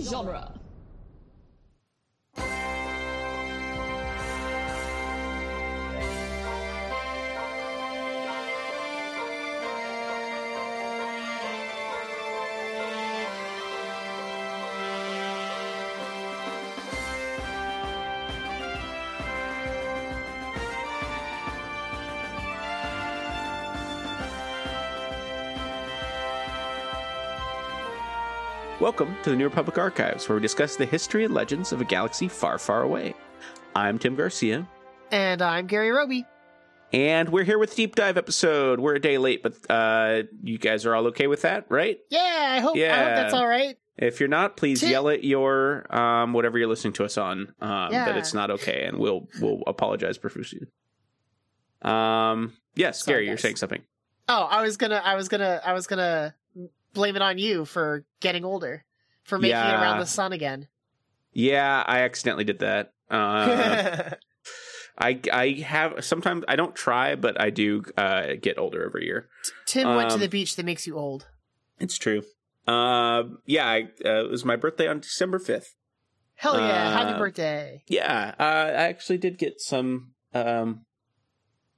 genre. Welcome to the New Republic Archives, where we discuss the history and legends of a galaxy far, far away. I'm Tim Garcia, And I'm Gary Roby. and we're here with Deep Dive episode. We're a day late, but uh, you guys are all okay with that, right? Yeah, I hope, I Yeah. hope that's all right. If you're not, please Ti- yell at your um, whatever you're listening to us on um, that Yeah. it's not okay, and we'll we'll apologize profusely. Um, yes, Sorry, Gary, you're guys. saying something. Oh, I was gonna, I was gonna, I was gonna blame it on you for getting older, for making Yeah. it around the sun again. Yeah, I accidentally did that. Uh, I I have sometimes I don't try, but I do uh, get older every year. Tim went to um, the beach that makes you old. It's true. Uh, yeah, I, uh, it was my birthday on December 5th. Hell yeah! uh, happy birthday. Yeah, uh, I actually did get some. Um,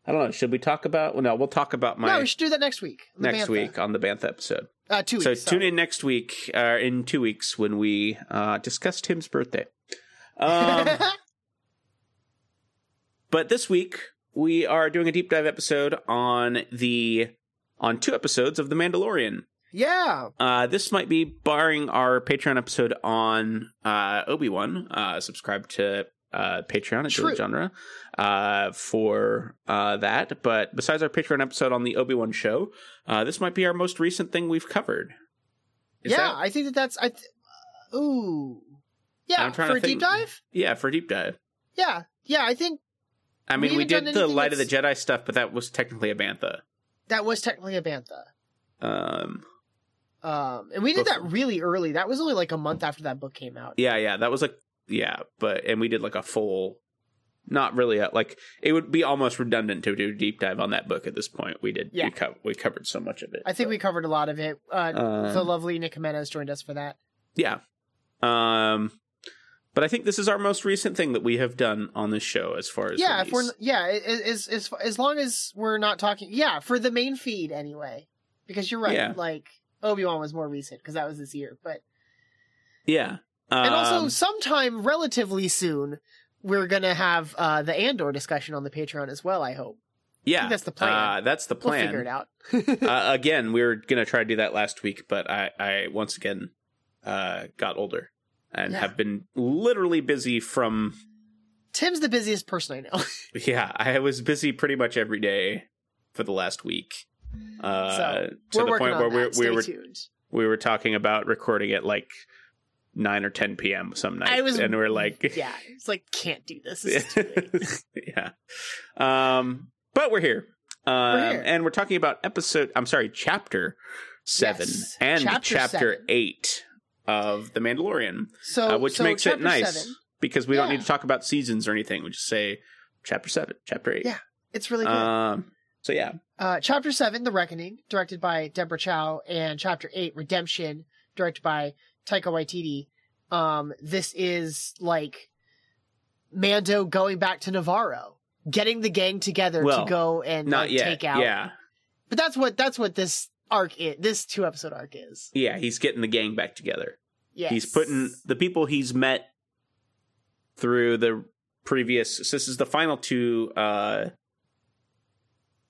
I don't know. Should we talk about? Well, no, we'll talk about my no, we should do that next week. The next Bantha. week on the Bantha episode. Uh, two weeks. so sorry. tune in next week, uh, in two weeks, when we uh, discuss Tim's birthday. Um, but this week we are doing a deep dive episode on the on two episodes of The Mandalorian. yeah, Uh, this might be barring our Patreon episode on uh, Obi Wan. Uh, subscribe to uh, Patreon at Daily True. Genre uh, for uh, that. But besides our Patreon episode on the Obi Wan show, uh, this might be our most recent thing we've covered. Is yeah. that- I think that that's. I th- ooh, yeah. I'm trying For to a deep think. dive. yeah, for deep dive. Yeah, yeah. I think I We mean, we, haven't did done the anything Light of the Jedi stuff, but that was technically a bantha. that was technically a bantha. Um, Um, and we did that Before- really early. That was only like a month after that book came out. yeah, yeah, that was like yeah, but and we did like a full. Not really, a, like it would be almost redundant to do a deep dive on that book at this point. We did, Yeah. we, co- we covered so much of it. I think we covered a lot of it. Uh, Um, the lovely Nick Jimenez joined us for that. yeah. Um, but I think this is our most recent thing that we have done on this show, as far as Yeah, if we're release. yeah, i- i- as as as long as we're not talking, yeah, for the main feed anyway, because you're right. Yeah. Like Obi Wan was more recent because that was this year, but yeah, um, and also sometime relatively soon we're gonna have uh the Andor discussion on the Patreon as well. I hope yeah, that's the plan. Uh, that's the we'll plan. figure it out. uh, again, we were gonna try to do that last week, but I, I once again uh, got older and Yeah. have been literally busy from Tim's the busiest person I know. yeah, I was busy pretty much every day for the last week. Uh, Mm. So, to we're the working point on where that. we, Stay we were tuned. we were talking about recording at like nine or ten p.m. some night, I was and we're like, yeah, it's like can't do this. this is too late. yeah. Um, but we're here. Um, here. and we're talking about episode. I'm sorry, chapter seven Yes, and chapter, chapter seven. eight of The Mandalorian, So, uh, which so makes it chapter nice Seven, because we don't Yeah. need to talk about seasons or anything. We just say chapter seven, chapter eight. Yeah, it's really good. Um, so yeah, Uh, chapter 7, The Reckoning, directed by Deborah Chow, and Chapter 8, Redemption, directed by Taika Waititi. Um, this is like Mando going back to Navarro, getting the gang together Well, to go and not like, yet. take out. Yeah, But that's what that's what this arc is. This two episode arc is. yeah. He's getting the gang back together. Yes. He's putting the people he's met through the previous. So this is the final two, uh,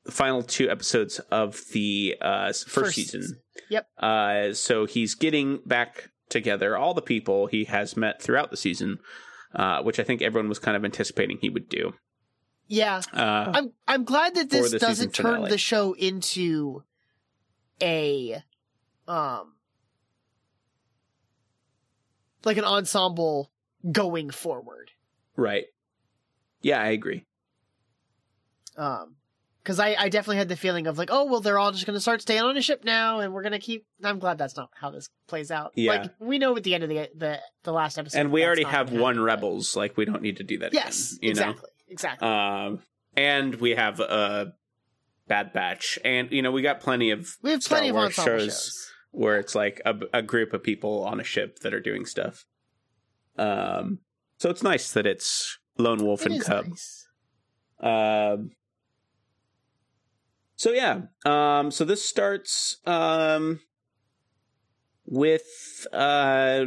the final two episodes of the uh, s- first, season. Yep. Uh, so he's getting back together all the people he has met throughout the season, uh, which I think everyone was kind of anticipating he would do. Yeah. Uh, I'm I'm glad For that this the season doesn't turn finale. the show into a um like an ensemble going forward. right. Yeah, I agree. Um because I, I definitely had the feeling of like, oh well they're all just gonna start staying on a ship now and we're gonna keep I'm glad that's not how this plays out. Yeah. Like we know at the end of the the, the last episode. And we that's already not have gonna one happen, but- rebels. Like we don't need to do that. Yes, again, you know. exactly. Exactly. Um, and we have uh, Bad Batch, and you know we got plenty of we have Star plenty of Wars ensemble shows. shows. where it's like a, a group of people on a ship that are doing stuff. Um, so it's nice that it's lone wolf It and is cub. nice. Um, so yeah, um, so this starts um, with uh,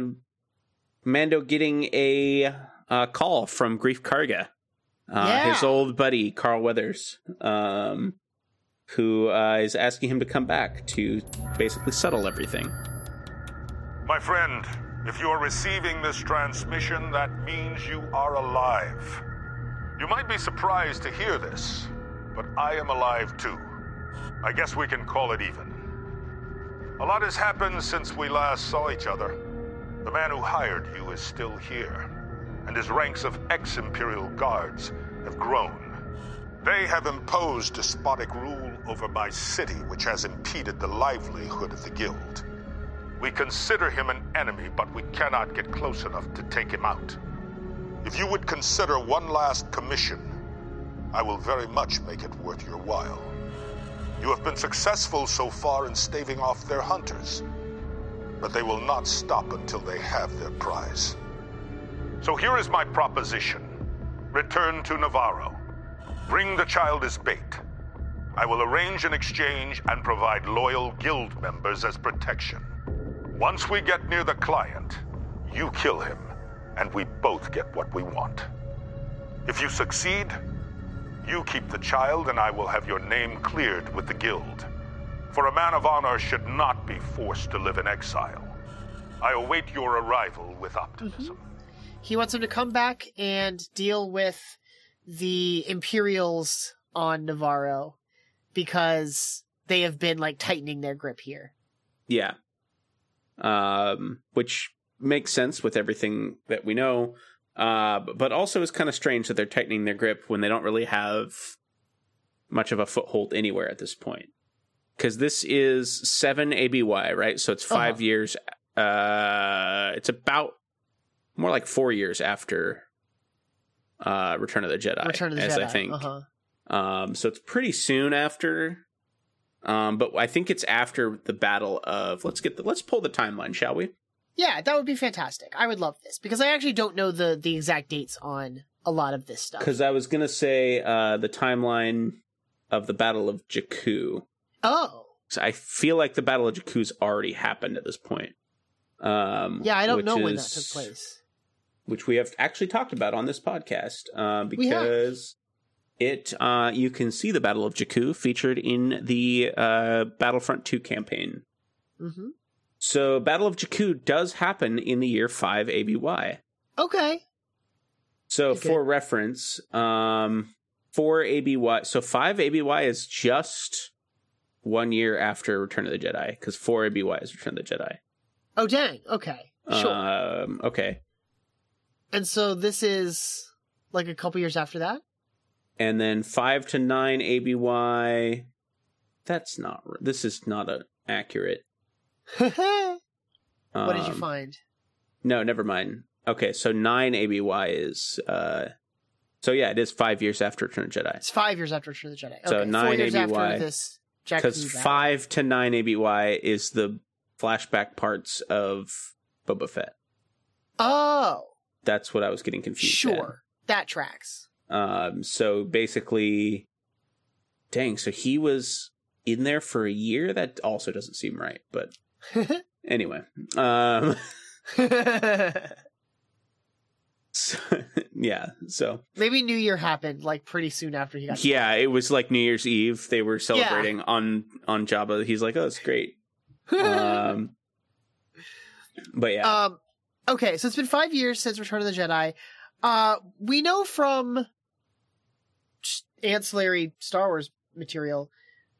Mando getting a uh, call from Grief Karga, uh, Yeah. his old buddy Carl Weathers, um, who uh, is asking him to come back to basically settle everything. My friend, if you are receiving this transmission, that means you are alive. You might be surprised to hear this, but I am alive too. I guess we can call it even. A lot has happened since we last saw each other. The man who hired you is still here, and his ranks of ex Imperial guards have grown. They have imposed despotic rule over my city, which has impeded the livelihood of the guild. We consider him an enemy, but we cannot get close enough to take him out. If you would consider one last commission, I will very much make it worth your while. You have been successful so far in staving off their hunters, but they will not stop until they have their prize. So here is my proposition return to Navarro. Bring the child as bait. I will arrange an exchange and provide loyal guild members as protection. Once we get near the client, you kill him, and we both get what we want. If you succeed, you keep the child, and I will have your name cleared with the guild. For a man of honor should not be forced to live in exile. I await your arrival with optimism. He wants him to come back and deal with the Imperials on Navarro because they have been like tightening their grip here. Yeah. Um, which makes sense with everything that we know. Uh, b- but also is kind of strange that they're tightening their grip when they don't really have much of a foothold anywhere at this point. Because this is seven ABY, right? So it's 5 Uh-huh. years. Uh, it's about more like four years after uh, Return of the Jedi. Return of the as Jedi. I think. Uh-huh. Um, so it's pretty soon after. Um, but I think it's after the battle of let's get the let's pull the timeline, shall we? Yeah, that would be fantastic. I would love this because I actually don't know the the exact dates on a lot of this stuff. Because I was gonna say uh, the timeline of the battle of Jakku. Oh, So I feel like the battle of Jakku's already happened at this point. Um, yeah, I don't which know when that is- took place. which we have actually talked about on this podcast uh, We have. because it uh, you can see the battle of Jakku featured in the uh, Battlefront Two campaign hmm So, Battle of Jakku does happen in the year 5 ABY. Okay, So, Okay. for reference, um, 4 ABY. So, 5 ABY is just one year after Return of the Jedi, because 4 ABY is Return of the Jedi. Oh dang. Okay. Sure. Um, okay. and so this is like a couple years after that. And then 5 to 9 ABY. That's not. r- This is not a, accurate. what did you Um, find? No, never mind. Okay, so 9 ABY is. Uh, so, yeah, it is five years after Return of the Jedi. It's five years after Return of the Jedi. Okay, So four nine years ABY. after this. Jack because Hugh battle. five to nine ABY is the flashback parts of Boba Fett. Oh, That's what I was getting confused. sure, that tracks. at. Um. So basically, dang. So he was in there for a year. That also doesn't seem right. But anyway, um. so- yeah. So Maybe New Year happened like pretty soon after he got. yeah, it was like New Year's Eve. They were celebrating on on Jabba. He's like, oh, it's great. Um. But yeah. Um, okay, so it's been five years since Return of the Jedi. Uh, we know from s- ancillary Star Wars material.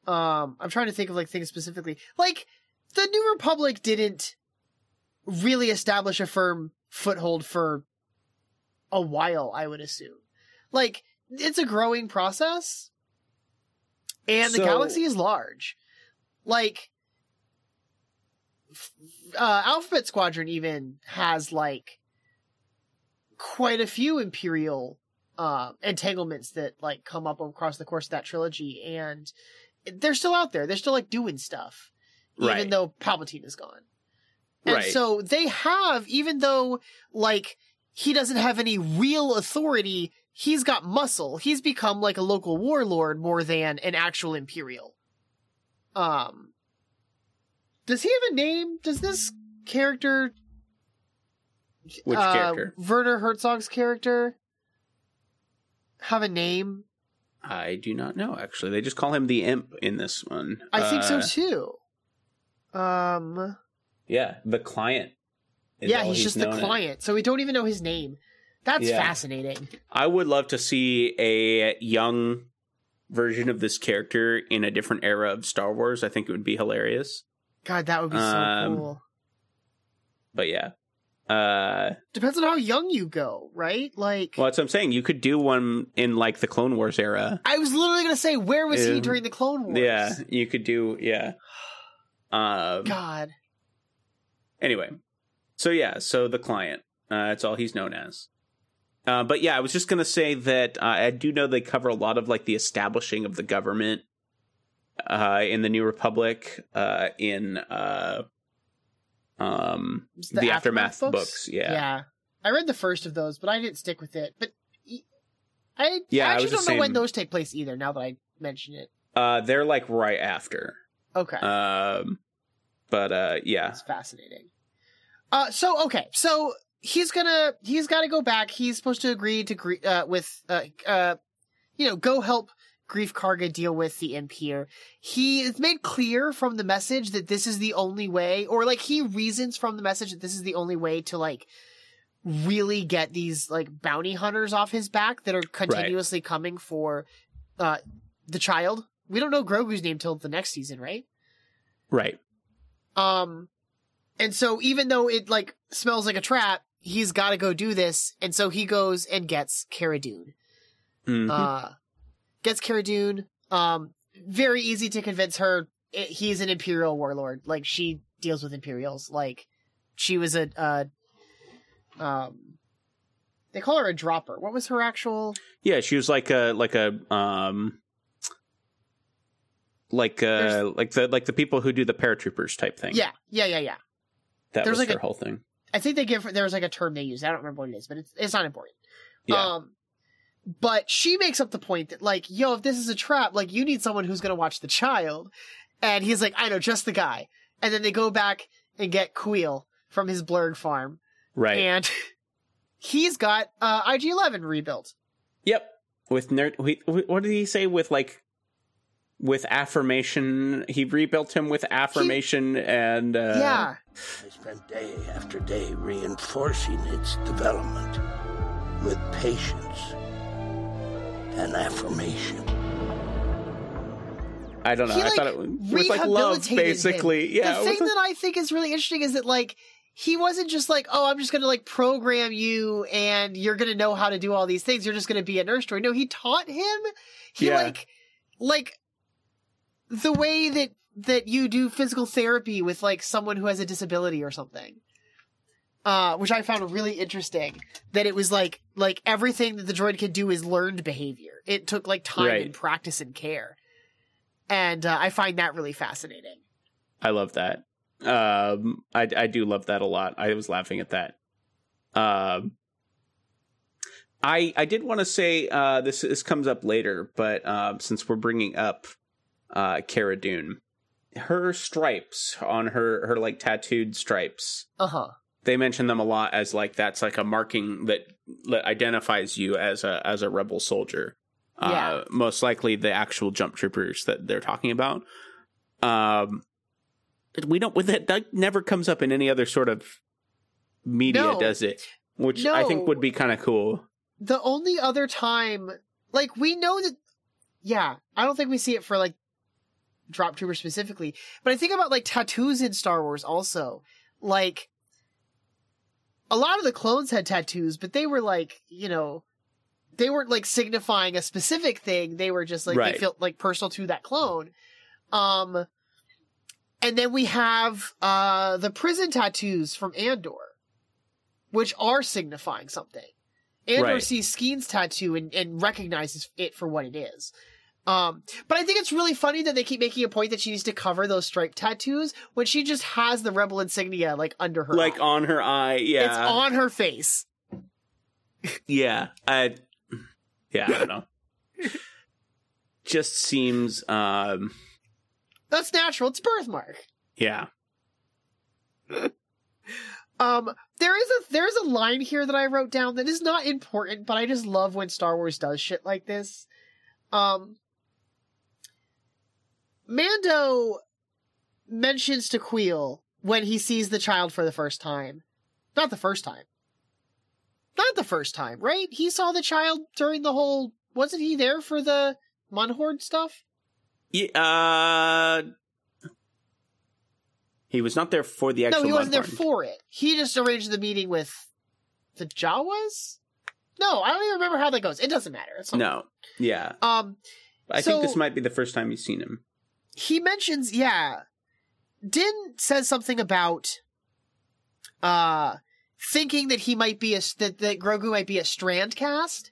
Um, I'm trying to think of like things specifically. Like the New Republic didn't really establish a firm foothold for a while. I would assume, like it's a growing process, and the So- galaxy is large. Like uh, Alphabet Squadron even has like quite a few Imperial uh, entanglements that like come up across the course of that trilogy, and they're still out there. They're still like doing stuff, even Right. though Palpatine is gone. And Right. so they have, even though like he doesn't have any real authority, he's got muscle. He's become like a local warlord more than an actual imperial. Um Does he have a name? Does this character Which uh, character? Werner Herzog's character have a name? I do not know. Actually, they just call him the imp in this one. I think so Uh, too. Um Yeah, the client. is yeah, all he's, just the known as. client. So we don't even know his name. That's Yeah. fascinating. I would love to see a young version of this character in a different era of Star Wars. I think it would be hilarious. God, that would be so Um, cool. But yeah. Uh Depends on how young you go, right? Like well that's what I'm saying. You could do one in like the Clone Wars era. I was literally gonna say, where was he Um, during the Clone Wars? Yeah. You could do yeah. Um God. anyway. So yeah, so the client. Uh that's all he's known as. Uh, but yeah, I was just gonna say that uh, I do know they cover a lot of like the establishing of the government uh, in the New Republic, uh, in uh, um, It's the, aftermath, books. Yeah, yeah, I read the first of those, but I didn't stick with it. But e- I Yeah, I actually was the don't know when same. those take place either. Now that I mention it, Uh, they're like right after. okay, Um, but uh, yeah, that's fascinating. Uh, so okay, so he's gonna he's got to go back. He's supposed to agree to gre- uh, with uh, uh, you know, go help Grief Karga deal with the imp here. He it's made clear from the message that this is the only way, or like he reasons from the message that this is the only way to like really get these like bounty hunters off his back that are continuously coming for uh the child. We don't know Grogu's name till the next season, right? right. Um, and so even though it like smells like a trap, he's got to go do this, and so he goes and gets Cara Dune. Mhm. Uh, gets Cara Dune. Um, very easy to convince her it, he's an Imperial warlord. Like she deals with Imperials. Like she was a uh, um, they call her a dropper. What was her actual? yeah, she was like a like a um, like uh, There's- like the like the people who do the paratroopers type thing. Yeah, yeah, yeah, yeah. that there's was like their a- whole thing. I think they give there was like a term they used. I don't remember what it is, but it's it's not important. Yeah, Um, but she makes up the point that like, yo, if this is a trap, like you need someone who's gonna watch the child. And he's like, I know, just the guy. And then they go back and get Queel from his blurred farm, right. and he's got uh, IG11 rebuilt. Yep. With nerd, we, we- what did he say? With like, with affirmation, he rebuilt him with affirmation and uh, yeah, I spent day after day reinforcing its development with patience and affirmation. I don't know. He, I thought like, it was with like love, rehabilitated him. basically. Yeah. the it thing was- that I think is really interesting is that like he wasn't just like, oh, I'm just gonna like program you and you're gonna know how to do all these things. You're just gonna be a nurse droid. No, he taught him. He Yeah. like like the way that that you do physical therapy with like someone who has a disability or something. Uh, which I found really interesting that it was like like everything that the droid could do is learned behavior. It took like time Right. and practice and care, and uh, I find that really fascinating. I love that. Um, I I do love that a lot. I was laughing at that. Um, I I did want to say uh, this this comes up later, but um, since we're bringing up uh, Cara Dune, her stripes on her her like tattooed stripes, Uh huh. they mention them a lot as like that's like a marking that, that identifies you as a as a rebel soldier. Yeah. Uh, most likely the actual jump troopers that they're talking about. Um, we don't with that that never comes up in any other sort of media, No. does it? Which I think No. would be kind of cool. the only other time like we know that yeah i don't think we see it for like drop trooper specifically but i think about like tattoos in star wars also like a lot of the clones had tattoos but they were like you know they weren't like signifying a specific thing they were just like they Right. felt like personal to that clone um and then we have uh the prison tattoos from andor which are signifying something andor Right. sees skeen's tattoo and, and recognizes it for what it is Um, but I think it's really funny that they keep making a point that she needs to cover those stripe tattoos when she just has the rebel insignia like under her. like eye. on her eye. Yeah, it's on her face. yeah. I, yeah, I don't know. Just seems, um, That's natural. It's a birthmark. yeah. Um, there is a there's a line here that I wrote down that is not important, but I just love when Star Wars does shit like this. Um, Mando mentions to Queel when he sees the child for the first time. Not the first time. Not the first time, right? He saw the child during the whole. Wasn't he there for the Munhorde stuff? Ye- Uh, he was not there for the actual. no, he wasn't there Mudhorn. for it. He just arranged the meeting with the Jawas. No, I don't even remember how that goes. It doesn't matter. It's not- No, yeah. Um, I So- think this might be the first time you've seen him. he mentions, yeah, Din says something about, uh, thinking that he might be a that, that Grogu might be a strand cast,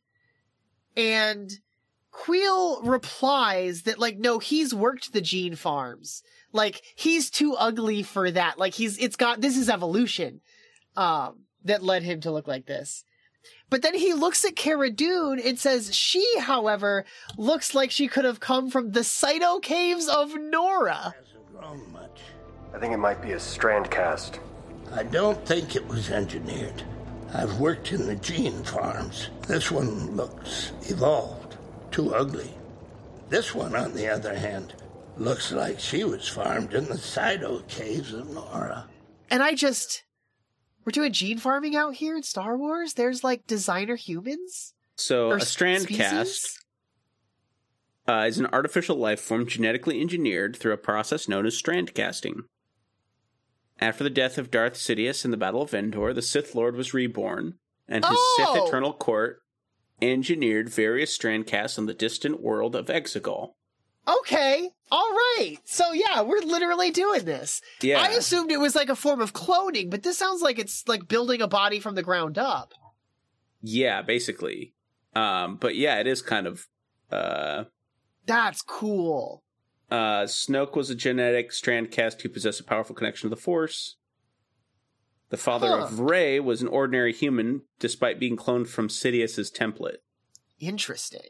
and Queel replies that like no, he's worked the gene farms. Like he's too ugly for that. Like he's it's got this is evolution, um, that led him to look like this. But then he looks at Cara Dune and says she, however, looks like she could have come from the Cyto caves of Nora. Hasn't grown much. I think it might be a strand cast. I don't think it was engineered. I've worked in the gene farms. This one looks evolved, too ugly. This one, on the other hand, looks like she was farmed in the Cydo caves of Nora. And I just we're doing gene farming out here in Star Wars. There's like designer humans So or a strand species? cast uh, is an artificial life form genetically engineered through a process known as strand casting. After the death of Darth Sidious in the Battle of Endor, the Sith Lord was reborn, and his Oh! Sith Eternal Court engineered various strand casts on the distant world of Exegol. Okay, all right. So yeah, we're literally doing this. Yeah. I assumed it was like a form of cloning, but this sounds like it's like building a body from the ground up. Yeah, basically. Um, but yeah, it is kind of. Uh, That's cool. uh, Snoke was a genetic strand cast who possessed a powerful connection to the Force. The father of Huh. Rey was an ordinary human, despite being cloned from Sidious's template. Interesting.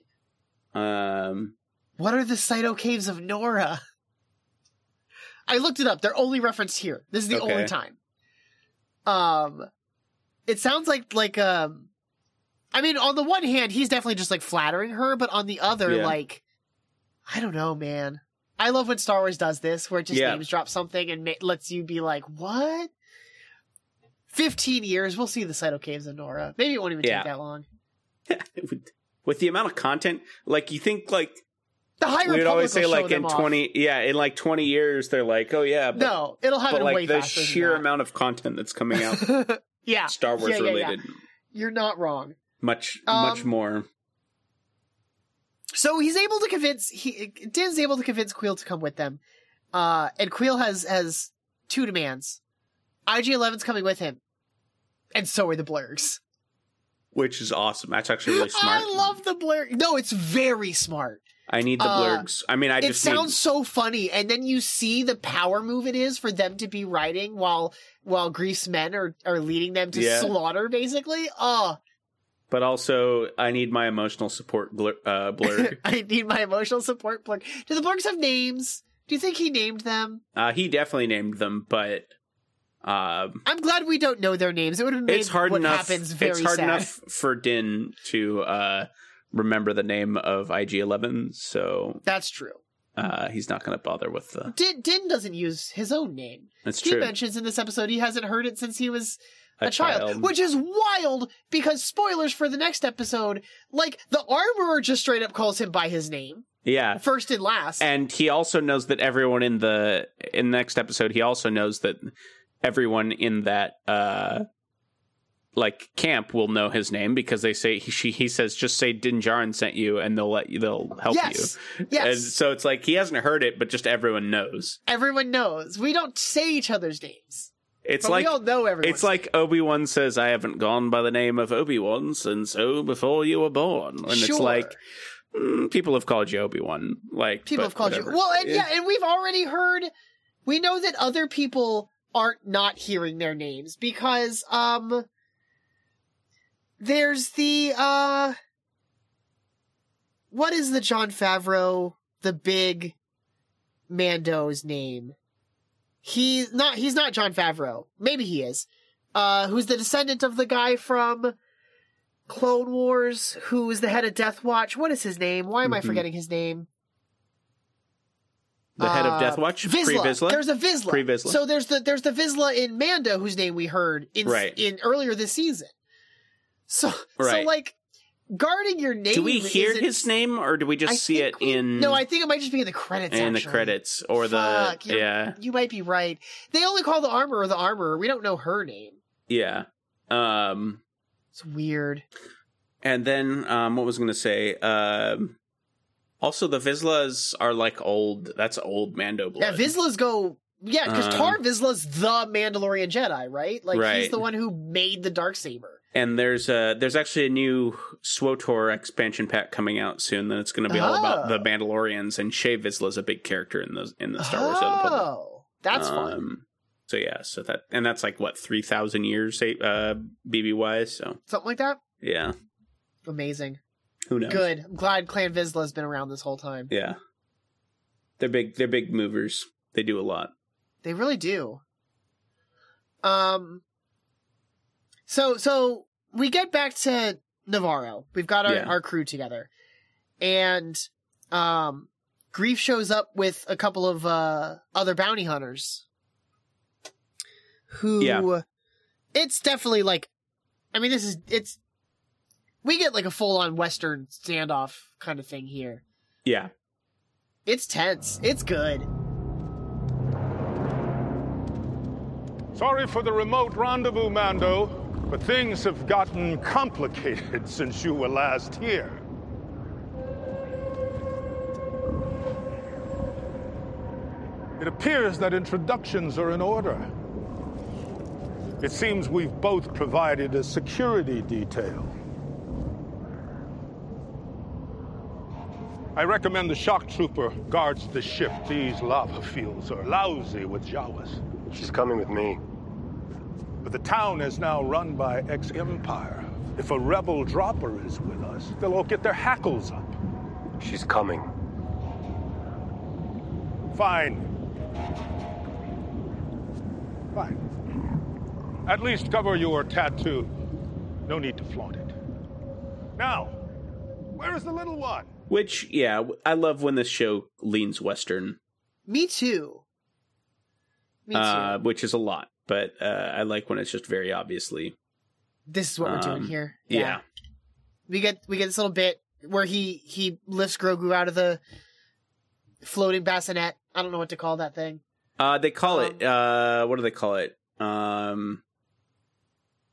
Um, What are the Cyto caves of Nora? I looked it up. They're only referenced here. This is the Okay. only time. Um, it sounds like like um, I mean, on the one hand, he's definitely just like flattering her, but on the other, Yeah. like, I don't know, man. I love when Star Wars does this, where it just Yeah. names drop something and ma- lets you be like, what? Fifteen years, we'll see the Cyto caves of Nora. Maybe it won't even Yeah. take that long. with, with the amount of content, like you think, like The High we'd Republic always say, will show like in them off. twenty, yeah, in like twenty years, they're like, oh yeah, but, No, it'll happen but way like the faster. than sheer that. amount of content that's coming out, yeah. Star Wars Yeah, yeah, yeah. related, You're not wrong. much Um, much more. So he's able to convince he Din's able to convince Queel to come with them. Uh and Queel has has two demands. IG 11's coming with him. And so are the blurgs. Which is awesome. That's actually really smart. I love the blurg. No, it's very smart. I need the uh, blurgs. I mean, I it just need- sounds so funny, and then you see the power move it is for them to be riding while while Greece men are are leading them to Yeah. slaughter, basically. Oh, but also I need my emotional support blur, uh, blurb. I need my emotional support blurg. Do the blurgs have names? Do you think he named them? uh, he definitely named them, but um, I'm glad we don't know their names. It would have made it's hard what enough. happens very It's hard sad. enough for Din to uh, remember the name of IG Eleven, so That's true. uh, he's not going to bother with the. Din, Din doesn't use his own name. That's he true. mentions in this episode he hasn't heard it since he was a, child, which is wild because spoilers for the next episode. Like the armorer just straight up calls him by his name, yeah, first and last. and he also knows that everyone in the in the next episode he also knows that everyone in that uh like camp will know his name because they say he she, he says just say Dinjarin sent you and they'll let you they'll help yes, you. yes. And so it's like he hasn't heard it but just everyone knows. Everyone knows we don't say each other's names, It's but like we all know everyone. it's like Obi-Wan says I haven't gone by the name of Obi-Wan since oh before you were born and it's Sure. like mm, people have called you Obi Wan. Like people but have called whatever. you. Well, and yeah. and we've already heard. We know that other people aren't not hearing their names because um, there's the uh, what is the John Favreau the big Mando's name? He's not. He's not John Favreau. Maybe he is. Uh, who's the descendant of the guy from Clone Wars? Who is the head of Death Watch? What is his name? Why am I Mhm. forgetting his name? the head of Death Uh, Watch, pre Vizsla. There's Vizsla. a Vizsla. Pre-Vizsla. So there's the there's the Vizsla in Mando, whose name we heard in Right. in earlier this season. So so Right. like guarding your name. Do we hear isn't- his name, or do we just I see it think we- in No, I think it might just be in the credits. in the actually. credits or Fuck, the you're- yeah You might be right. They only call the armorer the armorer. We don't know her name. yeah? Um, It's weird. And then um, what was going to say? Um, also, the Vizlas are like old. That's old Mando blood. Yeah, Vizslas go. Yeah, because Um, Tar Vizsla's the Mandalorian Jedi, right? Like he's Right. the one who made the dark saber. and there's a there's actually a new SWOTOR expansion pack coming out soon. That it's going to be all about Oh. the Mandalorians and Shea Vizla is a big character in the in the Star Wars. Jedi Republic. oh, that's fun. Um, So yeah, so that and that's like what three thousand years uh, BBY. So Something like that. yeah, Amazing. who knows? Good. I'm glad Clan Vizsla's been around this whole time. Yeah, they're big. They're big movers. They do a lot. They really do. Um so so we get back to Navarro. We've got our, Yeah. our crew together. And um Grief shows up with a couple of uh other bounty hunters who Yeah. it's definitely like I mean this is it's we get like a full on western standoff kind of thing here. Yeah, It's tense. It's good. Sorry for the remote rendezvous, Mando, but things have gotten complicated since you were last here. It appears that introductions are in order. It seems we've both provided a security detail. I recommend the shock trooper guards the ship. These lava fields are lousy with Jawas. She's coming with me. But the town is now run by ex Empire. If a rebel dropper is with us, they'll all get their hackles up. She's coming. Fine. Fine. At least cover your tattoo. No need to flaunt it. Now, where is the little one? Which, yeah, w- I love when this show leans Western, Me too. Me too. uh, which is a lot, but uh, I like when it's just very obviously. this is what we're doing um, here. Yeah. we get we get this little bit where he he lifts Grogu out of the floating bassinet. I don't know what to call that thing. Uh, they call Um, it, uh, what do they call it? Um,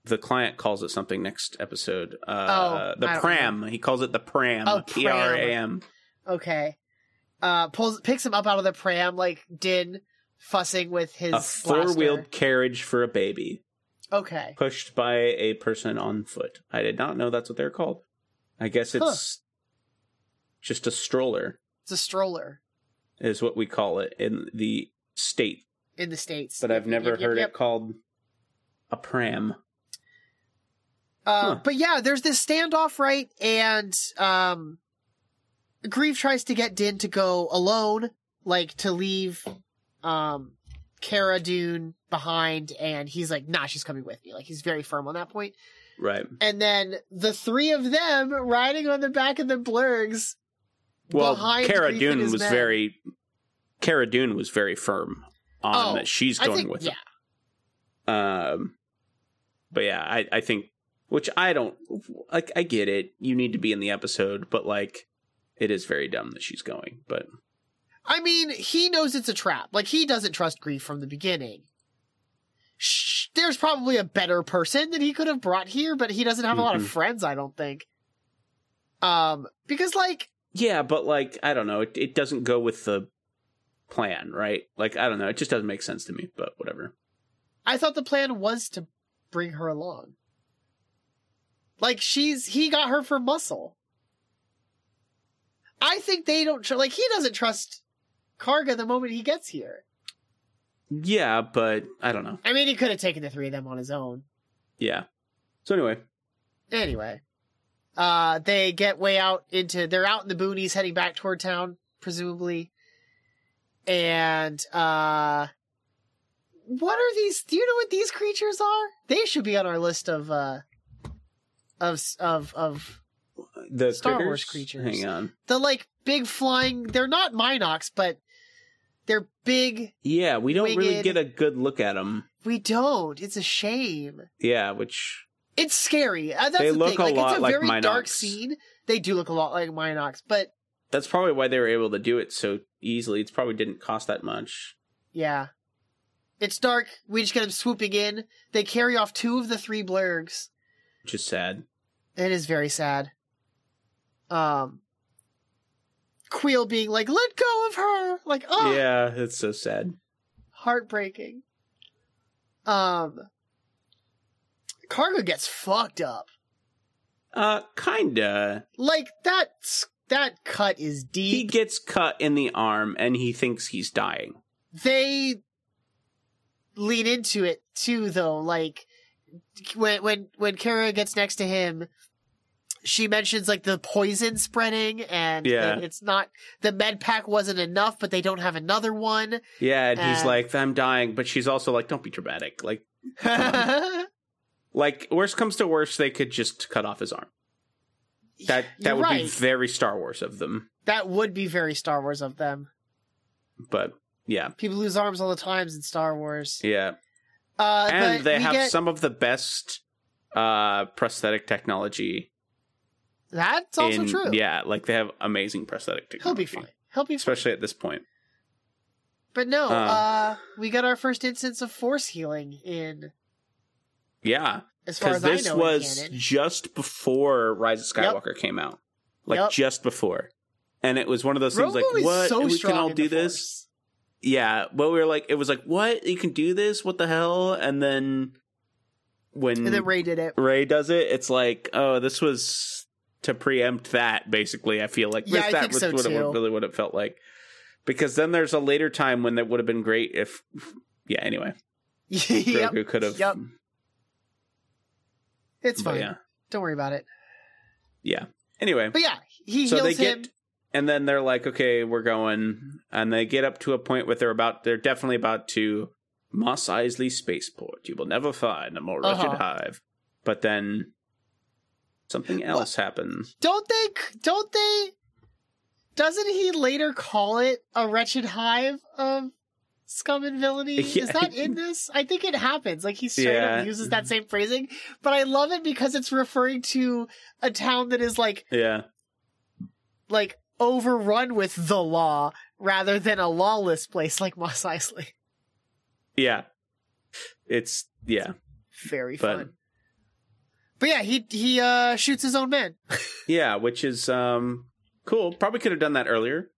the client calls it something next episode. Uh, Oh, I the don't pram. He calls it the pram. Oh, P R A M. Okay, uh, pulls picks him up out of the pram like Din fussing with his A four wheeled blaster. carriage for a baby Okay, pushed by a person on foot. I did not know that's what they're called. I guess it's just a stroller, it's a stroller is what we call it in the state in the states, but I've never Yep, yep, heard yep. it called a pram. Uh, Huh. But yeah, there's this standoff, right? And um, Grief tries to get Din to go alone, like to leave um, Cara Dune behind, and he's like, "Nah, she's coming with me." Like he's very firm on that point. Right. And then the three of them riding on the back of the Blurgs. Well, behind Cara Grief and Dune his was men. very Cara Dune was very firm on Oh, that she's I going think, with yeah, him. Um but yeah, I I think which I don't like I get it. You need to be in the episode, but like it is very dumb that she's going, but I mean, he knows it's a trap. Like he doesn't trust Grief from the beginning. Shh, there's probably a better person that he could have brought here, but he doesn't have a lot of Mhm. friends, I don't think. Um, because like, yeah, but like I don't know, it it doesn't go with the plan, right? Like I don't know, it just doesn't make sense to me, but whatever. I thought the plan was to bring her along. Like she's he got her for muscle. I think they don't tr- like he doesn't trust Karga the moment he gets here. Yeah, but I don't know. I mean, he could have taken the three of them on his own. Yeah. So anyway, Anyway, uh, they get way out into they're out in the boonies, heading back toward town, presumably. And uh, what are these? Do you know what these creatures are? They should be on our list of uh, of s- of of the Star critters- Wars creatures. Hang on. the like big flying. They're not Minox, but they're big. Yeah, we don't really Winged. get a good look at them. We don't. It's a shame. Yeah, which it's scary. Uh, that's They the look thing. a Like it's lot a like very dark Minox. scene. They do look a lot like Minox, but that's probably why they were able to do it so easily. It's probably didn't cost that much. yeah, it's dark. We just get them swooping in. They carry off two of the three blurgs. which is sad. It is very sad. Um, Queel being like, "Let go of her!" Like, oh, Yeah, it's so sad. heartbreaking. Um, Cargo gets fucked up. Uh, kinda. Like that. s- That cut is deep. He gets cut in the arm and he thinks he's dying. they lean into it too though like when when when Kara gets next to him she mentions like the poison spreading and Yeah. that it's not the med pack wasn't enough but they don't have another one Yeah, and he's Uh. like, I'm dying, but she's also like, don't be dramatic. Like, like worst comes to worst, they could just cut off his arm. That that You're would be right. very Star Wars of them. that would be very Star Wars of them But yeah, people lose arms all the times in Star Wars yeah, uh and but they we have get- some of the best uh prosthetic technology. that's also in- true Yeah, like they have amazing prosthetic he'll technology. be fine he'll be fine especially at this point. but no Um. uh we got our first instance of force healing in Yeah, as far because as I know this in was canon. just before Rise of Yep. Skywalker came out, like Yep. just before, and it was one of those things Grogu like is what so we can strong all in do the this. Force. Yeah, but we were like, it was like what you can do this, what the hell, and then when And then Ray did it. Ray does it, it's like oh, this was to preempt that. Basically, I feel like Yeah, This- I that think was so, what it, too. really what it felt like. Because then there's a later time when that would have been great if, yeah. Anyway, yep. Grogu could have. Yep. It's but fine. yeah, Don't worry about it. yeah. Anyway, But yeah, he so they heals get him. and then they're like okay we're going and they get up to a point where they're about they're definitely about to moss isley spaceport you will never find a more wretched Uh-huh. hive but then something else happens Don't they? c- Don't they? Doesn't he later call it a wretched hive of scum and villainy? Yeah. Is that in this? I think it happens. Like he straight Yeah. up uses that same phrasing, but I love it because it's referring to a town that is like yeah like overrun with the law rather than a lawless place like Moss Isley. yeah it's yeah Very But- fun. But yeah, he he uh shoots his own men. yeah which is um cool probably could have done that earlier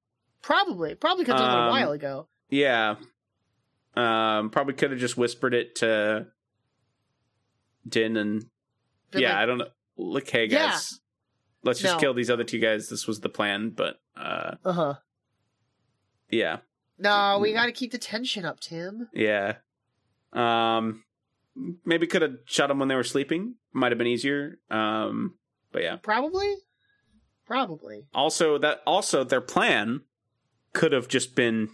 Probably. Probably could have done it Um, a while ago. yeah um probably could have just whispered it to din and Been yeah, like, I don't know. Look, hey Yeah. guys, let's just No. kill these other two guys. This was the plan, but uh, uh-huh. yeah, No, we Mm. gotta keep the tension up, Tim. yeah. Um, maybe could have shot them when they were sleeping. Might have been easier. Um, but yeah. Probably? Probably. Also, that also their plan could have just been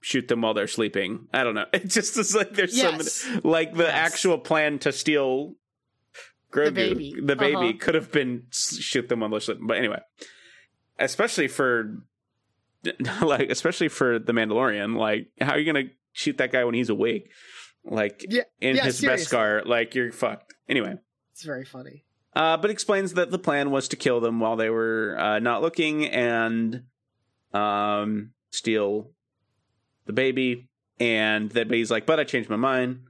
shoot them while they're sleeping. I don't know. It just is like there's Yes. some like the Yes. actual plan to steal. Grogu, the baby. baby, Uh-huh. could have been s- shoot them while they're sleeping. But anyway, especially for like, especially for the Mandalorian, like, how are you gonna shoot that guy when he's awake? Like Yeah, in yeah, his best seriously. car, like you're fucked. Anyway, It's very funny. uh, but explains that the plan was to kill them while they were uh, not looking and um, steal the baby. And the baby's like, but I changed my mind.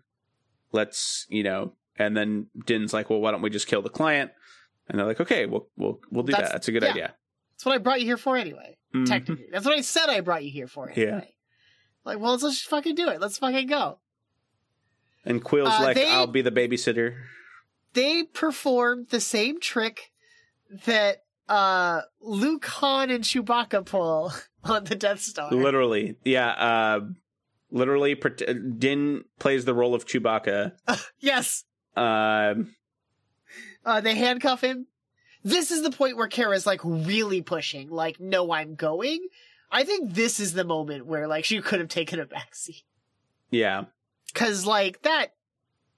Let's, you know. And then Din's like, well, why don't we just kill the client? And they're like, okay, we'll we'll we'll do That's- that. That's a good yeah. idea. That's what I brought you here for anyway. Mhm. Technically. That's what I said I brought you here for Yeah. anyway. Like, well, let's just fucking do it. Let's fucking go. And Quill's Uh, like, they- I'll be the babysitter. They performed the same trick that uh, Luke Han and Chewbacca pull on the Death Star. Literally, yeah. Uh, literally, pret- uh, Din plays the role of Chewbacca. yes, Um uh, they handcuff him. This is the point where Kara's like really pushing, like, no, I'm going. I think this is the moment where like she could have taken a backseat. yeah, Cause like that,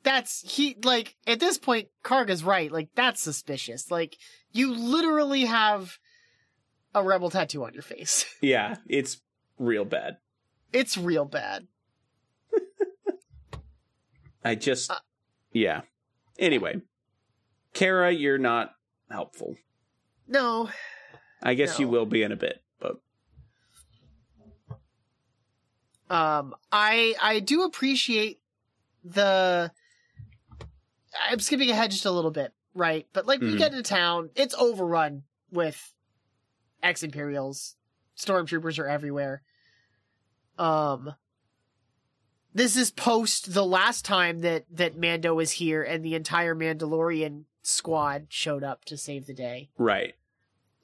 that's he, like, at this point, Karga's right. Like, that's suspicious. Like, you literally have a rebel tattoo on your face. yeah. It's real bad. it's real bad. I Uh, just, yeah. Anyway, Kara, you're not helpful. No, I guess you No. will be in a bit, but um i i do appreciate the i'm skipping ahead just a little bit right but like you Mhm. get into town it's overrun with ex imperials stormtroopers are everywhere um this is post the last time that that mando was here and the entire mandalorian squad showed up to save the day right.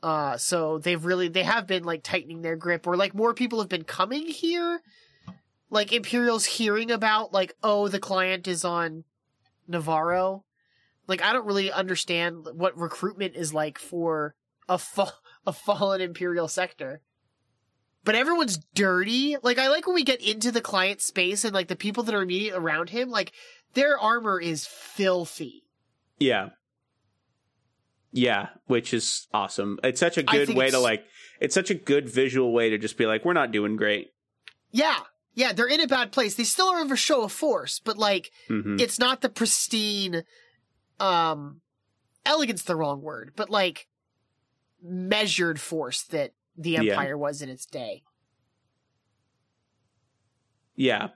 uh, so they've really they have been like tightening their grip, or like more people have been coming here. Like Imperial's hearing about like oh the client is on Navarro. Like I don't really understand what recruitment is like for a fa- a fallen Imperial sector. But everyone's dirty. Like I like when we get into the client space and like the people that are immediate around him, like their armor is filthy. Yeah. Yeah, which is awesome. It's such a I good think way to it's- like it's such a good visual way to just be like, we're not doing great. Yeah. Yeah, they're in a bad place. They still are of a show of force, but like hmm it's not the pristine um elegance the wrong word but like measured force that the Yeah. empire was in its day Yeah.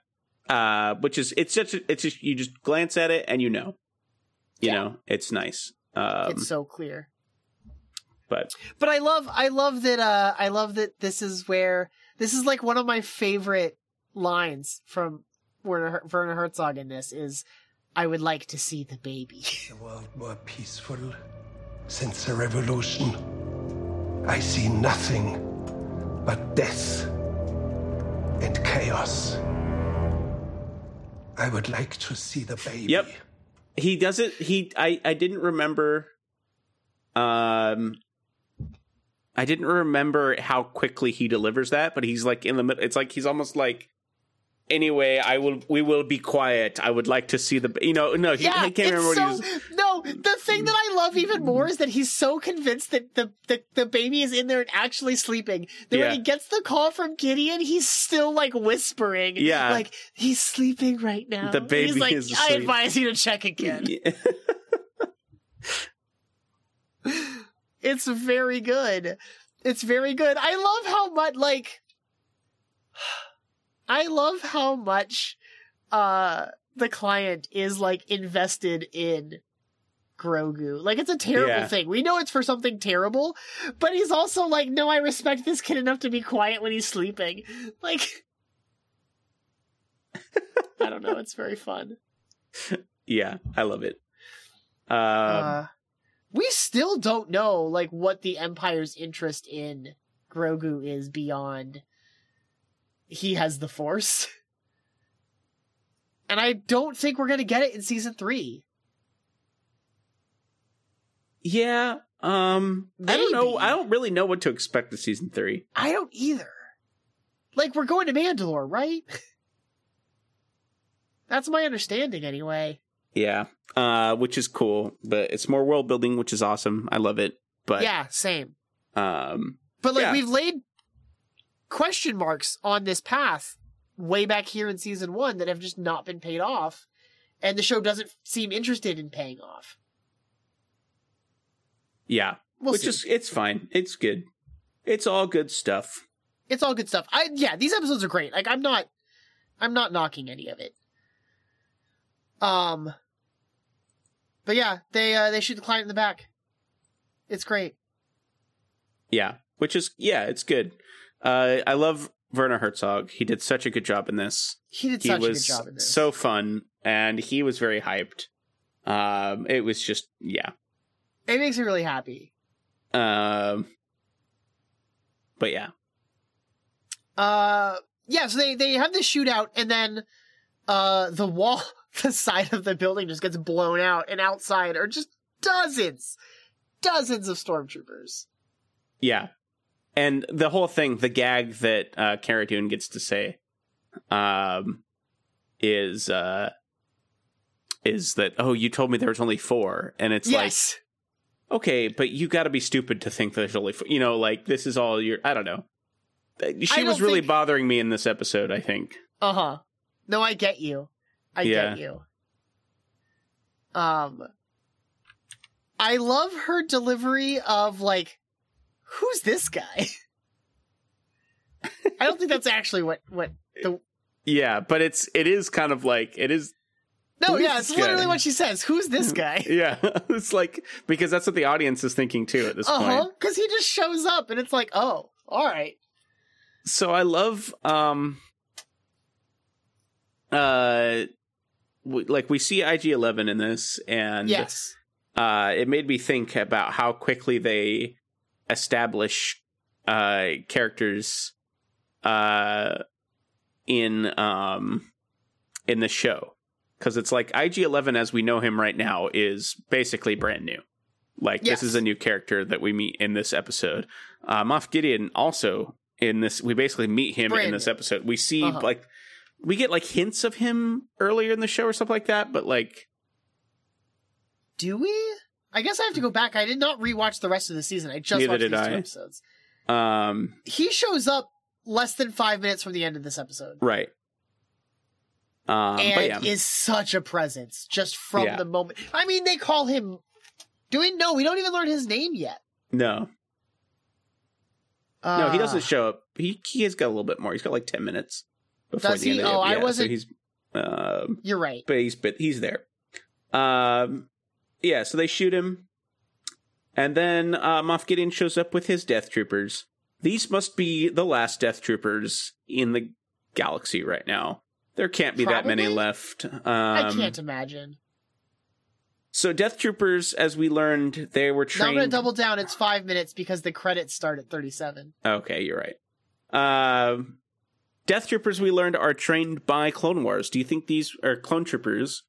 Uh which is it's such a, it's just you just glance at it and you know. You Yeah. know, it's nice. Um it's so clear but but i love i love that uh i love that this is where this is like one of my favorite lines from werner, Her- werner herzog in this is i would like to see the baby the world more peaceful since the revolution. I see nothing but death and chaos. I would like to see the baby. Yep. he doesn't he I I didn't remember um I didn't remember how quickly he delivers that, but he's like in the middle it's like he's almost like Anyway, I will. We will be quiet. I would like to see the. You know, no. He, yeah, I can't remember what it's he was. so, No, the thing that I love even more is that he's so convinced that the, the, the baby is in there and actually sleeping that Yeah. when he gets the call from Gideon, he's still like whispering. Yeah. Like, he's sleeping right now. The And he's baby like, is I asleep." advise you to check again. Yeah. It's very good. It's very good. I love how much like I love how much uh the client is like invested in Grogu. Like it's a terrible Yeah. thing. We know it's for something terrible, but he's also like, no, I respect this kid enough to be quiet when he's sleeping. Like I don't know, it's very fun. Yeah, I love it. Um, uh, we still don't know like what the empire's interest in grogu is beyond he has the force and i don't think we're gonna get it in season three yeah. Um, I don't know. maybe. I don't really know what to expect of season three. i don't either like we're going to mandalore right that's my understanding anyway Yeah, uh, which is cool, but it's more world building, which is awesome. I love it. But yeah same um, But like Yeah. we've laid question marks on this path way back here in season one that have just not been paid off, and the show doesn't seem interested in paying off. yeah, We'll which see. is it's fine. It's good. It's all good stuff. it's all good stuff. I yeah, these episodes are great. Like I'm not I'm not knocking any of it. Um But yeah, they uh they shoot the client in the back. It's great. Yeah, which is yeah, it's good. Uh, I love Werner Herzog. He did such a good job in this. He did he such a good was job in this. so fun, and he was very hyped. Um, it was just yeah, it makes me really happy. Um, but yeah, Uh, yeah, so they they have this shootout, and then uh, the wall, the side of the building just gets blown out, and outside are just dozens, dozens of stormtroopers. yeah, and the whole thing, the gag that uh, Cara Dune gets to say, um, is uh, is that oh, you told me there was only four, and it's like yes, okay, but you got to be stupid to think that there's only, f- you know, like this is all your. I don't know. Uh, She don't was really think- bothering me in this episode. I think. uh huh. No, I get you. I Yeah. get you. Um, I love her delivery of like, who's this guy? I don't think that's actually what what the Yeah, but it's it is kind of like it is. no Who is yeah this it's literally guy? what she says. Who's this guy? Yeah, it's like because that's what the audience is thinking too at this Uh huh. point. Because he just shows up and it's like, oh, all right. So I love um uh w- like we see IG11 in this and yes. uh, it made me think about how quickly they establish uh, characters uh, in um, in the show because it's like IG Eleven as we know him right now is basically brand new. Like Yes. this is a new character that we meet in this episode. Uh, Moff Gideon also in this we basically meet him in Brand this new. episode. We see Uh-huh. like we get like hints of him earlier in the show or something like that, but like Do we? I guess I have to go back. I did not rewatch the rest of the season. I just Neither watched did these I. two episodes. um He shows up less than five minutes from the end of this episode. Right. Um, but yeah, and is such a presence just from Yeah. the moment. I mean, they call him. Do we? No, we don't even learn his name yet. no, Uh, no, he doesn't show up. He he has got a little bit more. He's got like ten minutes before Does the end. he? Of the, Oh, I yeah, so wasn't- he's, um, You're right. but he's but he's there. Um, yeah. So they shoot him, and then uh, Moff Gideon shows up with his Death Troopers. These must be the last Death Troopers in the galaxy right now. There can't be that many Probably. left. Um, I can't imagine. So Death Troopers, as we learned, they were Now I'm trained. gonna double down. It's five minutes because the credits start at 37. Okay, you're right. Um Death Troopers we learned are trained by Clone Wars. Do you think these are Clone Troopers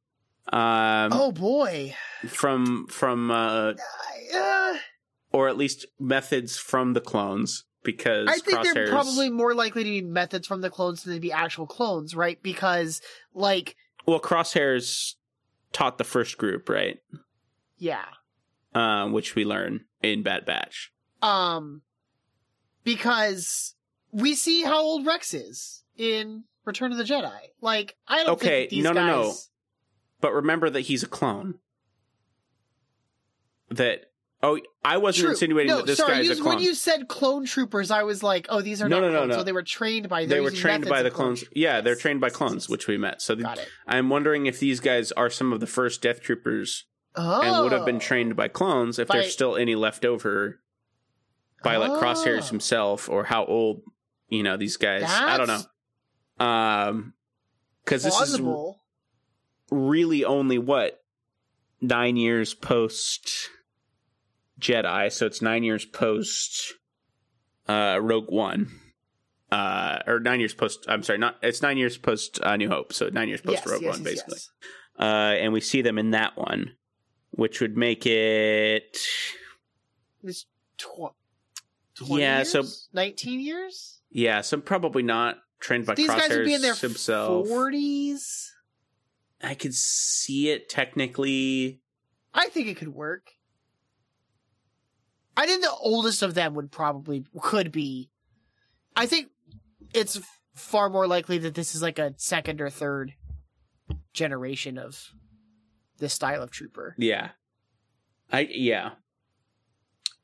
um, oh boy. from from uh, Uh, or at least methods from the clones? Because I think crosshairs, they're probably more likely to be methods from the clones than to be actual clones, right? Because, like, well, crosshairs taught the first group, right? yeah, Um, which we learn in Bad Batch. um, because we see how old Rex is in Return of the Jedi. Like, I don't Okay, think these no, no, no. guys- But remember that he's a clone. That oh, I wasn't True. insinuating no, that this sorry, guy is you- a clone. when you said clone troopers, I was like, oh, these are No, not no, no, clones. no. So they were trained by they they're were using trained methods by of the clone clones. troopers. Yeah, they're Yes, trained by yes, clones, yes, which we met. So the- Got it. I'm wondering if these guys are some of the first Death Troopers Oh. and would have been trained by clones if By- there's still any left over by like Oh. Crosshairs himself or how old you know these guys. I don't That's know. Um, because this is r- plausible. really only what nine years post Jedi, so it's nine years post uh, Rogue One, uh, or nine years post. I'm sorry, not it's nine years post uh, New Hope, so nine years post yes, Rogue yes, One, yes, basically. yes. Uh, and we see them in that one, which would make it It's tw- 20 Yeah, years? so- 19 years? yeah, so probably not trained by These crosshairs guys would be in their himself. 40s. I could see it technically. I think it could work. I think the oldest of them would probably could be. I think it's f- far more likely that this is like a second or third generation of this style of trooper. Yeah. I yeah.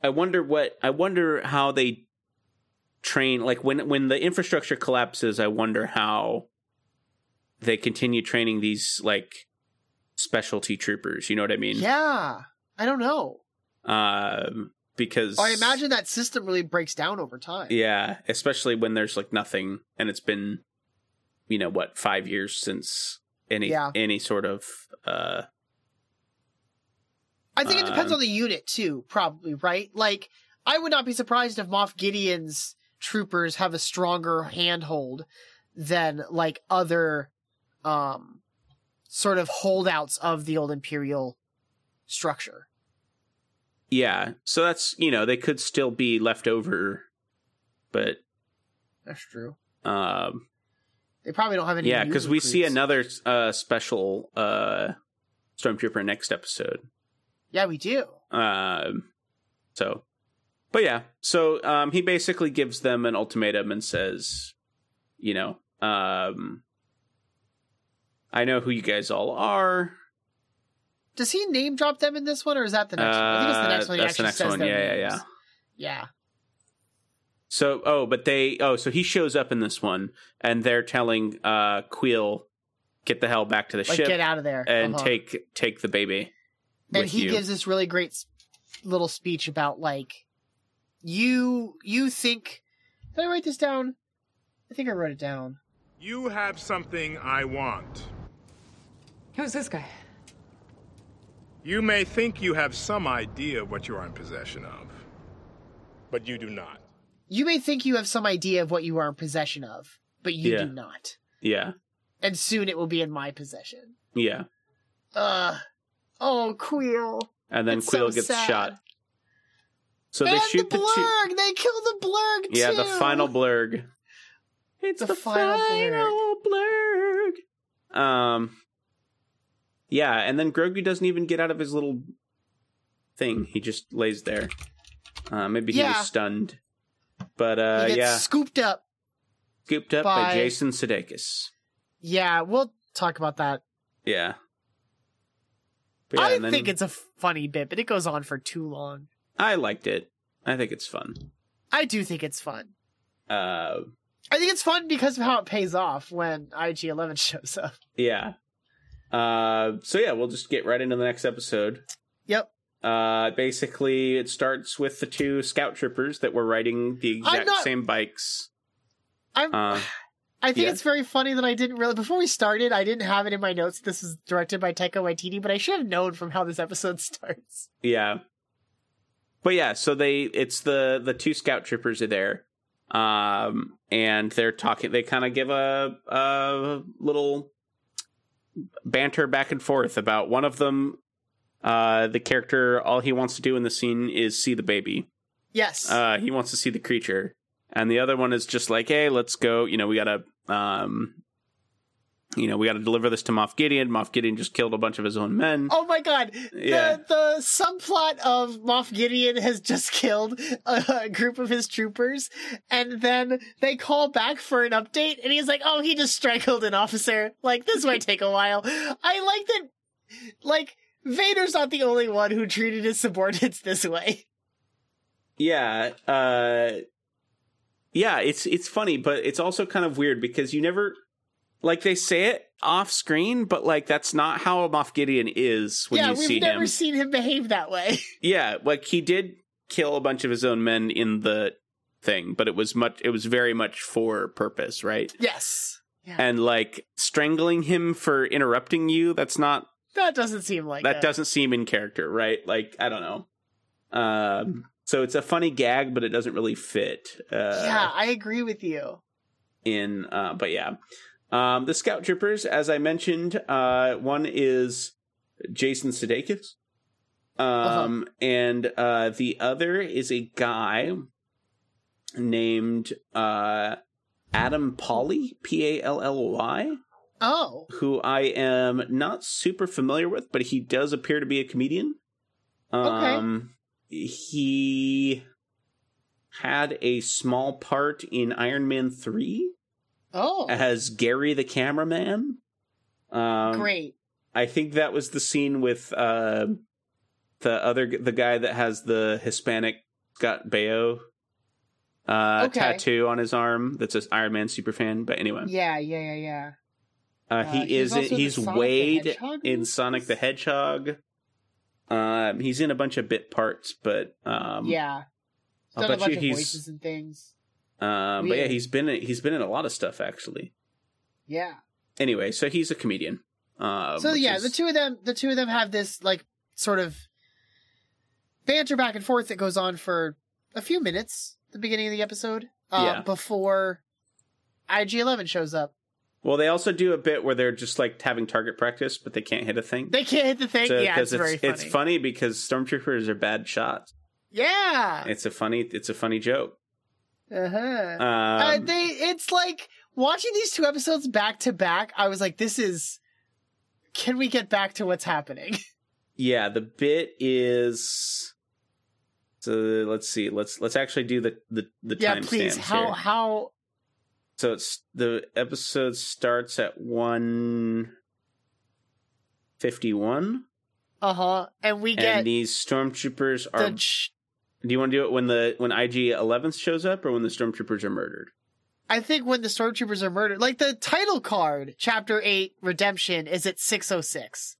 I wonder what I wonder how they train like when when the infrastructure collapses, I wonder how they continue training these like specialty troopers, you know what I mean? Yeah, I don't know. Um because Oh, I imagine that system really breaks down over time. Yeah, especially when there's like nothing and it's been you know what, 5 years since any Yeah. any sort of uh I think it depends Um, on the unit too, probably, right? Like I would not be surprised if Moff Gideon's troopers have a stronger handhold than like other um sort of holdouts of the old imperial structure. Yeah. So that's, you know, they could still be left over, but That's true. um They probably don't have any. yeah, new cuz we see recruits. another uh special uh stormtrooper next episode. Yeah, we do. Um, so, but yeah, so um, he basically gives them an ultimatum and says, you know, um, I know who you guys all are. Does he name drop them in this one, or is that the next one? I think it's the Uh, next one. He that's the actually next says one. their Yeah, yeah, names. yeah. So, oh, but they, oh, so he shows up in this one, and they're telling uh, Queel, get the hell back to the Like ship get out of there and Uh-huh. take take the baby. and with he you. gives this really great s- little speech about like you you think did i write this down i think i wrote it down You have something I want. Who's this guy? You may think you have some idea of what you are in possession of, but you do not. you may think you have some idea of what you are in possession of but you Yeah. do not yeah, and soon it will be in my possession yeah, uh oh queel and then It's so Queel gets sad. shot. So they and shoot the the two. blurg they kill the blurg Yeah, the too! final blurg. It's The final blurg. Um. Yeah, and then Grogu doesn't even get out of his little thing. He just lays there. Uh, maybe he Yeah. was stunned. But He uh, gets yeah, scooped up scooped up by, by- Jason Sudeikis. yeah we'll talk about that Yeah. But yeah, i and then- think it's a funny bit but it goes on for too long I liked it. I think it's fun. i do think it's fun Uh, I think it's fun because of how it pays off when IG Eleven shows up. yeah. Uh, so yeah, we'll just get right into the next episode. Yep, Uh, basically, it starts with the two scout troopers that were riding the exact not- same bikes. I'm. Uh, I think yeah. it's very funny that I didn't really before we started. I didn't have it in my notes. This was directed by Taika Waititi, but I should have known from how this episode starts. yeah, but yeah, so they it's the the two scout troopers are there, um, and they're talking. They kind of give a a little banter back and forth about one of them. Uh, the character, all he wants to do in the scene is see the baby. Yes, uh, he wants to see the creature, and the other one is just like, "Hey, let's go." You know, we gotta, um, you know, we gotta deliver this to Moff Gideon. Moff Gideon just killed a bunch of his own men. Oh my god! Yeah. The the subplot of Moff Gideon has just killed a, a group of his troopers, and then they call back for an update, and he's like, "Oh, he just strangled an officer. Like this might take a while." I like that. Like Vader's not the only one who treated his subordinates this way. Yeah, uh, yeah, it's it's funny, but it's also kind of weird because you never, like, they say it off screen, but like that's not how Moff Gideon is when yeah, you we've see never him. seen him behave that way. yeah, like he did kill a bunch of his own men in the thing, but it was much. It was very much for purpose, right? yes, and like strangling him for interrupting you that's not that doesn't seem like that it. doesn't seem in character right like i don't know um so it's a funny gag but it doesn't really fit uh yeah, I agree with you. in uh but yeah um the scout troopers as i mentioned uh one is jason sudeikis um and uh the other is a guy named uh adam polly p-a-l-l-y Oh, who I am not super familiar with, but he does appear to be a comedian. Okay. Um, He had a small part in Iron Man 3 oh, as Gary the cameraman. Um, great. I think that was the scene with uh, the other the guy that has the Hispanic Scott Baio uh, Okay. tattoo on his arm. That's an Iron Man super fan. But anyway, Yeah, yeah, yeah, yeah. uh, Uh, he he's is. also the He's Sonic the Wade Hedgehog in movies? Sonic the Hedgehog. Um, he's in a bunch of bit parts, but um, yeah. He's I'll done a bet bunch you of he's- voices and things. Um, but yeah, Weird. he's been in- he's been in a lot of stuff actually. Yeah. Anyway, so he's a comedian. Um, so which yeah, is- the two of them, the two of them have this like sort of banter back and forth that goes on for a few minutes, the beginning of the episode, uh, Yeah. before IG Eleven shows up. Well, they also do a bit where they're just like having target practice, but they can't hit a thing. They can't hit the thing. So- yeah, 'cause it's, very funny. it's funny because stormtroopers are bad shots. Yeah. It's a funny it's a funny joke. Uh-huh. Um, uh, they it's like watching these two episodes back to back, I was like, this is can we get back to what's happening? yeah, the bit is. So let's see. Let's let's actually do the the the yeah, time please. stamps How here. how So it's the episode starts at one fifty one, uh-huh. And we get and um, these stormtroopers are. the ch- do you want to do it when the when IG Eleven shows up or when the stormtroopers are murdered? I think when the stormtroopers are murdered, like the title card, chapter 8 redemption is at 606.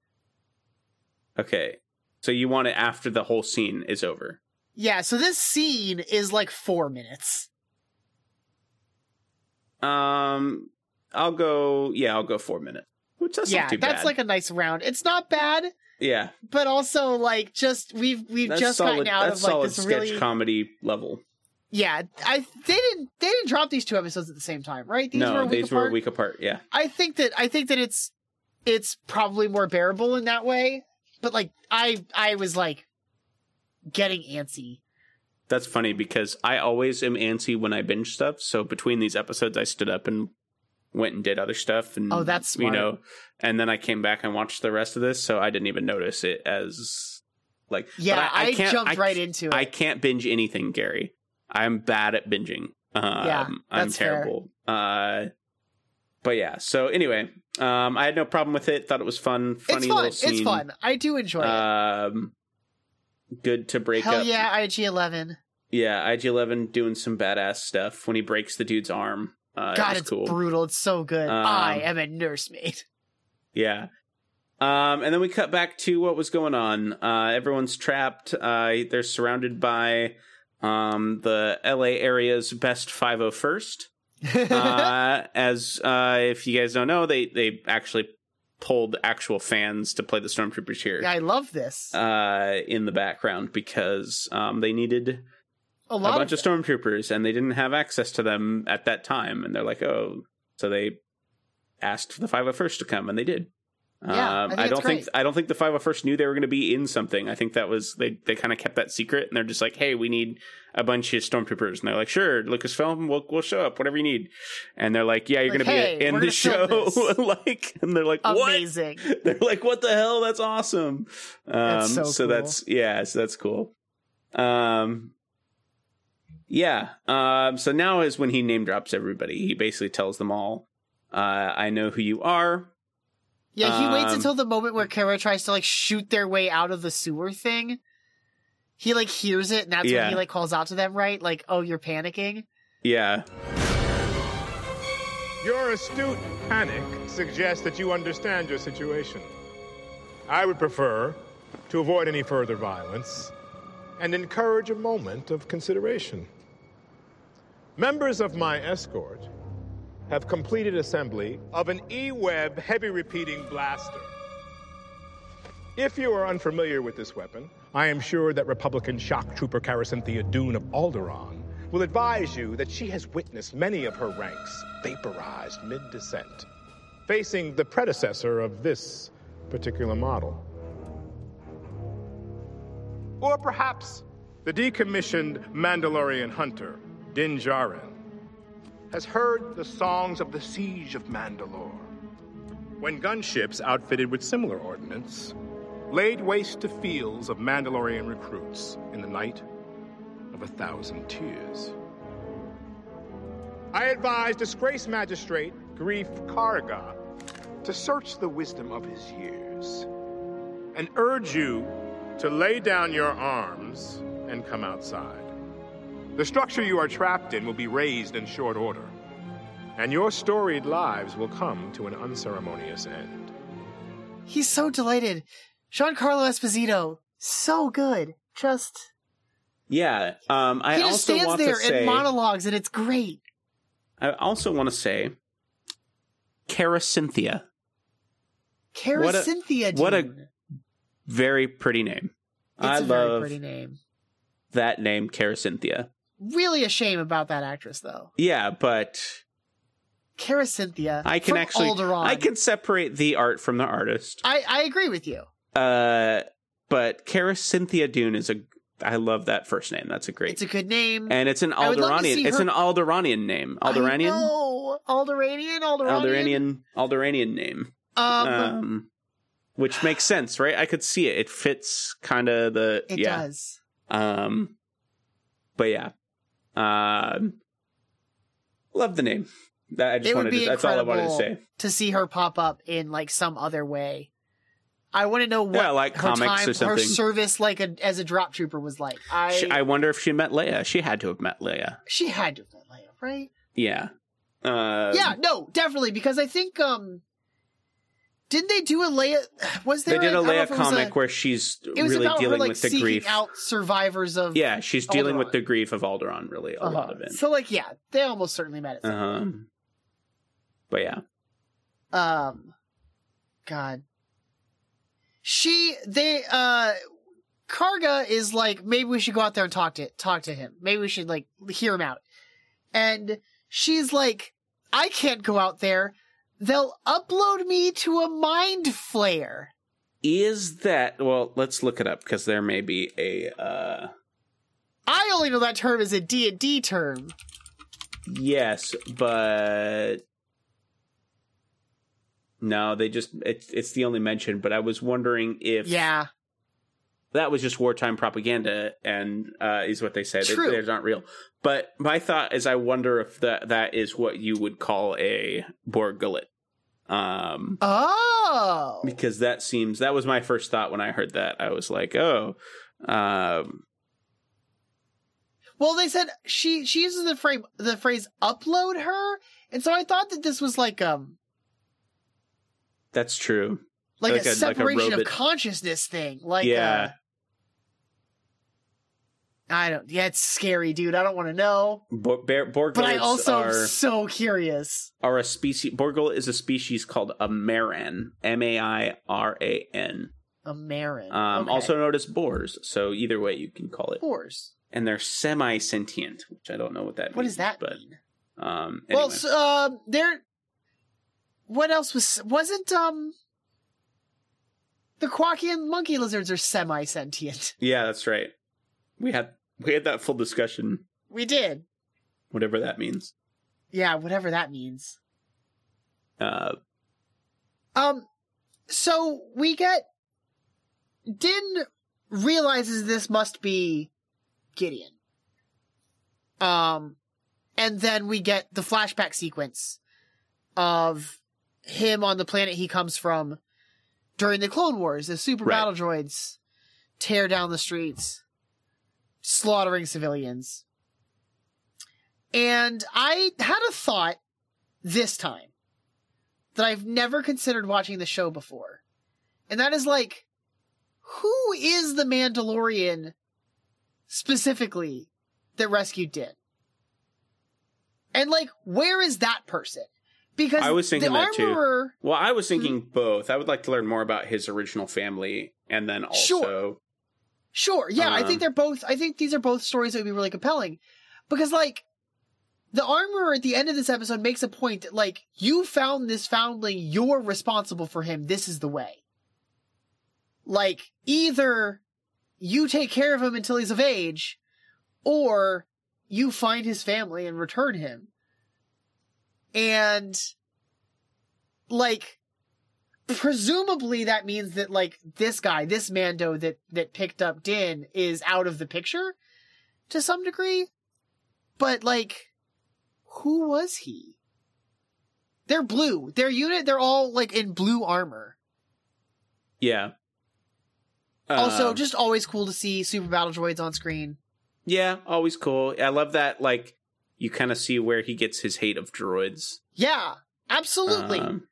Okay, so you want it after the whole scene is over. Yeah, so this scene is like 4 minutes. Um, I'll go. Yeah, I'll go four minutes, which that's yeah, not too that's bad. like a nice round. It's not bad, yeah, but also like just we've we've that's just solid. gotten out that's of like solid this sketch really comedy level. Yeah, I they didn't they didn't drop these two episodes at the same time, right? These no, were a week these apart. were a week apart. Yeah, I think that I think that it's it's probably more bearable in that way. But like I I was like getting antsy. that's funny because I always am antsy when I binge stuff. So between these episodes, I stood up and went and did other stuff. And Oh, that's you smart. know, and then I came back and watched the rest of this, so I didn't even notice it as like. but Yeah, I, can't- jumped I right into it. I can't binge anything, Gary. I'm bad at binging. Um, Yeah, I'm that's fair. terrible. Uh, but yeah. So anyway, um, I had no problem with it. Thought it was fun. Funny it's fun. little scene. It's fun. I do enjoy Um, good to it. break Hell up. yeah, IG Eleven. Yeah, IG Eleven doing some badass stuff when he breaks the dude's arm. Uh, it God, was it's cool. brutal. It's so good. Um, I am a nursemaid. Yeah. Um, and then we cut back to what was going on. Uh, everyone's trapped. Uh, they're surrounded by um, the LA area's best 501st. uh, as uh, if you guys don't know, they, they actually pulled actual fans to play the Stormtroopers here I love this. uh, in the background because um, they needed a a lot bunch of it. stormtroopers and they didn't have access to them at that time and they're like oh so they asked the 501st to come and they did Yeah, I think it's don't think great. I don't think the 501st knew they were going to be in something. I think that was they they kind of kept that secret and they're just like, "Hey, we need a bunch of stormtroopers." And they're like, "Sure, Lucasfilm, we'll we'll show up, whatever you need." And they're like, "Yeah, you're Like, going to "Hey, be in we're the gonna show." film this. like and they're like, "What?" Amazing. they're like, "What the hell? That's awesome!" Um, That's so cool. that's yeah, so that's cool. Um, yeah. Um, so now is when he name drops everybody. He basically tells them all, uh, "I know who you are." Yeah, he waits Um, until the moment where Kara tries to like shoot their way out of the sewer thing. He like hears it, and that's Yeah. when he like calls out to them, right? Like, "Oh, you're panicking." Yeah, Your astute panic suggests that you understand your situation. I would prefer to avoid any further violence and encourage a moment of consideration. Members of my escort have completed assembly of an E Web heavy repeating blaster. If you are unfamiliar with this weapon, I am sure that Republican shock trooper Caracynthia Dune of Alderaan will advise you that she has witnessed many of her ranks vaporized mid descent, facing the predecessor of this particular model. Or perhaps the decommissioned Mandalorian hunter, Din Djarin, has heard the songs of the siege of Mandalore. When gunships outfitted with similar ordnance laid waste to fields of Mandalorian recruits in the night of a thousand tears. I advise disgraced magistrate Grief Karga to search the wisdom of his years and urge you to lay down your arms and come outside. The structure you are trapped in will be raised in short order, and your storied lives will come to an unceremonious end. He's so delighted. Giancarlo Esposito, so good. Just yeah. Um, I he just also stands want there to say, and monologues, and it's great. I also want to say, Cara Cynthia, Kara What a- Cynthia. what a- Dune. very pretty name. It's I a love very pretty name. that name, Kara Cynthia. Really a shame about that actress, though. Yeah, but Kara Cynthia. I can from actually Alderaan. I can separate the art from the artist. I, I agree with you. Uh, but Kara Cynthia Dune is a I love that first name. That's a great It's a good name. and it's an I would love to Alderanian. see It's her- an Alderanian name. Alderanian. No, Alderanian. Alderanian. Alderanian. Alderanian name. Um, Um, which makes sense, right? I could see it. It fits kind of the it yeah. does. Um, but yeah, um, love the name. That I just It would wanted. be To, that's all I wanted to incredible say. to, see her pop up in like some other way. I want to know what Yeah, like her comics time, or her something. service like a, as a drop trooper was like. I She, I wonder if she met Leia. She had to have met Leia. she had to have been Leia, right? Yeah. Uh, yeah, no, definitely because I think um, didn't they do a Leia? Was They there did a a I don't know Leia if it was comic a- where she's it was really about dealing her, like, with the seeking grief. out survivors of yeah, she's dealing with Alderaan. the grief of Alderaan. Really, a Uh-huh. lot of it. So like yeah, they almost certainly met at some um, but yeah, Uh-huh. um god she they uh karga is like maybe we should go out there and talk to talk to him maybe we should like hear him out and she's like i can't go out there they'll upload me to a mind flare is that well? Let's look it up because there may be a. Uh, i only know that term is a d&d term Yes, but no, they just it's it's the only mention. But I was wondering if yeah that was just wartime propaganda, and uh, is what they say. They- True. They're, not real. But my thought is, I wonder if that that is what you would call a Borgullet, um, oh because that seems that was my first thought when I heard that. I was like, oh, um, Well, they said she she uses the frame the phrase upload her, and so I thought that this was like um that's true. like, Like a- a, like a separation of robot. consciousness thing. Like yeah, uh, I don't. Yeah, it's scary, dude. I don't want to know, Bo- Bear- Borgullets but I also am are. so curious. are a species. Borgul is a species called a maran, M A I R A N, A Marin, um, Okay. also known as boars. So either way, you can call it. horse. And they're semi-sentient, which I don't know what that. What means, does that But mean? um, Well, anyway. so, um, there. What else was wasn't um. The Quackian monkey lizards are semi sentient. yeah, that's right. We had we had that full discussion, We did. whatever that means. Yeah, whatever that means. Uh, Um, so we get Din realizes this must be Gideon. Um, and then we get the flashback sequence of him on the planet he comes from during the Clone Wars. The super Right. battle droids tear down the streets, slaughtering civilians. And I had a thought this time that I've never considered watching the show before. And that is like, who is the Mandalorian specifically that rescued Din? And like, where is that person? Because I was thinking the that too. armorer, well, I Hmm. was thinking both. I would like to learn more about his original family, and then also Sure. Sure. Yeah, I Um, think they're both. I think these are both stories that would be really compelling, because like the armorer at the end of this episode makes a point that like you found this foundling, you're responsible for him. This is the way. Like either you take care of him until he's of age, or you find his family and return him. And like presumably that means that like this guy, this Mando that that picked up Din is out of the picture to some degree. But like who was he? They're blue. Their unit, they're all like in blue armor. yeah. also, Um, just always cool to see super battle droids on screen. yeah, always cool. I love that. Like you kind of see where he gets his hate of droids. Yeah, absolutely. Um,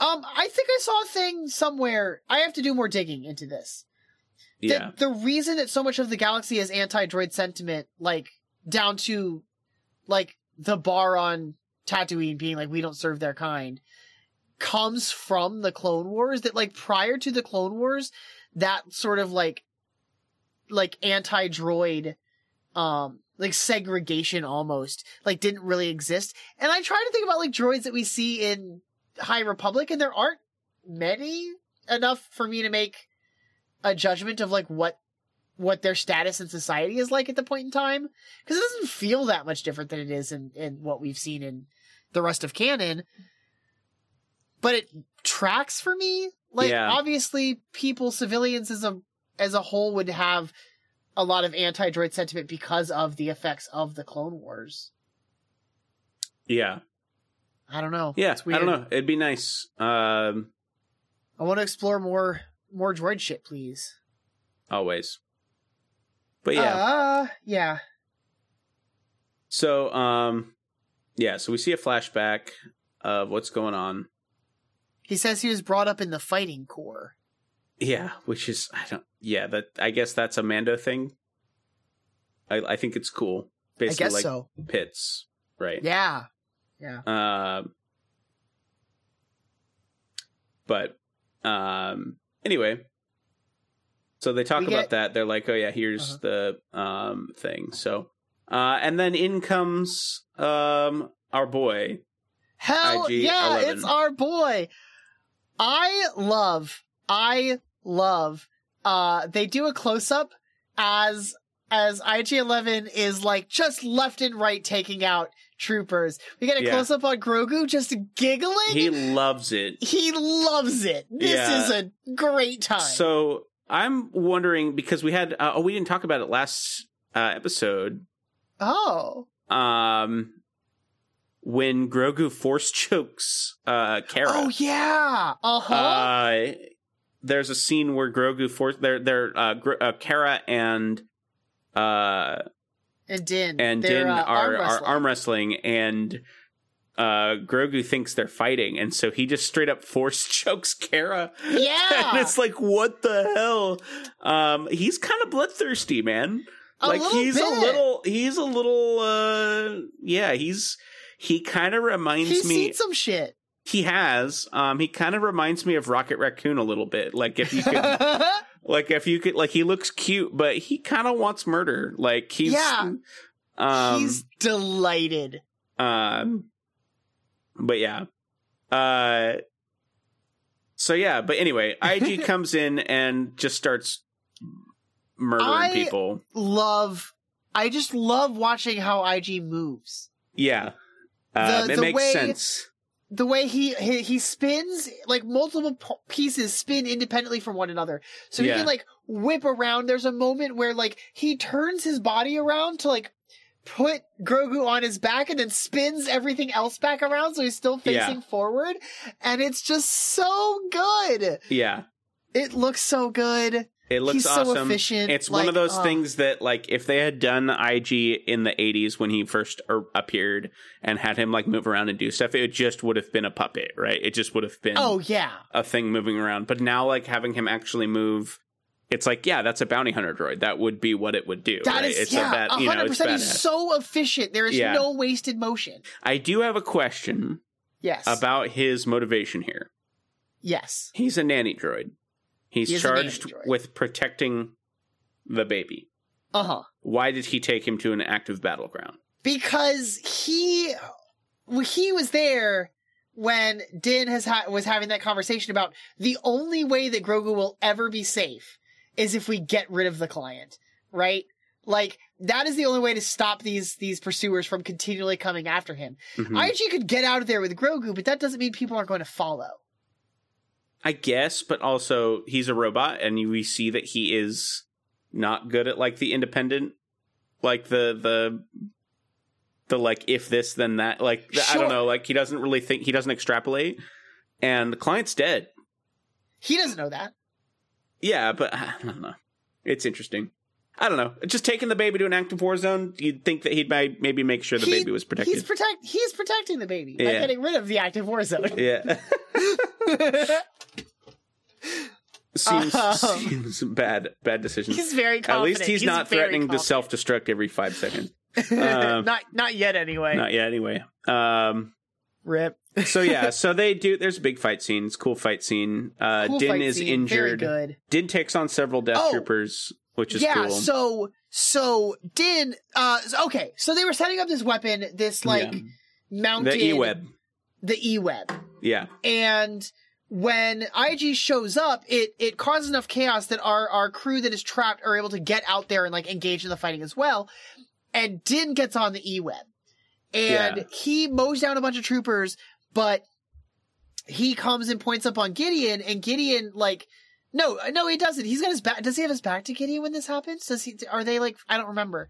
Um, I think I saw a thing somewhere. I have to do more digging into this. That Yeah. the reason that so much of the galaxy is anti-droid sentiment, like down to like the bar on Tatooine being like we don't serve their kind, comes from the Clone Wars. That like prior to the Clone Wars, that sort of like like anti-droid um like segregation almost like didn't really exist and i try to think about like droids that we see in high republic and there aren't many enough for me to make a judgment of like what what their status in society is like at the point in time because it doesn't feel that much different than it is in in what we've seen in the rest of canon but it tracks for me like Yeah. obviously people civilians as a as a whole would have a lot of anti-droid sentiment because of the effects of the clone wars Yeah. i don't know Yeah. It's I weird. don't know. It'd be nice. Um, i want to explore more more droid shit please always. But yeah. uh, yeah So, um, yeah. So we see a flashback of what's going on. he says he was brought up in the fighting corps Yeah, which is I don't. Yeah, that I guess that's a Mando thing. I I think it's cool. Basically, i guess like so pits, right? yeah Um, but um, anyway, so they talk We about get- Uh-huh. that. They're like, "Oh yeah, here's the um thing." So, uh, and then in comes um our boy. Hell IG yeah, 11. it's our boy. I love, I love, uh, they do a close up as, as IG-11 is like just left and right taking out troopers. We get a Yeah. close up on Grogu just giggling. He He, loves it. loves it. This Yeah. is a great time. So I'm wondering because we had uh, oh we didn't talk about it last uh, episode. oh, Um, when Grogu force chokes uh, Kara. oh yeah. Uh-huh. Uh, there's a scene where Grogu force they're they're uh, Gro- uh Kara and uh and Din. and They're, Din uh, are, are wrestling. arm wrestling and uh Grogu thinks they're fighting and so he just straight up force chokes Kara. Yeah. and it's like what the hell? Um he's kind of bloodthirsty, man. A like little he's bit. a little he's a little uh yeah, he's he kind of reminds He's me seen some shit. he has um he kind of reminds me of Rocket Raccoon a little bit. Like if you could like if you could like he looks cute but he kind of wants murder. Like he's Yeah. um He's delighted. um, but yeah. Uh, so yeah, but anyway, IG comes in and just starts murdering I- people. love I just love watching how IG moves. Yeah. Um, The- it the makes way- sense. The way he he, he spins like multiple po- pieces spin independently from one another. So he Yeah. can like whip around. There's a moment where like he turns his body around to like put Grogu on his back and then spins everything else back around so he's still Yeah. facing forward and it's just so good. Yeah. It looks so good. It looks He's so awesome. efficient, It's one like, oh. of those ugh. things that, like, if they had done IG in the '80s when he first er- appeared and had him like move around and do stuff, it just would have been a puppet, right? It just would have been Oh yeah. a thing moving around. But now, like having him actually move, it's like, yeah, that's a bounty hunter droid. That would be what it would do. That right? is it's yeah, a bad, you know, it's 100% badass. he's so efficient. There is Yeah. no wasted motion. I do have a question Yes. about his motivation here. yes. He's a nanny droid. He's He is a nanny charged droid. with protecting the baby. Uh-huh. Why did he take him to an active battleground? because he well, he was there when Din has ha- was having that conversation about the only way that Grogu will ever be safe is if we get rid of the client, right? Like that is the only way to stop these these pursuers from continually coming after him. Mhm. IG could get out of there with Grogu, but that doesn't mean people aren't going to follow. I guess, but also he's a robot, and we see that he is not good at like the independent, like the the the like if this then that. Like the- I Sure. don't know, like he doesn't really think he doesn't extrapolate, and the client's dead. He doesn't know that. Yeah, but I don't know. It's interesting. I don't know. Just taking the baby to an active war zone, you'd think that he'd may- maybe make sure the He- baby was protected. He's protect he's protecting the baby by Yeah. getting rid of the active war zone. yeah. seems Um. seems bad bad decision. he's very At confident. least he's, not very threatening to confident. self destruct every five seconds. Um, not not yet anyway. Not yet, anyway. Um, Rip. so yeah, so they do. There's a big fight scene. It's a cool fight scene. Uh, Cool Din fight is scene, injured. Very good. Din takes on several Death Oh! Troopers. which is yeah cool. so so din uh so- okay so they were setting up this weapon this like Yeah. mounted the e-web. the e-web Yeah. and when IG shows up, it it causes enough chaos that our our crew that is trapped are able to get out there and like engage in the fighting as well. And Din gets on the E web, and Yeah. he mows down a bunch of troopers, but he comes and points up on Gideon, and Gideon like. No, no, he doesn't. He's got his back. Does he have his back to Gideon when this happens? Does he? Are they like? I don't remember.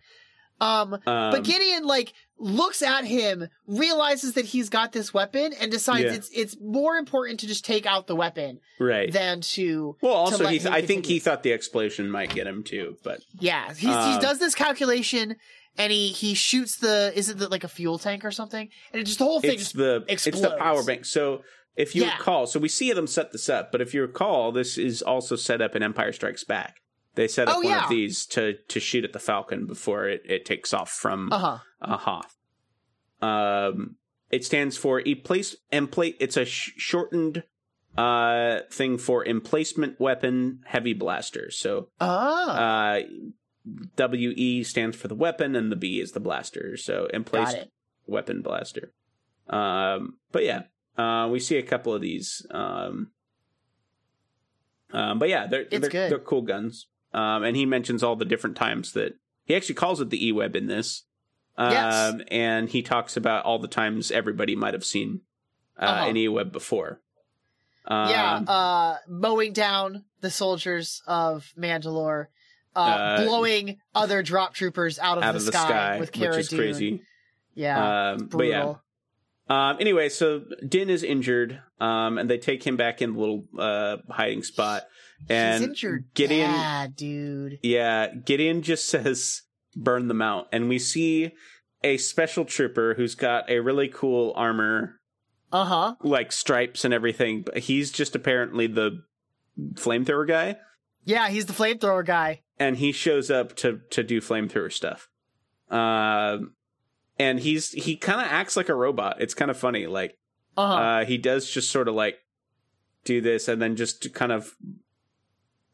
Um, Um, but Gideon like looks at him, realizes that he's got this weapon, and decides Yeah. it's it's more important to just take out the weapon right. than to. well, to also, let he him I think he continue. thought the explosion might get him too, but yeah he's, uh, he does this calculation and he he shoots the is it the, like a fuel tank or something and it just the whole thing it's just the explodes. it's the power bank. So if you Yeah. recall, so we see them set this up, but if you recall, this is also set up in Empire Strikes Back. They set up Oh, one yeah. of these to to shoot at the Falcon before it, it takes off from Uh huh. a Hoth. Um, it stands for a place emplate. It's a sh- shortened uh thing for emplacement weapon heavy blaster. So Oh, uh, W E stands for the weapon, and the B is the blaster. So got emplaced it. weapon blaster. Um, but yeah, uh, we see a couple of these. Um, um, but yeah, they're It's they're, good. they're cool guns. Um, and he mentions all the different times that he actually calls it the E Web in this. Um, Yes. and he talks about all the times everybody might have seen uh, Uh-huh. an E Web before. Um, yeah, uh, mowing down the soldiers of Mandalore, uh, Uh, blowing other drop troopers out of, out the, of the sky, sky, with Cara which is Dune. crazy. Yeah, um, but brutal. yeah, Um, anyway, so Din is injured, um, and they take him back in the little uh, hiding spot. And He's injured Gideon, bad, dude. yeah, Gideon just says, "Burn them out," and we see a special trooper who's got a really cool armor, Uh huh. like stripes and everything. But he's just apparently the flamethrower guy, Yeah, he's the flamethrower guy. and he shows up to to do flamethrower stuff. Um, and he's he kind of acts like a robot. It's kind of funny, like. Uh huh. Uh, he does just sort of like do this and then just kind of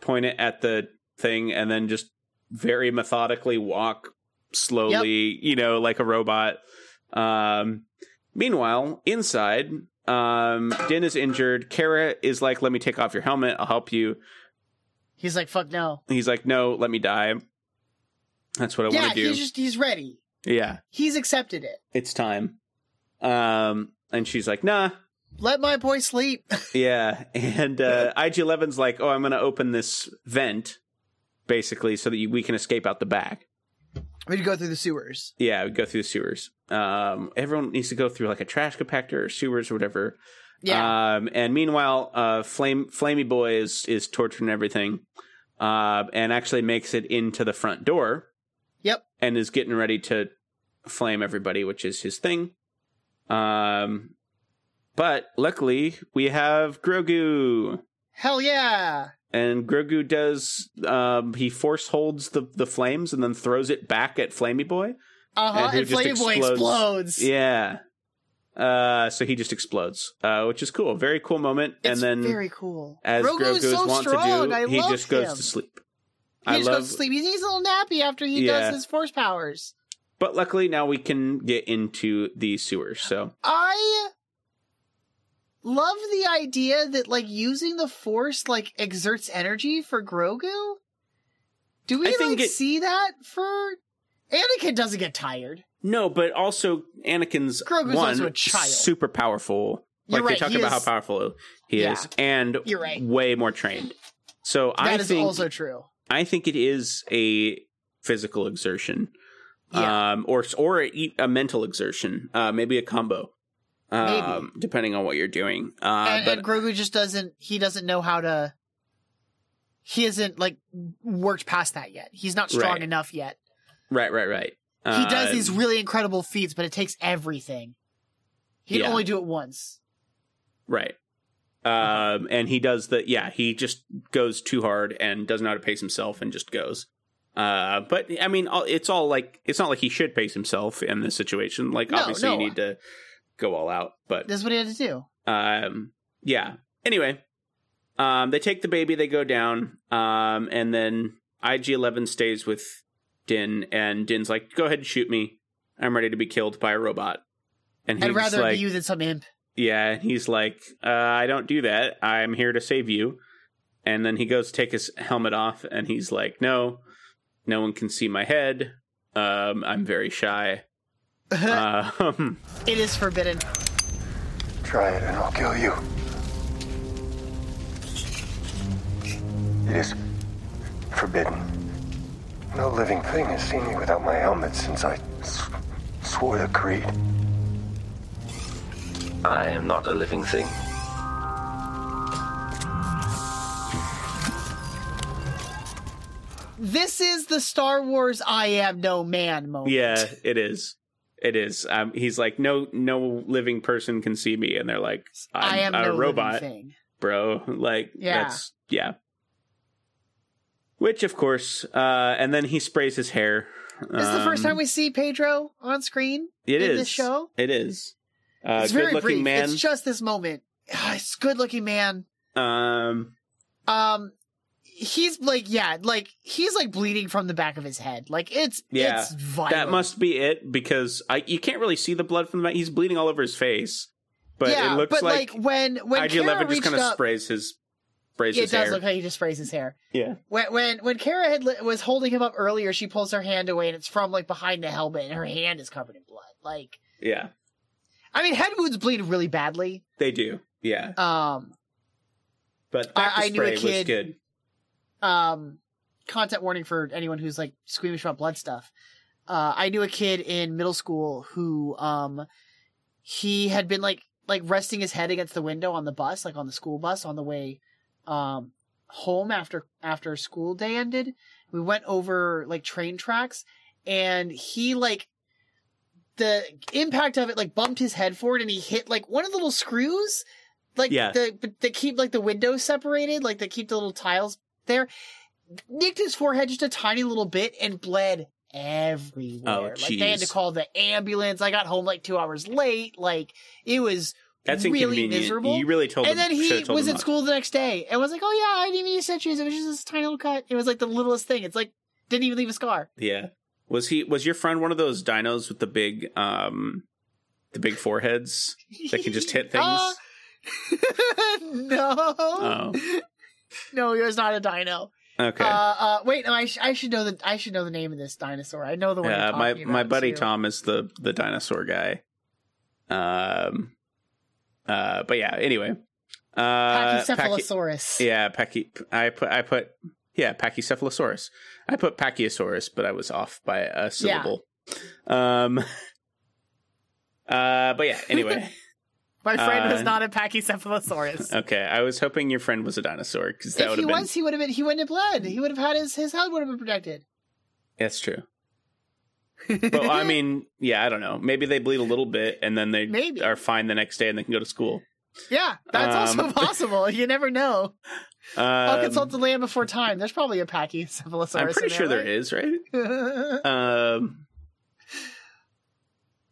point it at the thing and then just very methodically walk slowly, you know, like a robot. Um, meanwhile, inside, um, Din is injured. Kara is like, let me take off your helmet. I'll help you. he's like, fuck no. He's like, no, let me die. That's what I yeah, want to do. he's just he's ready. yeah, He's accepted it. it's time. Um, and she's like, nah, Let my boy sleep. Yeah, and uh, IG Eleven's like, "Oh, I'm going to open this vent, basically, so that you, we can escape out the back." we go through the sewers. Yeah, we go through the sewers. Um, everyone needs to go through like a trash compactor or sewers or whatever. Yeah. Um, and meanwhile, uh, Flame Flamey Boy is is torturing everything, uh, and actually makes it into the front door yep. and is getting ready to flame everybody, which is his thing. Um, but luckily, we have Grogu. Hell yeah. and Grogu does um, he force holds the the flames and then throws it back at Flamey Boy. Uh huh. And And, who just Flamey Boy explodes. explodes. Yeah. Uh, so he just explodes, uh, which is cool. Very cool moment. It's and then very cool. as Grogu Grogu is so wants strong. to I do, he love just goes him. to sleep. He I just love, goes to sleep. He needs a little nappy after he Yeah. does his force powers. but luckily now we can get into the sewers. So I love the idea that like using the force like exerts energy for Grogu. Do we I think like it- see that for Anakin doesn't get tired. no, but also Anakin's Grogu's one also a child. super powerful. You're like right, they talk he about is- how powerful he Yeah. is, and You're right. way more trained. So I That is think also true. I think it is a physical exertion, Yeah. um, or or a, a mental exertion, uh, maybe a combo, um, depending on what you're doing. Uh, and, but and Grogu just doesn't he doesn't know how to he isn't like worked past that yet. He's not strong Right. enough yet. right, right, right. He does Uh, these really incredible feats, but it takes everything. He can Yeah. only do it once. right, um, and he does the yeah. He just goes too hard and doesn't know how to pace himself and just goes. Uh, but I mean, all- it's all like it's not like he should pace himself in this situation. Like No, obviously, you no. need to go all out. But That's what he had to do. um yeah anyway um they take the baby they go down um and then IG Eleven stays with Din, and Din's like, "Go ahead and shoot me. I'm ready to be killed by a robot." And he's I'd rather like, be you than some imp. "Yeah." And he's like, uh, "I don't do that. I'm here to save you." And then he goes to take his helmet off, and he's like, "No, no one can see my head. Um, I'm very shy." um, It is forbidden. Try it and I'll kill you. It is forbidden. No living thing has seen me without my helmet since I s- swore the creed. I am not a living thing. This is the Star Wars I am no man moment. yeah, it is. It is. Um, he's like, "No, no living person can see me," and they're like, "I'm I am a no living robot." Thing. bro. Like, Yeah. that's, yeah. Which, of course, uh, and then he sprays his hair. This is the first Um, time we see Pedro on screen it in is. this show. It is. Uh, it's good very looking brief. man. It's just this moment. Ah, It's good looking man. um, Um, he's like, yeah, like he's like bleeding from the back of his head. Like it's Yeah. it's violent. that must be it because I you can't really see the blood from the He's bleeding all over his face, but yeah, it looks but like, when when IG Kara Eleven just reached kind of up, sprays his sprays Yeah, it his does hair. look like he just sprays his hair. yeah, When when when Kara had, li- was holding him up earlier, she pulls her hand away, and it's from like behind the helmet, and her hand is covered in blood. Like, yeah, I mean, head wounds bleed really badly. they do. Yeah, Um, but I- back to I knew a spray was kid- good. um content warning for anyone who's like squeamish about blood stuff. Uh I knew a kid in middle school who um he had been like like resting his head against the window on the bus, like on the school bus on the way um home after after school day ended. We went over like train tracks and he like the impact of it like bumped his head forward and he hit like one of the little screws like Yeah. the that keep like the windows separated, like that keep the little tiles there. Nicked his forehead just a tiny little bit and bled everywhere. Oh, like they had to jeez. call the ambulance. I got home like two hours late. Like it was That's really inconvenient. miserable. You really told and them- then he should've told was them at not. school the next day and was like, "Oh yeah, I didn't even use stitches. It was just this tiny little cut. It was like the littlest thing. It's like didn't even leave a scar." Yeah. Was he was your friend one of those dinos with the big um the big foreheads that can just hit things? Uh, no, oh. no, he was not a dino. Okay. Uh, uh, wait, no, I, sh- I should know the I should know the name of this dinosaur. I know the one. yeah, you're my talking my about, buddy too. Tom is the the dinosaur guy. Um uh but yeah, anyway. Uh Pachy- Pachycephalosaurus. yeah, Pachy I put I put yeah, Pachycephalosaurus. I put Pachyosaurus, but I was off by a syllable. Um uh but yeah, anyway. My friend was Uh, not a Pachycephalosaurus. okay, I was hoping your friend was a dinosaur cuz that if would he have been was, he would have been. He wouldn't have bled. He would have had his his head would have been protected. That's true. but I mean, yeah, I don't know. Maybe they bleed a little bit and then they Maybe. are fine the next day and they can go to school. Yeah, that's Um, also possible. You never know. Um, I'll consult the land before time. There's probably a Pachycephalosaurus. I'm pretty sure there is, right? Um,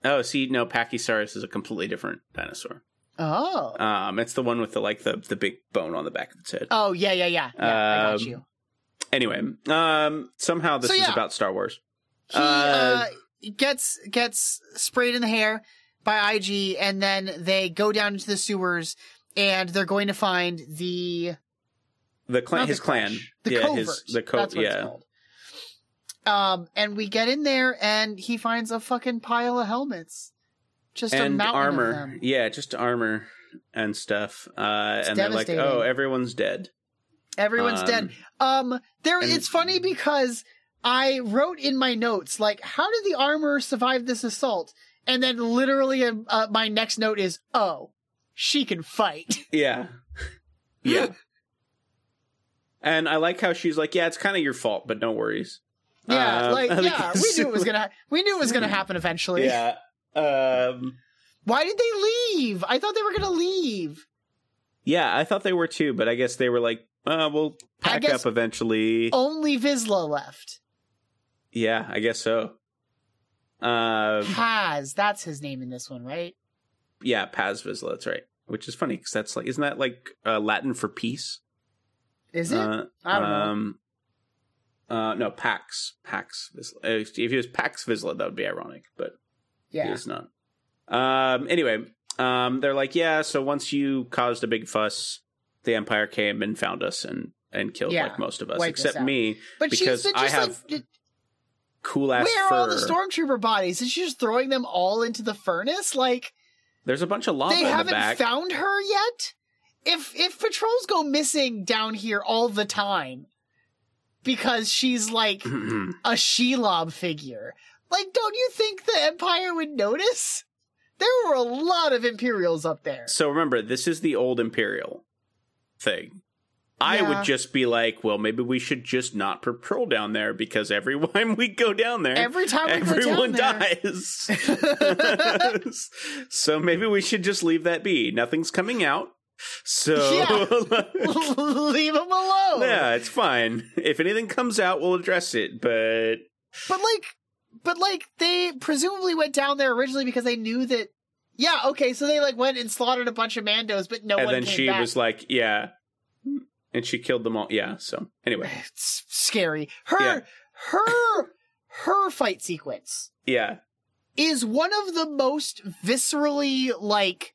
oh, see, no, Pachysaurus is a completely different dinosaur. oh. Um, it's the one with the like the the big bone on the back of its head. Oh yeah yeah yeah. yeah I got um, you. Anyway, um, somehow this So, is yeah. about Star Wars. He uh, gets gets sprayed in the hair by IG, and then they go down into the sewers, and they're going to find the the clan, Not his the clan, Clash. the yeah, covert. his the co- That's what it's yeah, called. Um, and we get in there, and he finds a fucking pile of helmets, just a and mountain armor. of them. Yeah, just armor and stuff. Uh, It's and they're like, devastating. oh, everyone's dead. Everyone's Um, dead. Um, there. and- it's funny because I wrote in my notes like, "How did the armor survive this assault?" And then literally, uh, uh, my next note is, "Oh, she can fight." Yeah. Yeah. and I like how she's like, yeah, it's kind of your fault, but no worries. yeah, Um, like yeah, we because- knew it was gonna. We knew it was gonna happen eventually. Yeah. Um, Why did they leave? I thought they were gonna leave. yeah, I thought they were too, but I guess they were like, uh, we'll I pack guess- Oh. up eventually. Only Vizsla left. Yeah, I guess so. Um, Paz, that's his name in this one, right? yeah, Paz Vizsla, that's right. Which is funny because that's like, isn't that like uh, Latin for peace? Is it? Uh, I don't know. um, Uh, no, Pax. Pax. Vizsla. Uh, If he was Pax Vizsla, that would be ironic, but he Yeah. is not. Um, anyway, um, they're like, yeah. So once you caused a big fuss, the Empire came and found us and and killed Yeah, like most of us, wiped us except out. me, But because she's been I just have like, cool ass where fur. are all the stormtrooper bodies? And she's just throwing them all into the furnace? Like, There's a bunch of lava they in the haven't back. found her yet? If if patrols go missing down here all the time because she's like a Shelob figure, like, don't you think the Empire would notice? There were a lot of Imperials up there. so remember, this is the old Imperial thing. I Yeah. would just be like, well, maybe we should just not patrol down there because every time we go down there, Every time we go everyone down there. dies. so maybe we should just leave that be. Nothing's coming out. So Leave them alone. yeah, it's fine. If anything comes out, we'll address it. But But like, but like, they presumably went down there originally because they knew that. Yeah, okay, so they like went and slaughtered a bunch of Mandos, but no and one. then came she back. was like, yeah, and she killed them all. Yeah. So anyway, it's scary. Her, Yeah. her, her fight sequence yeah, is one of the most viscerally like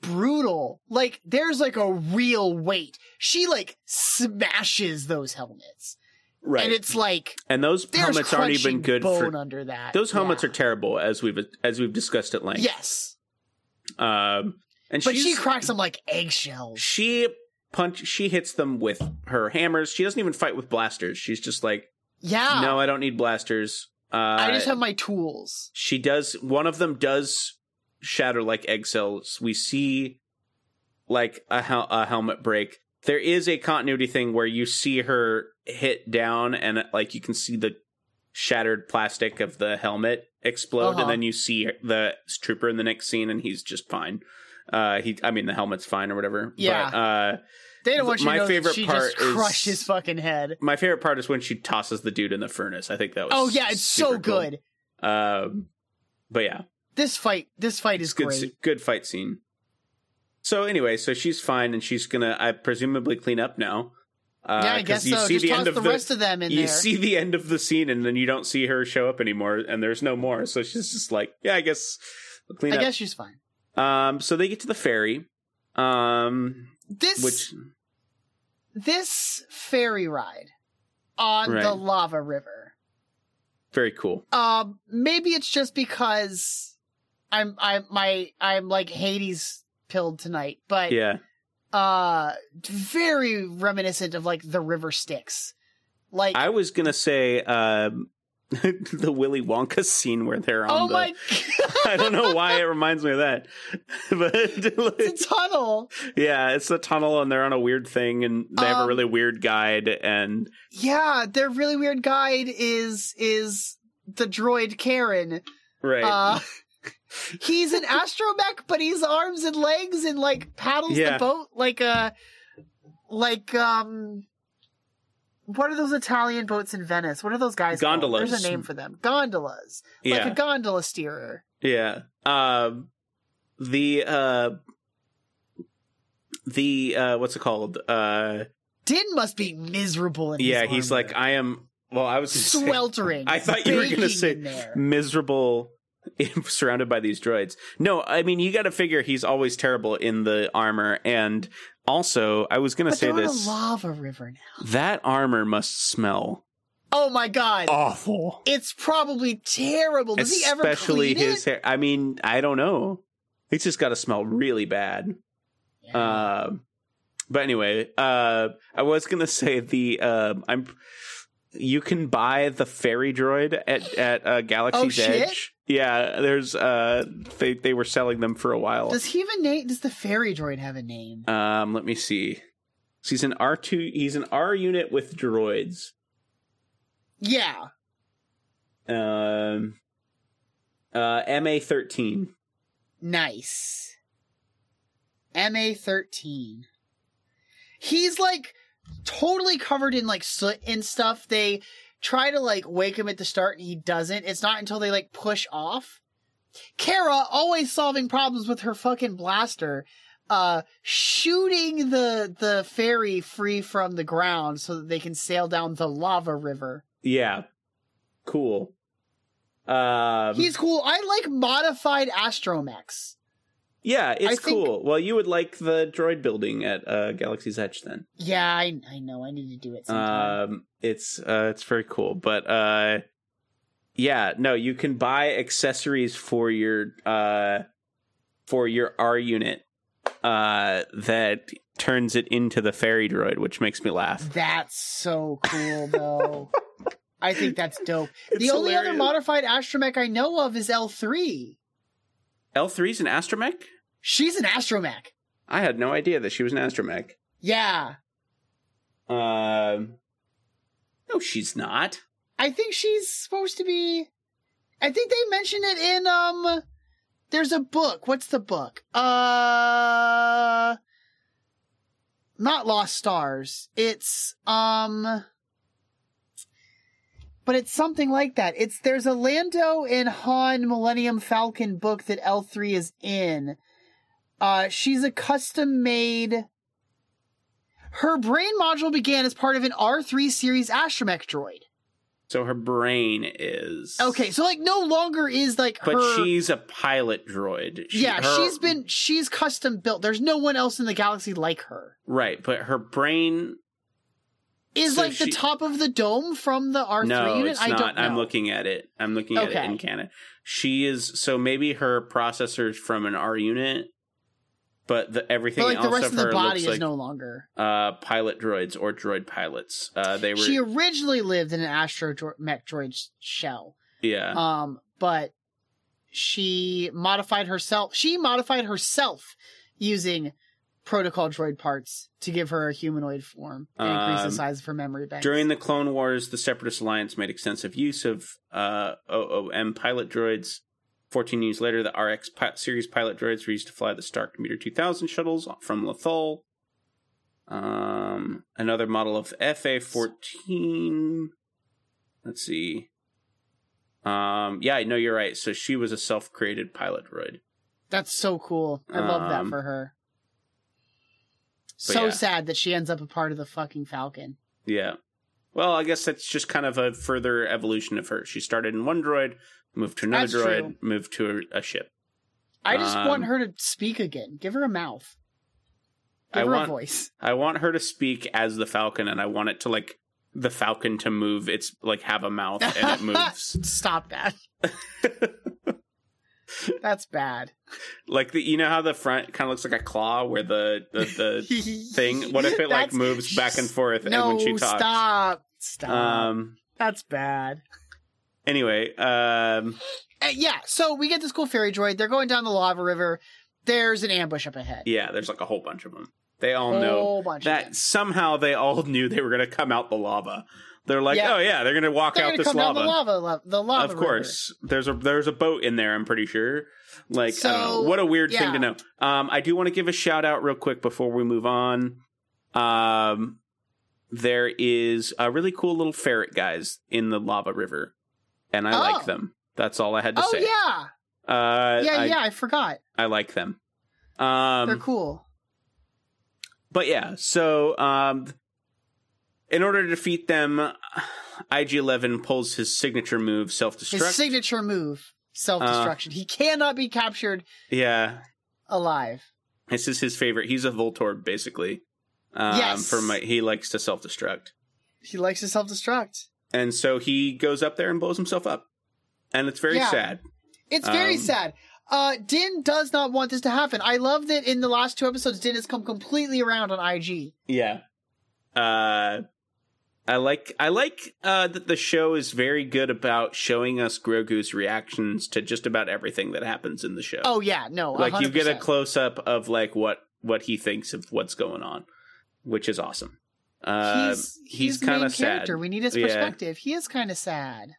brutal. Like there's like a real weight. She like smashes those helmets, right. and it's like And those there's helmets aren't even crunching good bone for under that. those helmets Yeah. are terrible as we've as we've discussed at length. yes. Um and But she she's- cracks them like eggshells. she punch she hits them with her hammers. She doesn't even fight with blasters. She's just like, Yeah. "No, I don't need blasters." Uh Oh. I just have my tools. she does one of them does shatter like eggshells. We see like a, hel- a helmet break. There is a continuity thing where you see her hit down and like you can see the shattered plastic of the helmet explode Uh-huh. and then you see the trooper in the next scene and he's just fine. Uh he I mean the helmet's fine or whatever. Yeah. But, uh They don't want you My to know that favorite she part just crushed is- his fucking head. my favorite part is when she tosses the dude in the furnace. I think that was Oh yeah, it's so super cool. good. Um but yeah. This fight, this fight is It's good, great. s- good fight scene. So anyway, so she's fine, and she's gonna, I presumably, clean up now. Uh, yeah, I 'cause guess so. just toss the, rest of them in you there. see the end of the scene, and then you don't see her show up anymore, and there's no more. So she's just like, yeah, I guess I'll clean I up. guess she's fine. Um, so they get to the ferry, um, This which this ferry ride on Right. the lava river. very cool. Um, maybe it's just because I'm I'm my I'm like Hades pilled tonight, but Yeah, uh very reminiscent of like the river Styx. Like I was gonna say um, the Willy Wonka scene where they're on. oh the, my I don't know why it reminds me of that, but it's a tunnel. Yeah, it's the tunnel, and they're on a weird thing, and they have a Um, really weird guide, and Yeah, their really weird guide is is the droid Karen. right, Uh he's an astromech, but he's arms and legs and like paddles Yeah. the boat like a like um what are those Italian boats in Venice? What are those guys? called? There's Gondolas. a name for them. Gondolas. yeah, Like a gondola steerer. yeah. Um, the uh, the uh, what's it called? Uh, Din must be miserable in his yeah, he's armor. like, I am. Well, I was gonna say- sweltering. I thought you were baking gonna say in there. miserable. surrounded by these droids. No, I mean you got to figure he's always terrible in the armor, and also I was gonna But say they're on a this: lava river now. that armor must smell Oh my god, awful. it's probably terrible. Does he ever especially clean his it? hair. I mean, I don't know. It's just got to smell really bad. Yeah. Um, but anyway, uh, I was gonna say the um, I'm. You can buy the fairy droid at at uh, Galaxy's Oh, shit? Edge. Yeah, there's uh, they they were selling them for a while. Does he have a name? Does the fairy droid have a name? Um, let me see. So he's an R two. He's an R unit with droids. Yeah. Um, uh, MA thirteen. Nice. MA 13. He's like totally covered in like soot and stuff. They try to like wake him at the start and he doesn't. It's not until they like push off. Kara always solving problems with her fucking blaster. uh, shooting the the ferry free from the ground so that they can sail down the lava river. Yeah. Cool. Um, He's cool. I like modified astromechs. yeah, it's I think- cool. Well, you would like the droid building at uh, Galaxy's Edge then. Yeah, I I know. I need to do it sometime. um it's uh it's very cool but uh yeah no you can buy accessories for your uh for your r unit uh that turns it into the fairy droid which makes me laugh that's so cool though. I think that's dope. the It's only other hilarious. modified astromech I know of is L3. l3's an astromech She's an astromech. i had no idea that she was an astromech Yeah. um no she's not I think she's supposed to be. I think they mention it in um. There's a book. What's the book? Uh, not Lost Stars. It's um. But it's something like that. It's there's a Lando and Han Millennium Falcon book that L three is in. Uh, she's a custom made. Her brain module began as part of an R three series astromech droid. so her brain is Okay, so like no longer is like but her. she's a pilot droid She- yeah, her- she's been she's custom built. There's no one else in the galaxy like her. right but her brain Is So like the she- top of the dome from the R three no, unit. it's I not. don't know. I'm looking at it. I'm looking at Okay. it in canon. She is so maybe her processors from an R unit, but the, everything but like else the rest of of the her body looks is like no longer. uh, pilot droids or droid pilots. Uh, they were She originally lived in an astro dro- mech droid shell. yeah Um, but she modified herself. She modified herself using protocol droid parts to give her a humanoid form and increase Um, the size of her memory bank. during the Clone Wars. The Separatist Alliance made extensive use of uh, OOM pilot droids. 14 years later, the RX pi- series pilot droids were used to fly the Star Commuter 2000 shuttles from Lothal. Um, another model of FA 14. Let's see. Um, yeah, no, you're right. So she was a self created pilot droid. That's so cool. I love that Um, for her. but So yeah. sad that she ends up a part of the fucking Falcon. Yeah. Well, I guess that's just kind of a further evolution of her. She started in one droid, moved to another That's droid, true. moved to a, a ship. I just want Um, her to speak again. Give her a mouth. I Give her want- a voice. I want her to speak as the Falcon, and I want it to like the Falcon to move. It's like have a mouth and it moves. Stop that. That's bad. like the you know how the front kind of looks like a claw where the the, the thing. What if it like That's- moves back and forth No, and when she talks? stop. Stop. Um. That's bad. Anyway. Um. Uh, yeah, so we get this cool fairy droid. They're going down the lava river. There's an ambush up ahead. Yeah. There's like a whole bunch of them. They all Whole know bunch of them. that somehow they all knew they were gonna come out the lava. They're like, Yeah. oh yeah, they're gonna walk They're out going to this come lava. down the lava, lo- the lava of river. course there's a there's a boat in there i'm pretty sure like i don't So, know what a weird thing yeah. to know um i do want to give a shout out real quick before we move on um there is a really cool little ferret guys in the lava river and i like Oh. them that's all i had to Oh, say yeah. uh yeah, I, yeah, I forgot. i like them They're um cool. but yeah so um in order to defeat them ig11 pulls his signature move His self-destruct signature move, self destruction. Uh. he cannot be captured yeah alive. This is his favorite. He's a Voltorb, basically. Um, Yes. For my, he likes to self destruct, He likes to self destruct. and so he goes up there and blows himself up, and it's very Yeah. sad. It's very Um, sad. Uh, Din does not want this to happen. I love that in the last two episodes, Din has come completely around on IG. Yeah. Uh, I like I like uh, that the show is very good about showing us Grogu's reactions to just about everything that happens in the show. Oh yeah, no, like you get a 100%. close up of like what what he thinks of what's going on, which is awesome. Uh, he's he's, the kind main of sad. character. We need his Yeah. perspective. He is kind of sad.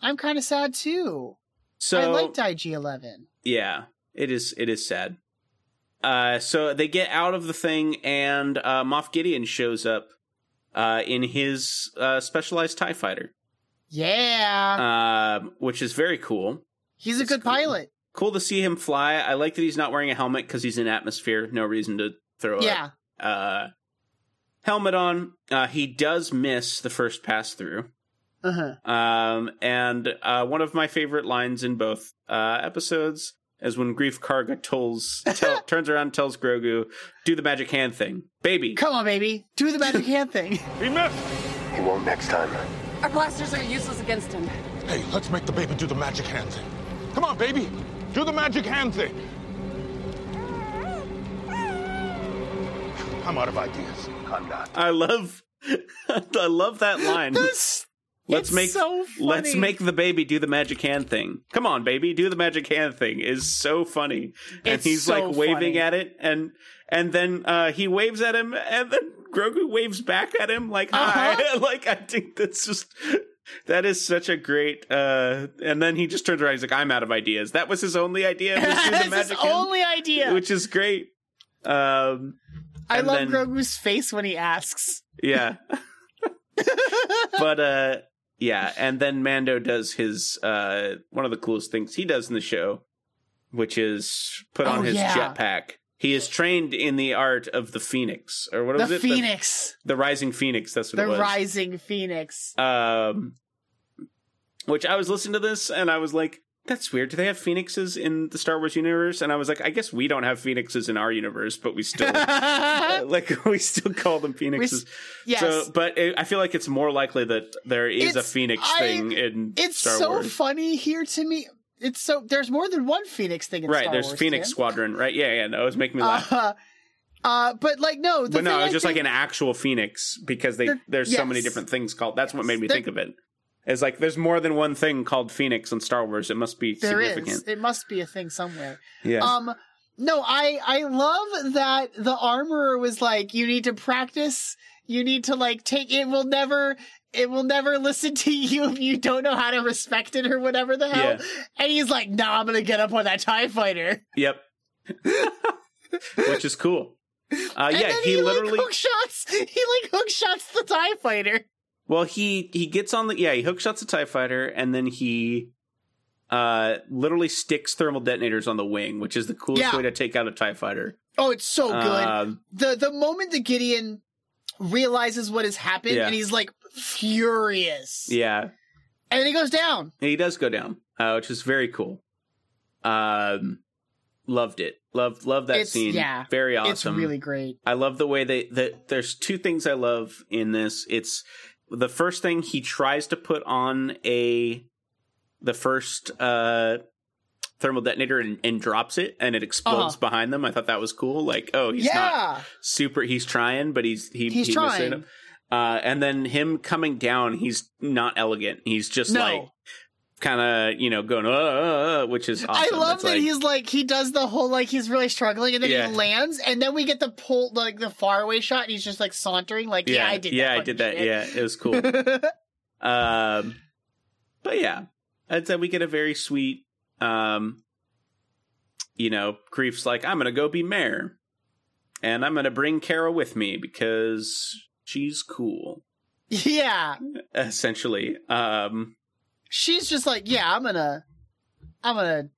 I'm kind of sad too. So I liked IG Eleven. yeah it is it is sad uh so they get out of the thing and uh moff gideon shows up uh in his uh specialized tie fighter Yeah, um which is very cool he's a good Uh, cool. pilot. cool to see him fly. I like that he's not wearing a helmet because he's in atmosphere. No reason to throw yeah. a uh, helmet on. Uh, he does miss the first pass through. Uh huh. Um, and uh, one of my favorite lines in both uh, episodes is when Grief Karga tells, tell, turns around and tells Grogu, do the magic hand thing. Baby. Come on, baby. Do the magic hand thing. He missed! He won't next time. Our blasters are useless against him. Hey, let's make the baby do the magic hand thing. Come on, baby. Do the magic hand thing. I'm out of ideas. I'm not. I love I love that line. This- let's it's make so funny. let's make the baby do the magic hand thing. Come on, baby, do the magic hand thing is so funny. And It's he's so like waving funny. at it and and then uh he waves at him and then Grogu waves back at him like hi. Uh-huh. like I think that's just that is such a great uh and then he just turns around he's like I'm out of ideas. That was his only idea. Let's do the That's magic his hand, only idea. which is great. Um I and love then- Grogu's face when he asks. Yeah. but uh yeah, and then Mando does his uh one of the coolest things he does in the show, which is put on Oh, his yeah. jetpack. He is trained in the art of the phoenix or what was the it? Phoenix. The, the rising phoenix, that's what The, it was. rising Phoenix. um which I was listening to this and I was like that's weird. Do they have phoenixes in the Star Wars universe? And I was like, I guess we don't have phoenixes in our universe, but we still like we still call them phoenixes. yes. So, but it, I feel like it's more likely that there is a It's- phoenix I- thing in it's Star so Wars. funny here to me. It's so there's more than one Phoenix thing in right, Star there's Wars, Phoenix Tim. Squadron. Right? Yeah, yeah. No, it was making me laugh. Uh, uh, but like no, the but no, thing it was I just think, like an actual phoenix because they There- there's so many yes. different things called. That's what made me There- think of it. It's like there's more than one thing called Phoenix in Star Wars. It must be there significant. is. It must be a thing somewhere. Yeah. Um, no, I I love that the armorer was like, you need to practice. You need to like take it. Will never. It will never listen to you if you don't know how to respect it or whatever the hell. Yeah. And he's like, nah, I'm gonna get up on that Tie Fighter. Yep. Which is cool. Uh, And yeah, then he, he literally. like hook shots. He like hook shots the Tie Fighter. well, he he gets on the yeah he hookshots a Tie Fighter and then he, uh, literally sticks thermal detonators on the wing, which is the coolest Yeah. way to take out a Tie Fighter. Oh, it's so good. Um, the the moment that Gideon realizes what has happened Yeah. and he's like furious. yeah, And then he goes down. he does go down, uh, which is very cool. Um, loved it. Loved loved that It's- scene. yeah. very awesome. It's really great. I love the way they that there's two things I love in this. It's the first thing he tries to put on a the first uh thermal detonator and, and drops it and it explodes Uh-huh. behind them. I thought that was cool. Like, oh, he's not yeah. super he's trying, but he's he He's he was in trying. it. Uh and then him coming down, he's not elegant. He's just No. like kind of, you know, going uh, uh, uh, which is awesome. I love It's that like- he's like he does the whole like he's really struggling and then Yeah. he lands and then we get the pull like the faraway shot and he's just like sauntering like yeah, I did yeah, that I did that. Yeah, it was cool. yeah Um, but yeah, I'd say we get a very sweet, um, you know, Grief's like, I'm going to go be mayor and I'm going to bring Kara with me because she's cool, yeah essentially. Um, she's just like yeah I'm gonna I'm gonna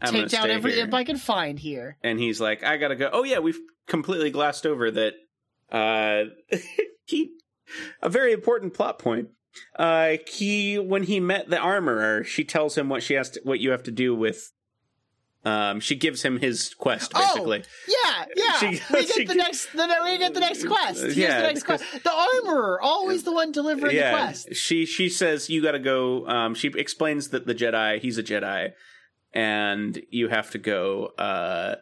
I'm gonna take down stay every here. imp I can find here and he's like, I gotta go. Oh yeah, we've completely glossed over that. Uh, he a very important plot point. Uh, he when he met the armorer, she tells him what she has to, what you have to do with. Um, she gives him his quest Oh, basically. yeah yeah She- we she- get the next the, no, we get the next quest here's Yeah, the next because- quest the armorer always the one delivering the quest she she says you got to go. Um, she explains that the Jedi, he's a Jedi, and you have to go. Uh,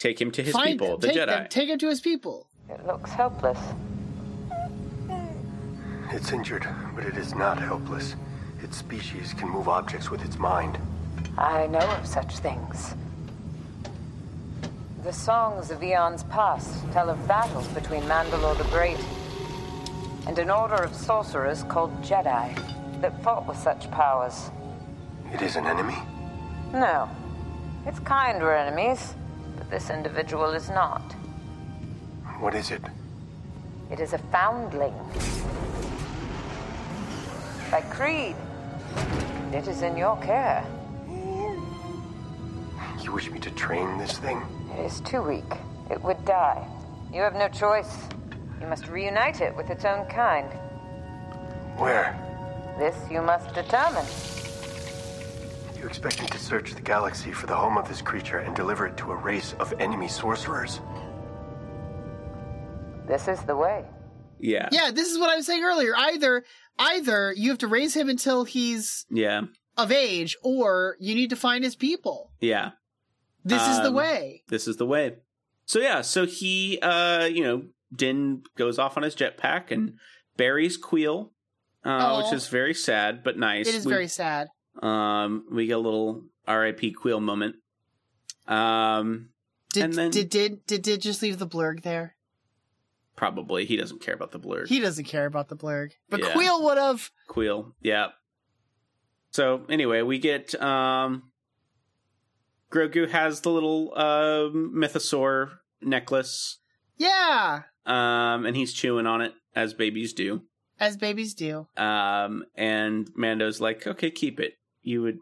take him to his find people, them, the take Jedi. them, take him to his people It looks helpless. It's injured, but it is not helpless. Its species can move objects with its mind. I know of such things. The songs of eons past tell of battles between Mandalore the Great and an order of sorcerers called Jedi that fought with such powers. It is an enemy? No, its kind were enemies, but this individual is not. What is it? It is a foundling. By creed, it is in your care. You wish me to train this thing? It is too weak. It would die. You have no choice. You must reunite it with its own kind. Where? This you must determine. You expect me to search the galaxy for the home of this creature and deliver it to a race of enemy sorcerers? This is the way. Yeah. Yeah, this is what I was saying earlier. Either either you have to raise him until he's Yeah. of age, or you need to find his people. Yeah. This is the Um, way. This is the way. So yeah, so he uh, you know, Din goes off on his jetpack and buries Queel, uh, Aw. which is very sad but nice. It is We- very sad. Um, we get a little R.I.P. Queel moment. Um, Did and then did, did did did just leave the blurg there? probably he doesn't care about the blur. He doesn't care about the blurg, but Yeah. Queel would have. Queel, yeah. So anyway, we get um, Grogu has the little uh, mythosaur necklace, Yeah, um, and he's chewing on it as babies do. as babies do. Um, and Mando's like, "Okay, keep it. You would."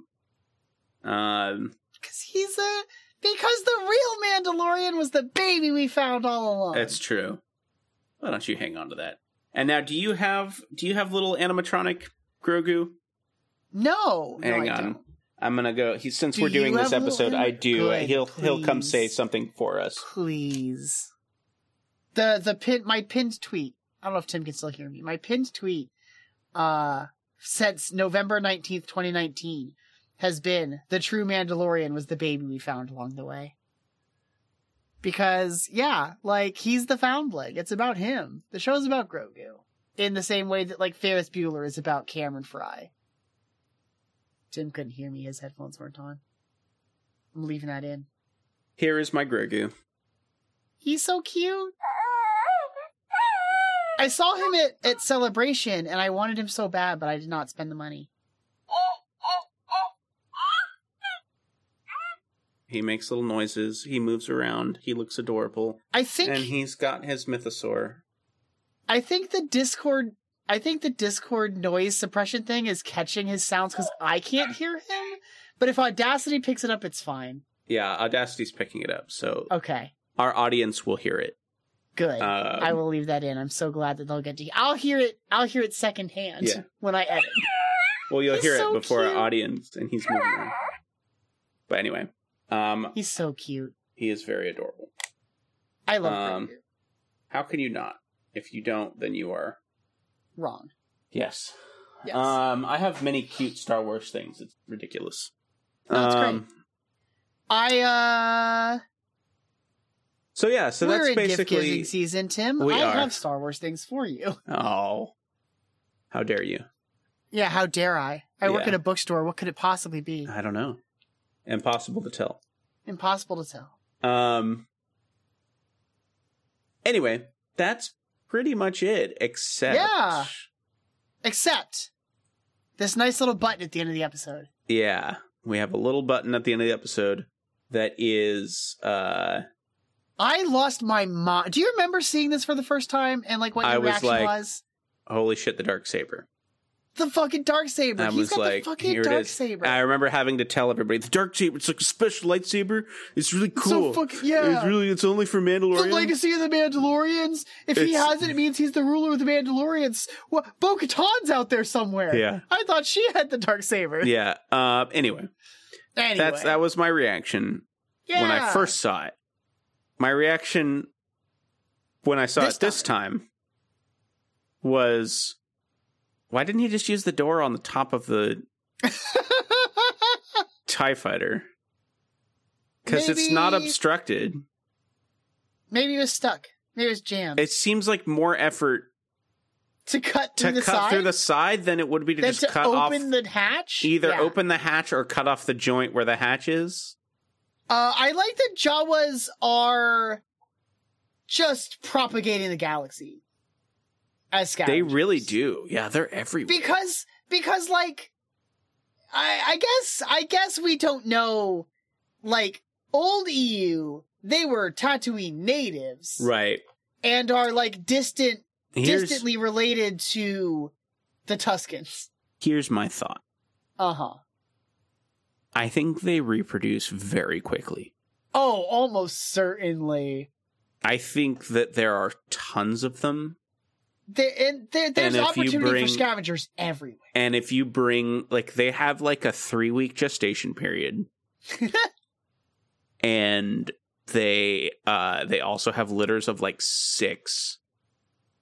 Um, Because he's a because the real Mandalorian was the baby we found all along. That's true. Why don't you hang on to that? And now, do you have do you have little animatronic Grogu? no, no, Hang I on, don't. I'm gonna go. He, since Do we're doing you this have little episode, I anim- do. Good, he'll he'll come please. say something for us. please. The the pin my pinned tweet. I don't know if Tim can still hear me. My pinned tweet uh since November 19th, 2019 has been the true Mandalorian was the baby we found along the way. Because yeah, like he's the foundling. It's about him. The show's about Grogu. In the same way that like Ferris Bueller is about Cameron Fry. Tim couldn't hear me, his headphones weren't on. I'm leaving that in. Here is my Grogu. He's so cute. I saw him at, at Celebration and I wanted him so bad, but I did not spend the money. He makes little noises. He moves around. He looks adorable, I think and he's got his mythosaur. I think the Discord I think the Discord noise suppression thing is catching his sounds because I can't hear him. But if Audacity picks it up, it's fine. Yeah, Audacity's picking it up, so Okay. our audience will hear it. Good. Um, I will leave that in. I'm so glad that they'll get to I'll hear it I'll hear it secondhand Yeah. when I edit. Well, you'll He's hear so it before cute. our audience, and he's moving around. But anyway, um, He's so cute. he is very adorable. I love Um, Grogu. How can you not? If you don't, then you are. Wrong. Yes. Yes. Um, I have many cute Star Wars things. It's ridiculous. Um, No, it's great. I uh So yeah, so We're that's in gift basically. giving season, Tim. We I are. have Star Wars things for you. Oh, how dare you? Yeah, how dare I? I work Yeah. at a bookstore. What could it possibly be? I don't know. Impossible to tell. Impossible to tell. Um. Anyway, that's pretty much it. Except Yeah. Except this nice little button at the end of the episode. Yeah, we have a little button at the end of the episode that is uh I lost my mind. Do you remember seeing this for the first time and like what your I was reaction like- was? holy shit the dark saber. The fucking dark saber. I He's was got like, the fucking here dark it is. saber. I remember having to tell everybody the dark saber. It's like a special lightsaber. It's really cool. So fucking yeah. It's really it's only for the Mandalorian. legacy of the Mandalorians. If he It's- has it, it means he's the ruler of the Mandalorians. Well, Bo Katan's out there somewhere. Yeah. I thought she had the dark saber. yeah. Uh, anyway, Anyway, that's that was my reaction when I Yeah. first saw it. My reaction when I saw This it this time was, why didn't he just use the door on the top of the Tie Fighter? Because it's not Maybe- obstructed. Maybe it was stuck. Maybe it was jammed. It seems like more effort to cut to through the cut side. through the side than it would be to than just to cut off open the hatch. either Yeah. open the hatch or cut off the joint where the hatch is. Uh, I like that Jawas are just propagating the galaxy as scavengers. They really do. Yeah, they're everywhere. because because like I I guess I guess we don't know like old EU they were Tatooine natives right. and are like distant Here's distantly related to the Uh-huh. Tuscans. here's my thought. Uh huh. I think they reproduce very quickly. Oh, almost certainly. I think that there are tons of them. There, and there, there's And if you opportunity bring- for scavengers everywhere. And if you bring, like, they have like a three week gestation period. and they uh they also have litters of like six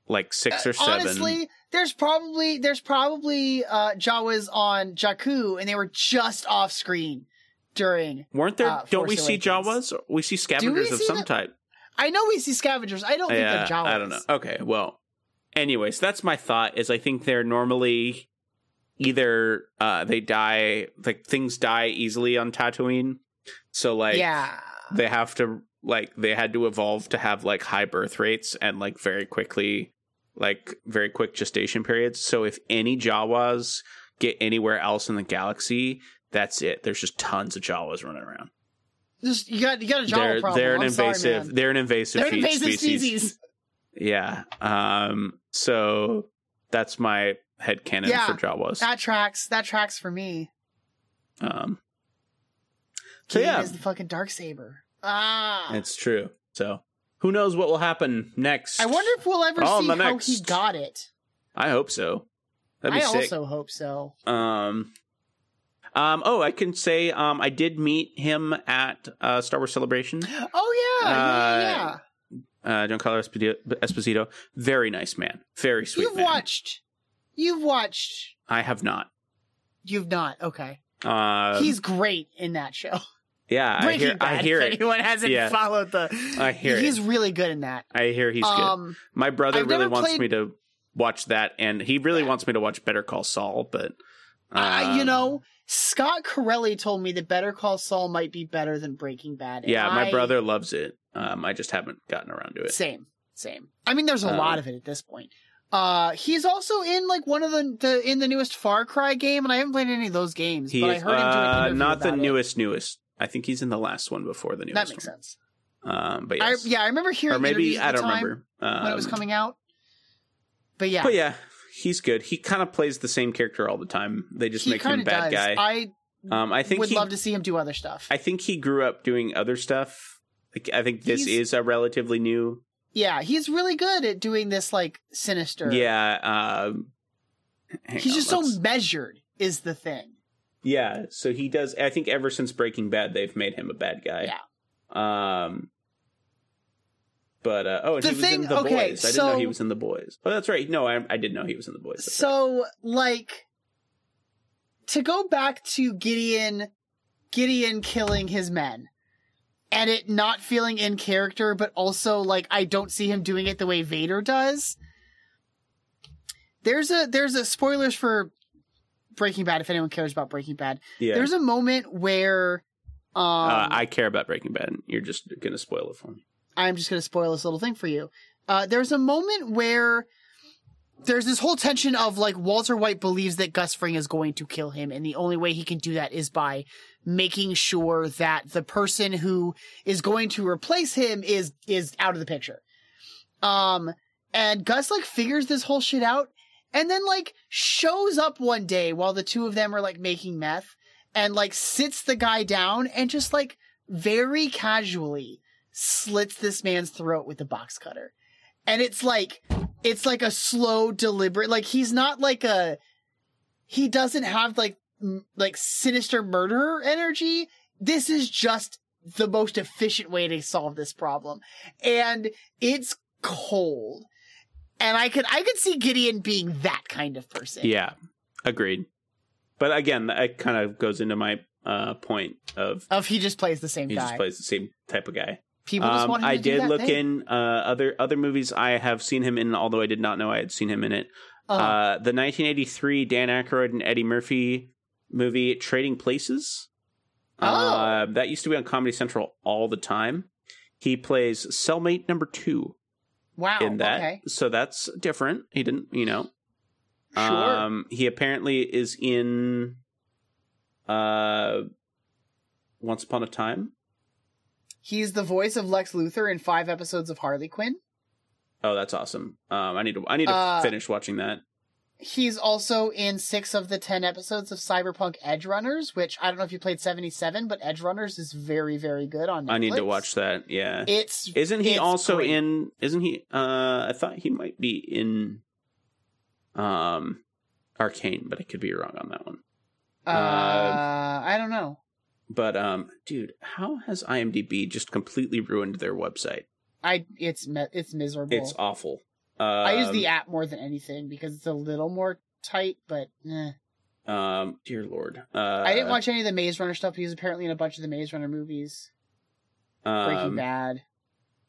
like six or seven Uh, Honestly, there's probably there's probably uh Jawas on Jakku, and they were just off screen during. weren't there uh, don't Force we see jawas we see scavengers of see some the- type I know we see scavengers. I don't yeah, think they're Jawas. I don't know. Okay, well, anyways, that's my thought. Is I think they're normally either uh they die like things die easily on Tatooine, so like yeah, they have to like they had to evolve to have like high birth rates and like very quickly like very quick gestation periods. So if any Jawas get anywhere else in the galaxy, that's it. There's just tons of Jawas running around. Just- you got you got a Jawa they're problem. they're an I'm sorry, invasive man. they're an invasive, They're an fe- invasive species. species. Yeah. Um. So that's my headcanon Yeah, for Jawas. That tracks. That tracks for me. um. So Kane yeah, is the fucking dark saber. Ah, it's true. So who knows what will happen next? I wonder if we'll ever On see the how Oh, next. he got it. I hope so. That'd I be sick. also hope so. Um. Um. Oh, I can say um I did meet him at uh, Star Wars Celebration. Oh yeah, yeah, yeah, Uh, Uh, Giancarlo Esposito, Esposito, very nice man, very yeah. sweet You've man. watched. You've watched. I have not. You've not. Okay. Uh, He's great in that show. yeah. I Breaking hear. Bad. I hear if it. anyone hasn't Yeah. followed the, I hear it. he's really good in that. I hear he's Um, good. My brother I've really never wants played- me to watch that, and he really wants me to watch Better Call Saul, but I- uh, you know, Scott Corelli told me that Better Call Saul might be better than Breaking Bad. and yeah, my I- brother loves it. Um, I just haven't gotten around to it. Same, same. I mean, there's a Uh, lot of it at this point. Uh, he's also in like one of the, the in the newest Far Cry game, and I haven't played any of those games. He but I is- heard him do an uh, interview not the about it. newest, newest. I think he's in the last one before the newest. That makes one. sense. Um, but I, yes. yeah, I remember hearing or maybe interviews at I the don't time remember when it was Um, coming out. But yeah, But yeah, he's good. He kind of plays the same character all the time. They just he make him kinda bad does. guy. I um, I think would he, love to see him do other stuff. I think he grew up doing other stuff. Like I think this He's- is a relatively new yeah, he's really good at doing this like sinister. Yeah. Um, hang he's on, just let's- so measured. Is the thing. Yeah. So he does. I think ever since Breaking Bad, they've made him a bad guy. Yeah. Um. But uh, oh, and The he was thing- in the okay, boys. I didn't know he so- was in the boys. Oh, that's right. No, I, I did know he was in the boys. That's right. So, like, to go back to Gideon, Gideon killing his men, and it not feeling in character, but also like I don't see him doing it the way Vader does. There's a there's a spoilers for Breaking Bad. If anyone cares about Breaking Bad, yeah. there's a moment where um, uh, I care about Breaking Bad. You're just gonna spoil it for me. I'm just going to spoil this little thing for you. Uh, there's a moment where there's this whole tension of like Walter White believes that Gus Fring is going to kill him, and the only way he can do that is by making sure that the person who is going to replace him is is out of the picture. Um, and Gus like figures this whole shit out, and then like shows up one day while the two of them are like making meth, and like sits the guy down and just like very casually slits this man's throat with a box cutter. And it's like it's like a slow deliberate like he's not like a he doesn't have like m- like sinister murderer energy. This is just the most efficient way to solve this problem. And it's cold. And I could I could see Gideon being that kind of person. Yeah. Agreed. But again, that kind of goes into my uh, point of Of he just plays the same he guy. just plays the same type of guy. People just Um, want him I to do did that look thing. in uh, other other movies I have seen him in, although I did not know I had seen him in it. uh Uh-huh. the 1983 Dan Aykroyd and Eddie Murphy movie Trading Places. Oh. Uh, that used to be on Comedy Central all the time. He plays cellmate number two wow. in that, Oh, Okay. so that's different. He didn't, you know. Sure. Um, he apparently is in uh, Once Upon a Time. He's the voice of Lex Luthor in five episodes of Harley Quinn. Oh, that's awesome. Um, I need to I need to Uh, finish watching that. He's also in six of the ten episodes of Cyberpunk Edge Runners, which I don't know if you played seventy seven, but Edge Runners is very, very good on. Netflix. I need to watch that. Yeah, It's isn't he it's also great. in? Isn't he? Uh, I thought he might be in, um, Arcane, but I could be wrong on that one. Uh, uh, I don't know. But um, dude, how has IMDb just completely ruined their website? I it's me- it's miserable. It's awful. I use the Um, app more than anything because it's a little more tight, but eh. Um, dear lord, uh, I didn't watch any of the Maze Runner stuff. He was apparently in a bunch of the Maze Runner movies. Breaking um, Bad.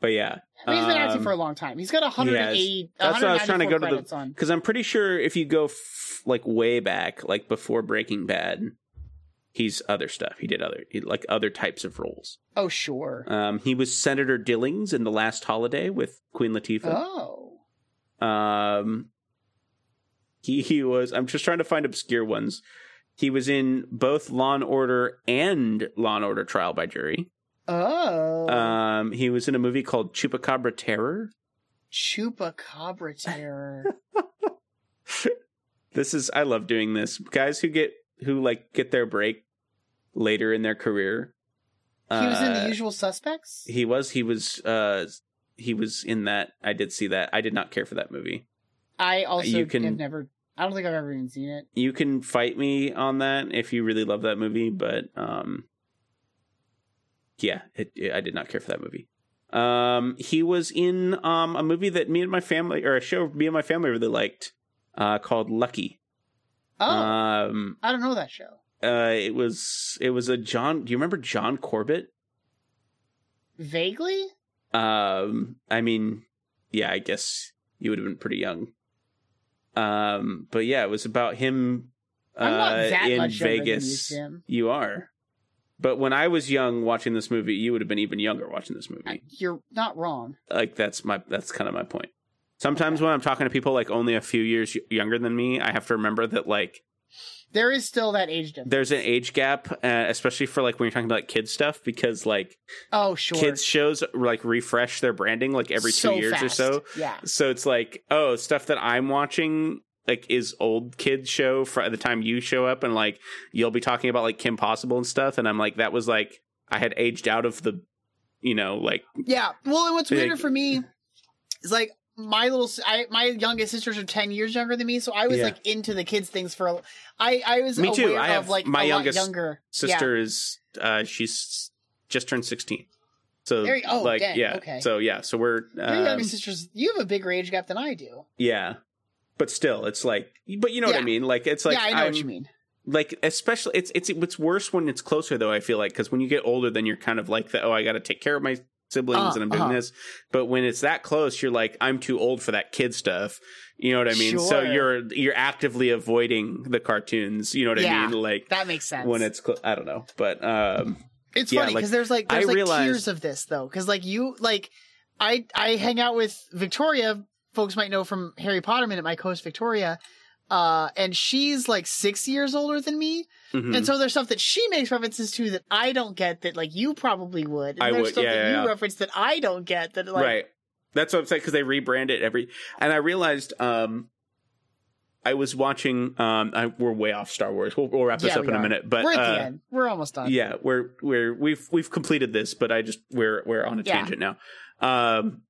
But yeah, I mean, he's been acting um, for a long time. He's got 180. Yes. That's what I was trying to go 194 to credits the on. because I'm pretty sure if you go f- like way back, like before Breaking Bad, he's other stuff. He did other he, like other types of roles. Oh sure. Um, he was Senator Dillings in The Last Holiday with Queen Latifah. Oh, Um, he he was. I'm just trying to find obscure ones. He was in both Law and Order and Law and Order Trial by Jury. oh, Um, he was in a movie called Chupacabra Terror. Chupacabra terror. this is i love doing this guys who get who like get their break later in their career he was in uh, The Usual Suspects. he was he was uh he was in that i did see that i did not care for that movie I also you have can- never. I don't think I've ever even seen it. you can fight me on that if you really love that movie but um yeah it, it- i did not care for that movie um he was in um a movie that me and my family or a show me and my family really liked uh called lucky Oh, um I don't know that show. uh it was it was a john do you remember john corbett Vaguely. um i mean yeah i guess you would have been pretty young um but yeah it was about him uh, I'm not that in much younger than you, vegas Tim. you are but when i was young watching this movie you would have been even younger watching this movie You're not wrong. like that's my that's kind of my point sometimes when i'm talking to people like only a few years y- younger than me i have to remember that like There is still that age difference. there's an age gap uh, especially for like when you're talking about kids stuff because like Oh sure. kids shows like refresh their branding like every So two years or fast. so. Yeah. So it's like, oh, stuff that I'm watching like is old kids show for the time you show up and like you'll be talking about like Kim Possible and stuff, and I'm like, that was like I had aged out of the, you know, like Yeah. Well, and what's weirder Like- for me is like my little, s- I, my youngest sisters are ten years younger than me, so I was Yeah. like into the kids things for. a I I was me aware too. I have of like my a youngest lot younger sister is uh she's just turned sixteen. So There you- oh, like dang, yeah. okay. So yeah, so we're Yeah. Your um, younger sisters, you have a bigger age gap than I do. yeah. But still, it's like, but you know what Yeah. I mean. Like, it's like yeah, I know I'm, what you mean. like especially it's it's it's worse when it's closer though i feel like because when you get older then you're kind of like the oh i gotta take care of my siblings Uh, and i'm doing uh-huh. this but when it's that close you're like i'm too old for that kid stuff you know what i mean so Sure. you're you're actively avoiding the cartoons you know what Yeah, i mean like That makes sense. when it's cl- i don't know but um It's Yeah, funny like, because there's like I there's like realized- tiers of this though because like you like I I hang out with Victoria. Folks might know from Harry Potter Minute, my co-host Victoria, uh, and she's like six years older than me. mhm. And so there's stuff that she makes references to that I don't get that like you probably would. And I there's would, stuff yeah, that yeah, you yeah. reference that I don't get that like right. That's what I'm saying because they rebrand it every. And I realized um, I was watching. Um, I, we're way off Star Wars. We'll, we'll wrap this Yeah, up we in are. a minute, but we're at uh, the end. We're almost done. yeah we're we're we've we've completed this but i just we're we're on a Yeah. tangent now um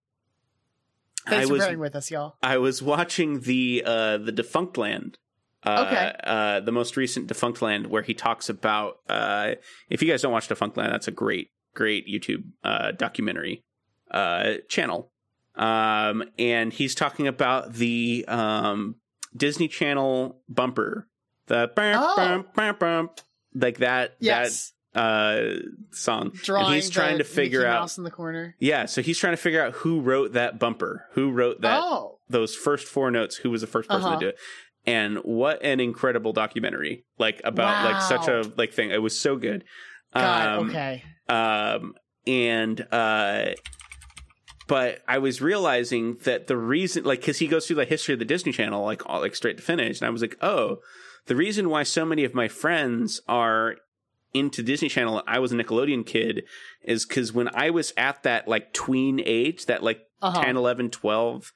Thanks i for was bearing with us, y'all. i was watching the uh the defunct land uh, Okay. uh the most recent defunct land where he talks about uh if you guys don't watch defunct land that's a great great youtube uh documentary uh channel um and he's talking about the um disney channel bumper the Oh. like that that Yes. uh song Drawing and he's trying the to figure Mickey out Mouse in the corner. yeah so he's trying to figure out who wrote that bumper who wrote that oh. those first four notes who was the first person Uh-huh. to do it and what an incredible documentary like about like such Wow. a like thing it was so good God, Um, okay. um and uh but I was realizing that the reason, like, because he goes through the history of the Disney Channel, like, all, like straight to finish, and I was like, oh, the reason why so many of my friends are into Disney Channel, and I was a Nickelodeon kid, is because when I was at that like tween age, that like Uh-huh. ten, eleven, twelve,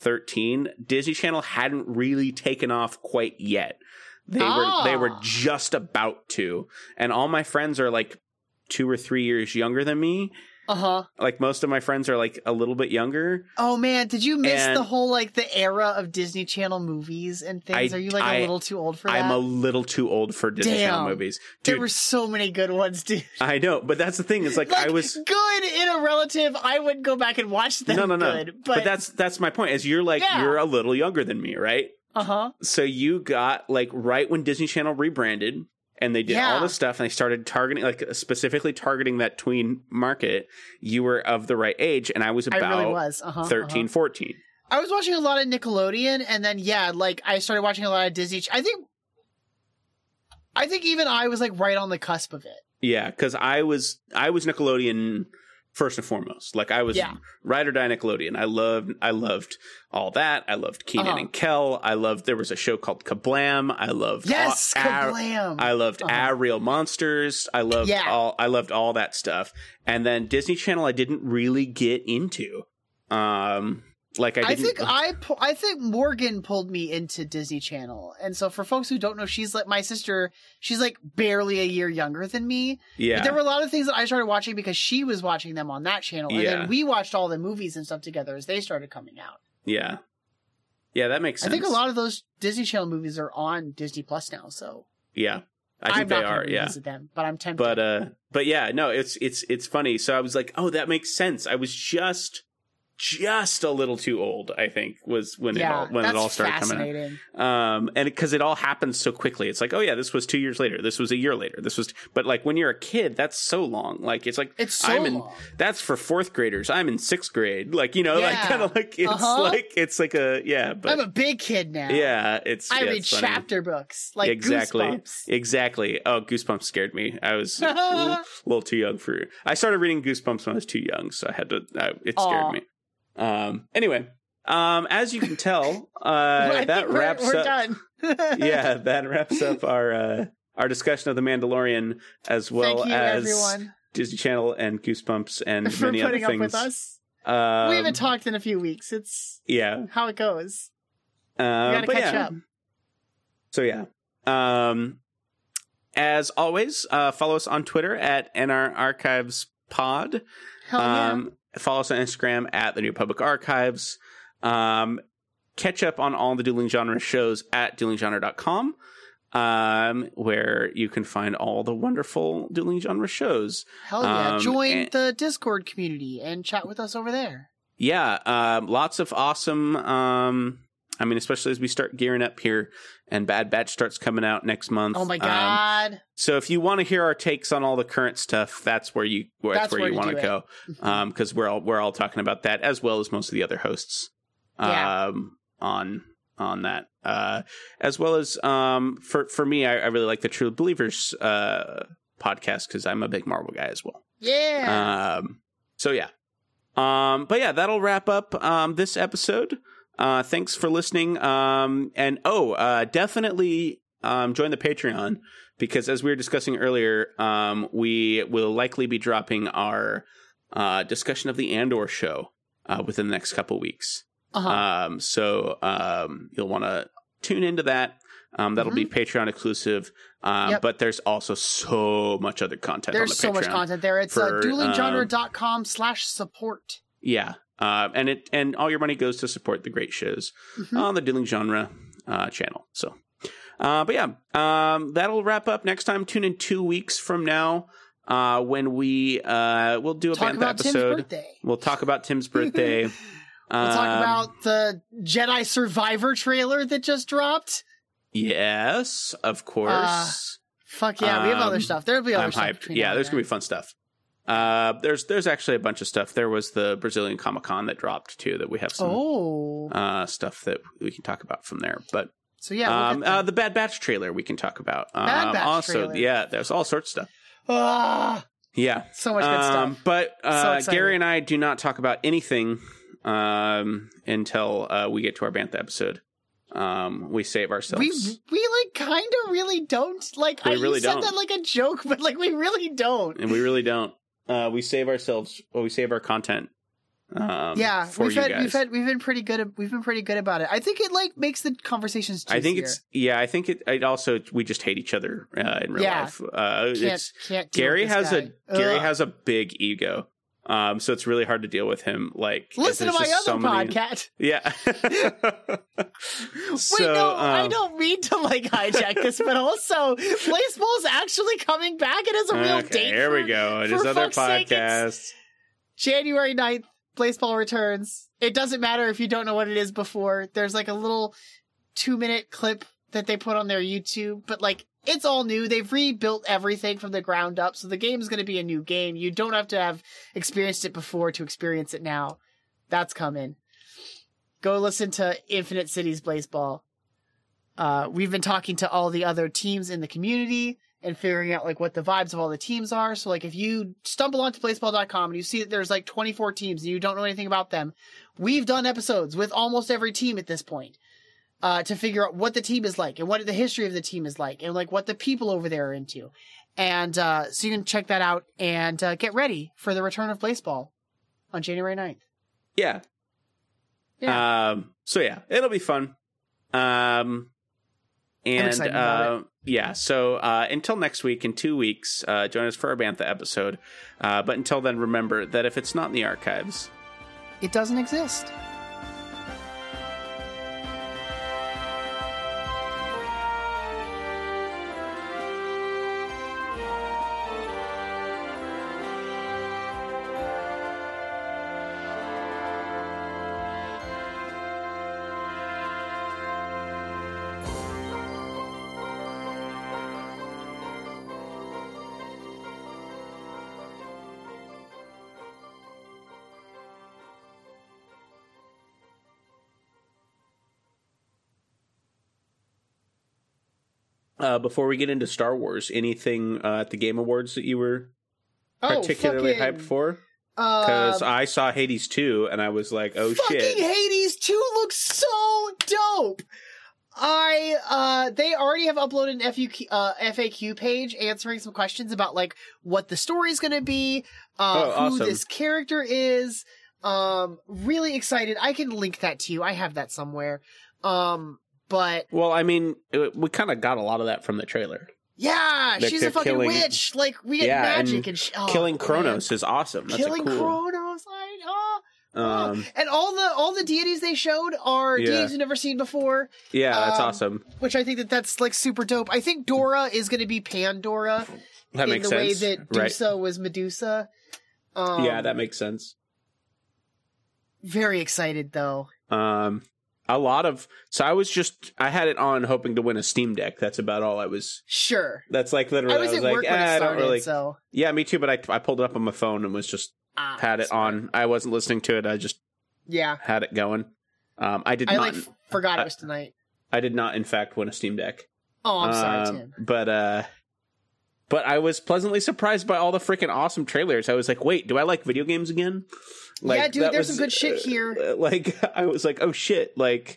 thirteen 10, 11, 12, 2013, Disney Channel hadn't really taken off quite yet. They Ah. were they were just about to. And all my friends are like two or three years younger than me. Uh huh. Like most of my friends are like a little bit younger. Oh man, did you miss And- the whole like the era of Disney Channel movies and things? I- Are you like a I- little too old for I'm that? a little too old for Disney Channel Damn. movies. there Dude, were so many good ones, dude. I know, but that's the thing. It's like, I was good in a relative. I would go back and watch them. no, no, no. Good, but, that's that's my point. Is you're like Yeah. you're a little younger than me, right? uh huh. So you got like right when Disney Channel rebranded and they did Yeah. all this stuff and they started targeting like specifically targeting that tween market. You were of the right age, and I was I about really was. Uh-huh, 13, uh-huh. 14. I was watching a lot of Nickelodeon, and then yeah, like I started watching a lot of Disney. Ch- I think, I think even I was like right on the cusp of it. Yeah, because I was I was Nickelodeon first and foremost. Like I was Yeah. ride or die Nickelodeon. I loved I loved all that. I loved Keenan Uh-huh. and Kel. I loved there was a show called Kablam. uh, I loved Yes, all- Ar- Kablam! I loved Uh-huh. uh Real Monsters. I loved Yeah. all I loved all that stuff. And then Disney Channel I didn't really get into. Um like I I, didn't think I pu- I think Morgan pulled me into Disney Channel, and so for folks who don't know, she's like my sister. She's like barely a year younger than me. Yeah. but there were a lot of things that I started watching because she was watching them on that channel, and Yeah. then we watched all the movies and stuff together as they started coming out. Yeah. Yeah, that makes I sense. think a lot of those Disney Channel movies are on Disney Plus now, so Yeah. I think am they not gonna are, yeah. revisit them, but I'm tempted. but uh but yeah no it's it's it's funny so i was like oh that makes sense i was just just a little too old i think was when it yeah, all when that's it all started coming fascinating. out um and because it all happens so quickly it's like oh yeah this was two years later this was a year later this was but like when you're a kid that's so long like it's like It's so i'm in long. that's for fourth graders i'm in sixth grade like you know like Yeah. kind of like it's Uh-huh. like it's like a yeah but I'm a big kid now. yeah it's I yeah, read it's funny. chapter books like exactly, Goosebumps. exactly. Oh, Goosebumps scared me. I was a little, little too young for. I started reading Goosebumps when I was too young, so I had to. I, it scared Aw. me. Um. Anyway, um. As you can tell, uh, I that think we're, wraps we're up. done. yeah, that wraps up our uh, our discussion of the Mandalorian, as well Thank you, as everyone. Disney Channel and Goosebumps and for many putting other things. up with us. Um, we haven't talked in a few weeks. It's Yeah. how it goes. We Uh, gotta but catch yeah. up. So yeah. Um as always, uh follow us on Twitter at NR Archives Pod. Hell Oh, yeah. Um, follow us on Instagram at the New Public Archives. Um catch up on all the dueling genre shows at duelinggenre.com. Um, where you can find all the wonderful dueling genre shows. Hell yeah. Um, Join and- the Discord community and chat with us over there. yeah um lots of awesome um i mean especially as we start gearing up here and bad batch starts coming out next month Oh my Um, god. so if you want to hear our takes on all the current stuff that's where you where, that's, where, you want do to it. go um because we're all we're all talking about that as well as most of the other hosts Yeah. um on on that uh as well as um for for me i, I really like the true believers uh podcast because i'm a big marvel guy as well yeah. um, so yeah. Um, but yeah, that'll wrap up um, this episode. Uh, thanks for listening. Um, and oh, uh, definitely um, join the Patreon because as we were discussing earlier, um, we will likely be dropping our uh, discussion of the Andor show uh, within the next couple weeks. Uh-huh. Um, so um, you'll want to tune into that. Um, that'll be Patreon exclusive. Um, Mm-hmm. Yep. But there's also so much other content. on the There's so much Patreon. content there. It's for, uh, um, duelinggenre.com slash support. Yeah. Uh, and it and all your money goes to support the great shows Mm-hmm. on the Dealing Genre uh, channel. So, uh, but yeah, um, that'll wrap up. Next time, tune in two weeks from now uh, when we uh, we'll do a Talk Bantha about Tim's episode. birthday. We'll talk about Tim's birthday. Um, We'll talk about the Jedi Survivor trailer that just dropped. yes, of course. Fuck yeah, we have other Um, stuff. There'll be other I'm Uh, stuff. hyped. between Yeah, now there's and gonna be fun stuff. Uh, there's there's actually a bunch of stuff. There was the Brazilian Comic Con that dropped too. That we have then. some Oh. uh, stuff that we can talk about from there. But so yeah. um, Look at uh, the Bad Batch trailer we can talk about. Bad um, Batch also, trailer. yeah, there's all sorts of stuff. Ah, Yeah, so much good Um, stuff. But uh, excited. Gary and I do not talk about anything um, until uh, we get to our Bantha episode. Um, we save ourselves. We we like kind of really don't like. We I really you said don't. that like a joke, but like we really don't. and we really don't. Uh, we save ourselves. Well, we save our content Um, yeah, for we've you had, guys. we've had we've been pretty good. We've been pretty good about it. I think it like makes the conversations. I think juicier. it's yeah. I think it. It also we just hate each other uh, in real Yeah. life. Uh, Can't- it's can't deal Gary with has this guy. a Gary Ugh. has a big ego, um, so it's really hard to deal with him. Like Listen to there's my just so other many- podcast. Yeah. Wait, so, no, I um, don't mean to like hijack this, but also Blazeball's actually coming back. It is a real okay, date. Here we for go. It for is other fuck's sake, podcast. it's- January 9th, Blazeball returns. It doesn't matter if you don't know what it is before. There's like a little two minute clip that they put on their YouTube, but like it's all new. They've rebuilt everything from the ground up, so the game is going to be a new game. You don't have to have experienced it before to experience it now. That's coming. Go listen to Infinite Cities Blazeball. Uh, we've been talking to all the other teams in the community and figuring out like what the vibes of all the teams are. So like if you stumble onto baseball.com and you see that there's like 24 teams and you don't know anything about them, we've done episodes with almost every team at this point uh, to figure out what the team is like and what the history of the team is like and like what the people over there are into. And uh, so you can check that out and uh, get ready for the return of baseball on January 9th. Yeah. Um, so yeah, it'll be fun. Um, and excited about uh, yeah, so uh, until next week, in two weeks, uh, join us for our Bantha episode. Uh, but until then, remember that if it's not in the archives, It doesn't exist. uh, before we get into Star Wars, anything uh, at the Game Awards that you were Oh, particularly fucking- hyped for? Uh, Because I saw Hades 2 and I was like, oh fucking shit. Hades 2 looks so dope. I uh they already have uploaded an FAQ uh, FAQ page answering some questions about like what the story is going to be, uh Oh, who awesome. this character is. Um really excited. I can link that to you. I have that somewhere. Um but well, I mean, it- we kind of got a lot of that from the trailer. yeah, Like, she's they're a fucking killing- witch. Like we get magic and, sh- oh, killing man. Kronos is awesome. That's killing a cool. Kronos. I oh, Um, and all the all the deities they showed are Yeah. deities we've never seen before. yeah, that's Um, awesome. Which I think that that's like super dope. I think Dora is going to be Pandora That in makes the way sense. that Right. Dusa was Medusa. Um, yeah, that makes sense. very excited though. Um, a lot of so I was just I had it on hoping to win a Steam Deck. That's about all I was. Sure, That's like literally. I I was was, at like, work when "Ah, it I don't started, really. so Yeah, me too. But I I pulled it up on my phone and was just Ah, had it on. I wasn't listening to it. I just yeah, had it going. Um, I did I not. like f- forgot I- it was tonight. I did not, in fact, win a Steam Deck. Oh, I'm sorry, Um, Tim. But uh, but I was pleasantly surprised by all the freaking awesome trailers. I was like, wait, do I like video games again? yeah, dude, that there's was- some good shit here. uh, like I was like, oh shit, like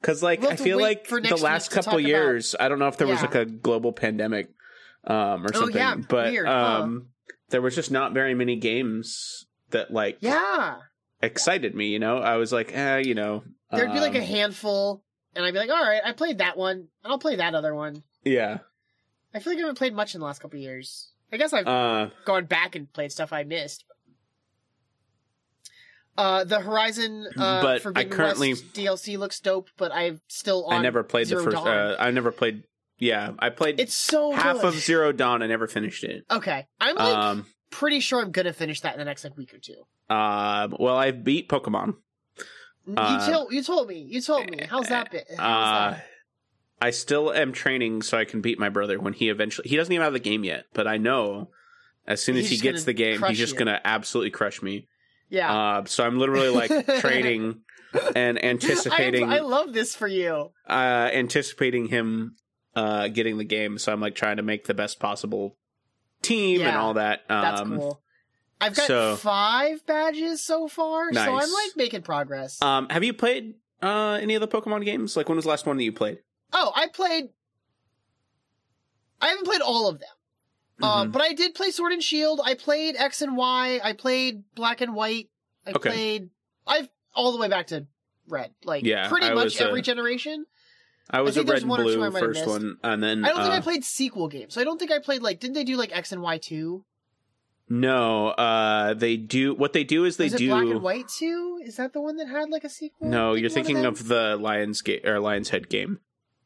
because like We'll I have to feel wait like for the next last week to couple talk years, I don't know if there was Yeah. like a global pandemic um or Oh, something, yeah, but weird, huh? um there was just not very many games that like Yeah, excited me. You know, I was like, eh, you know, there'd be like a um, handful, and I'd be like, all right, I played that one, and I'll play that other one. yeah, I feel like I haven't played much in the last couple of years. I guess I've uh, gone back and played stuff I missed. Uh, the Horizon uh, But I Forbidden currently- West DLC looks dope, but I'm still on. I never played Zero the first. Dawn. Uh, I never played. Yeah, I played it's so half good. of Zero Dawn. I never finished it. Okay, I'm like um, pretty sure I'm gonna finish that in the next like week or two. um, well, I beat Pokemon. you Uh, told you told me you told me. How's that been? How's Uh, that? I still am training so I can beat my brother when he eventually. He doesn't even have the game yet, but I know as soon He's as he just gets gonna the game, crush he's just you. gonna absolutely crush me. Yeah, Uh, so I'm literally like training and anticipating, I, I love this for you. uh, anticipating him uh, getting the game. So I'm like trying to make the best possible team and Yeah, all that. Um, That's cool. I've got so- five badges so far, so I'm Nice. like making progress. Um, have you played uh, any of the Pokemon games? Like, when was the last one that you played? Oh, I played. I haven't played all of them, Mm-hmm. Mm-hmm. Um, but I did play Sword and Shield. I played X and Y. I played Black and White. I Okay. played. I've all the way back to Red. Like Yeah, pretty I was, much uh, every generation. I was a think there's red and one or two I blue might have first missed. one, and then I don't think uh, I played sequel games. So I don't think I played like. Didn't they do like X and Y two? no. Uh, they do what they do is they Was it do. Black and White two? Is that the one that had like a sequel? No, Didn't you're one thinking them- of the Lions Gate or Lions Head game.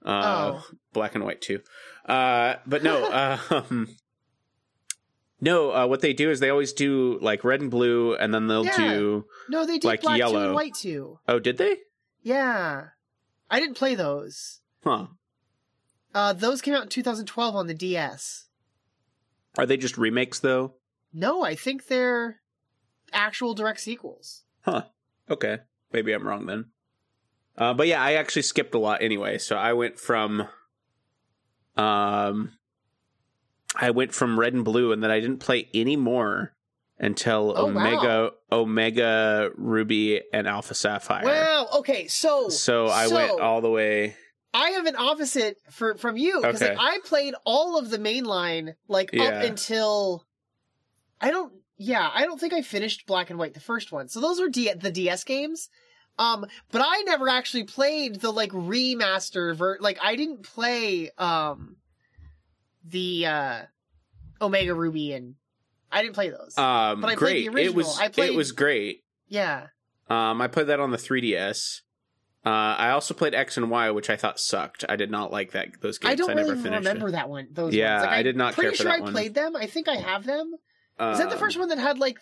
Uh Oh. black and white too. Uh but no, uh, um No, uh, what they do is they always do like red and blue and then they'll Yeah. do No, they did like Black two yellow. and White two. Oh, did they? Yeah, I didn't play those. Huh. Uh, those came out in 2012 on the DS. Are they just remakes though? No, I think they're actual direct sequels. Huh. Okay. Maybe I'm wrong then. Uh, but yeah, I actually skipped a lot anyway. So I went from, um, I went from red and blue, and then I didn't play any more until Oh, wow. Omega, Omega Ruby, and Alpha Sapphire. Wow. Okay. So so I went all the way. I have an opposite for from you because Okay. like, I played all of the mainline like Yeah. up until I don't. Yeah, I don't think I finished Black and White the first one. So those were D- the DS games. Um, but I never actually played the like remaster ver. Like I didn't play um the uh Omega Ruby and I didn't play those. Um, But I played the great. It original. was I played- it was great. yeah. Um, I played that on the 3DS. Uh, I also played X and Y, which I thought sucked. I did not like that those games. I don't never really finished it. remember that one. Those Yeah, ones. Like, I I'm did not care Pretty for sure that I one. played them. I think I have them. Is that the Um, first one that had like,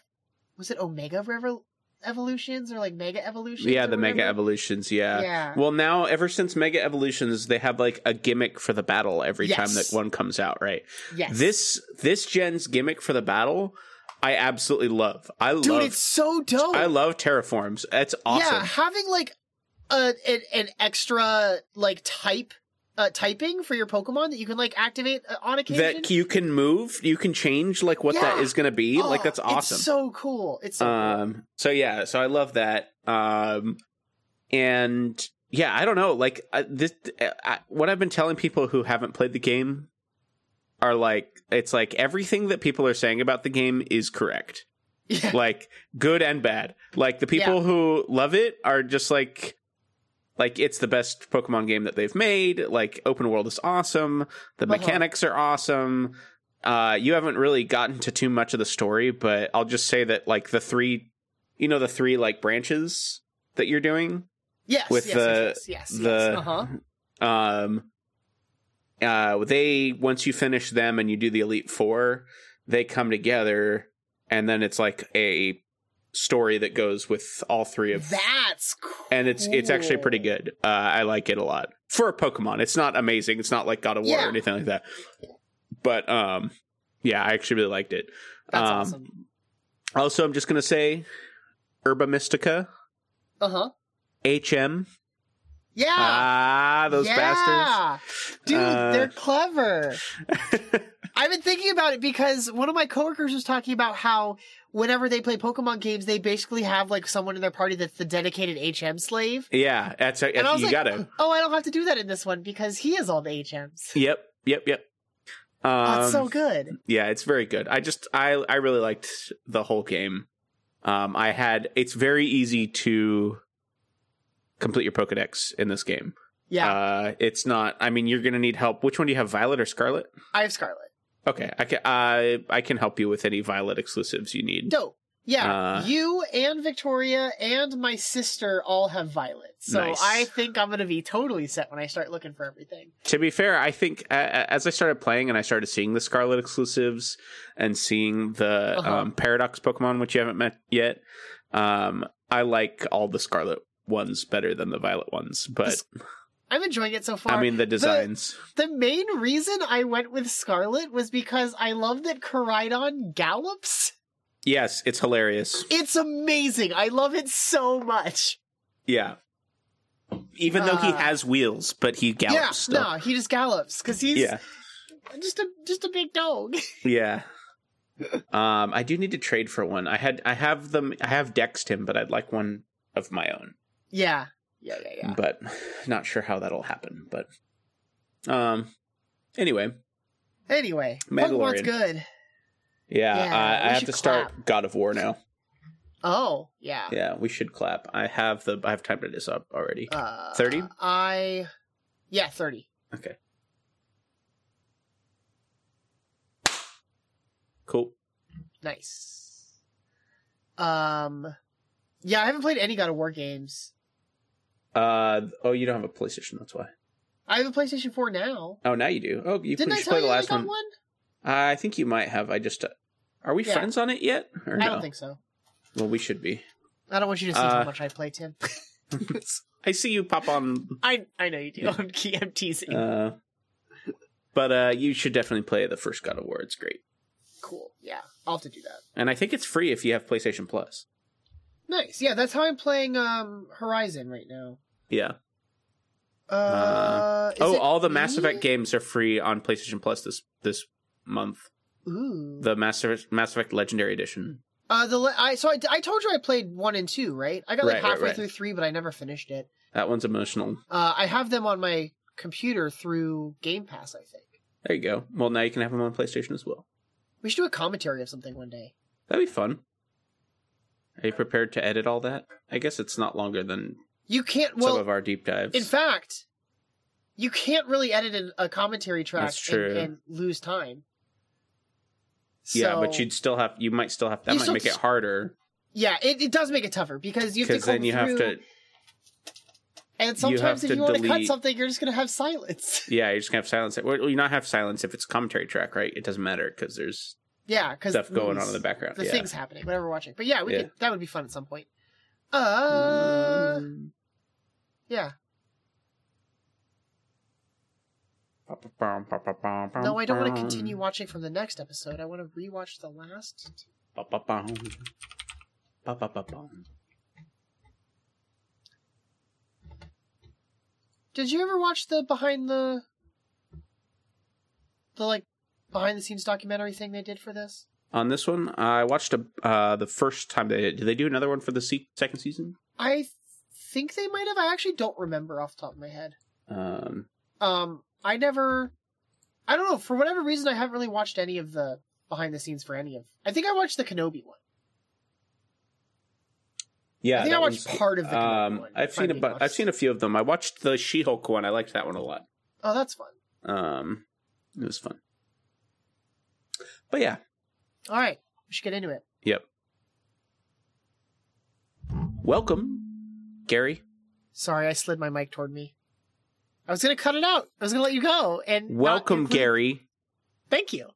was it Omega Revo- Evolutions or like Mega Evolutions? Yeah, or the Mega whatever? Evolutions. Yeah. Yeah. Well, now ever since Mega Evolutions, they have like a gimmick for the battle every Yes. time that one comes out, right? Yes. This this gen's gimmick for the battle, I absolutely love. I Dude, love. it's so dope. I love terraforms. That's awesome. Yeah, having like a an, an extra like type uh typing for your Pokemon that you can like activate uh, on occasion. That you can move, you can change like what that Yeah. is going to be. like Oh, that's awesome. It's so cool. It's so um so yeah so i love that um and yeah i don't know like I, this I, what i've been telling people who haven't played the game are like it's like everything that people are saying about the game is correct like good and bad like the people Yeah. who love it are just like like it's the best pokemon game that they've made like open world is awesome the Uh-huh. mechanics are awesome uh you haven't really gotten to too much of the story but i'll just say that like the three you know the three like branches that you're doing Yes, with yes, the yes, yes, yes, the uh-huh. um uh they once you finish them and you do the elite four they come together and then it's like a story that goes with all three of that's cool. and it's it's actually pretty good uh i like it a lot for a pokemon it's not amazing it's not like god of war Yeah. or anything like that but um yeah i actually really liked it That's um awesome. also i'm just gonna say herba mystica Uh huh. hm Yeah. ah those yeah. bastards Dude, Uh, they're clever. I've been thinking about it because one of my coworkers was talking about how whenever they play Pokemon games, they basically have like someone in their party that's the dedicated HM slave. yeah that's And I was you like, gotta oh, I don't have to do that in this one because he is all the HMs. yep yep yep um, oh, it's so good. yeah it's very good i just i i really liked the whole game um i had it's very easy to complete your pokédex in this game Yeah. uh it's not i mean you're gonna need help which one do you have violet or scarlet I have Scarlet. okay i can i i can help you with any violet exclusives you need Dope. Yeah. Uh, you and Victoria and my sister all have Violet. So Nice. I think I'm going to be totally set when I start looking for everything. to be fair i think a- a- as i started playing and i started seeing the scarlet exclusives and seeing the Uh-huh. um, paradox pokemon which you haven't met yet um i like all the scarlet ones better than the violet ones but I'm enjoying it so far. i mean the designs The main reason I went with Scarlet was because I love that Coridon gallops. yes it's hilarious It's amazing. I love it so much. yeah even though he Uh, has wheels but he gallops yeah, still. no, he just gallops because he's yeah just a just a big dog. yeah um i do need to trade for one i had i have them i have dexed him but i'd like one of my own yeah, yeah, yeah, yeah. but not sure how that'll happen. But um, anyway, Anyway, Mandalorian. Pokemon's good. yeah, Yeah, I, we I have should to start God of War now. Oh, yeah. Yeah, we should clap. I have the I've typed this up already. Thirty. Uh, I yeah, thirty. okay. Cool. Nice. Um, yeah, I haven't played any God of War games. Uh oh, you don't have a PlayStation. That's why. I have a PlayStation Four now. Oh, now you do. Oh, you Didn't I should tell play you the last I got one. one? I think you might have. I just. Uh, are we Yeah. friends on it yet? Or I no? don't think so. Well, we should be. I don't want you to see Uh, how much I play, Tim. I see you pop on I I know you do. I'm, ke- I'm teasing. Uh, but uh, you should definitely play the first God of War. It's great, cool. Yeah, I'll have to do that. and I think it's free if you have PlayStation Plus. Nice. Yeah, that's how I'm playing um Horizon right now. Yeah. Uh, Uh, is oh, it all the Mass me? Effect games are free on PlayStation Plus this this month. Ooh. The Mass Effect, Mass Effect Legendary Edition. Uh, the le- I so I, I told you I played one and two, right? I got Right, like right, halfway right. through three, but I never finished it. That one's emotional. Uh, I have them on my computer through Game Pass. I think There you go. Well, now you can have them on PlayStation as well. we should do a commentary of something one day. That'd be fun. Are you prepared to edit all that? I guess it's not longer than You can't. some Well, of our deep dives. in fact, you can't really edit an, a commentary track That's true. And, and lose time. yeah, but So- you'd still have. You might still have. That You might still make it s- harder Yeah, it, it does make it tougher because you have to because come then you through, have to. and you have sometimes to if you want to cut delete- something, you're just gonna have silence. Yeah, you're just gonna have silence. Well, you not have silence if it's a commentary track, right? It doesn't matter because there's yeah, because stuff going on in the background. the yeah. things happening, whatever we're watching. But yeah, we Yeah. could that would be fun at some point. Uh, Mm. yeah. No, I don't want to continue watching from the next episode. I want to rewatch the last. Ba-ba-bum. Ba-ba-ba-bum. Did you ever watch the behind the the like behind the scenes documentary thing they did for this? On this one, I watched a, uh, the first time they did. Did they do another one for the se- second season? I th- think they might have. I actually don't remember off the top of my head. Um, Um, I never. I don't know. For whatever reason, I haven't really watched any of the behind the scenes for any of. I think I watched the Kenobi one. yeah, I think that I watched one's- part of the Kenobi um, one. I've if I'm seen a being bu- I've honest. seen a few of them. I watched the She-Hulk one. I liked that one a lot. Oh, that's fun. Um, it was fun. But yeah, All right, we should get into it. Yep. Welcome, Gary. Sorry, I slid my mic toward me. I was gonna cut it out. I was gonna let you go. And not Welcome, include- Gary. Thank you.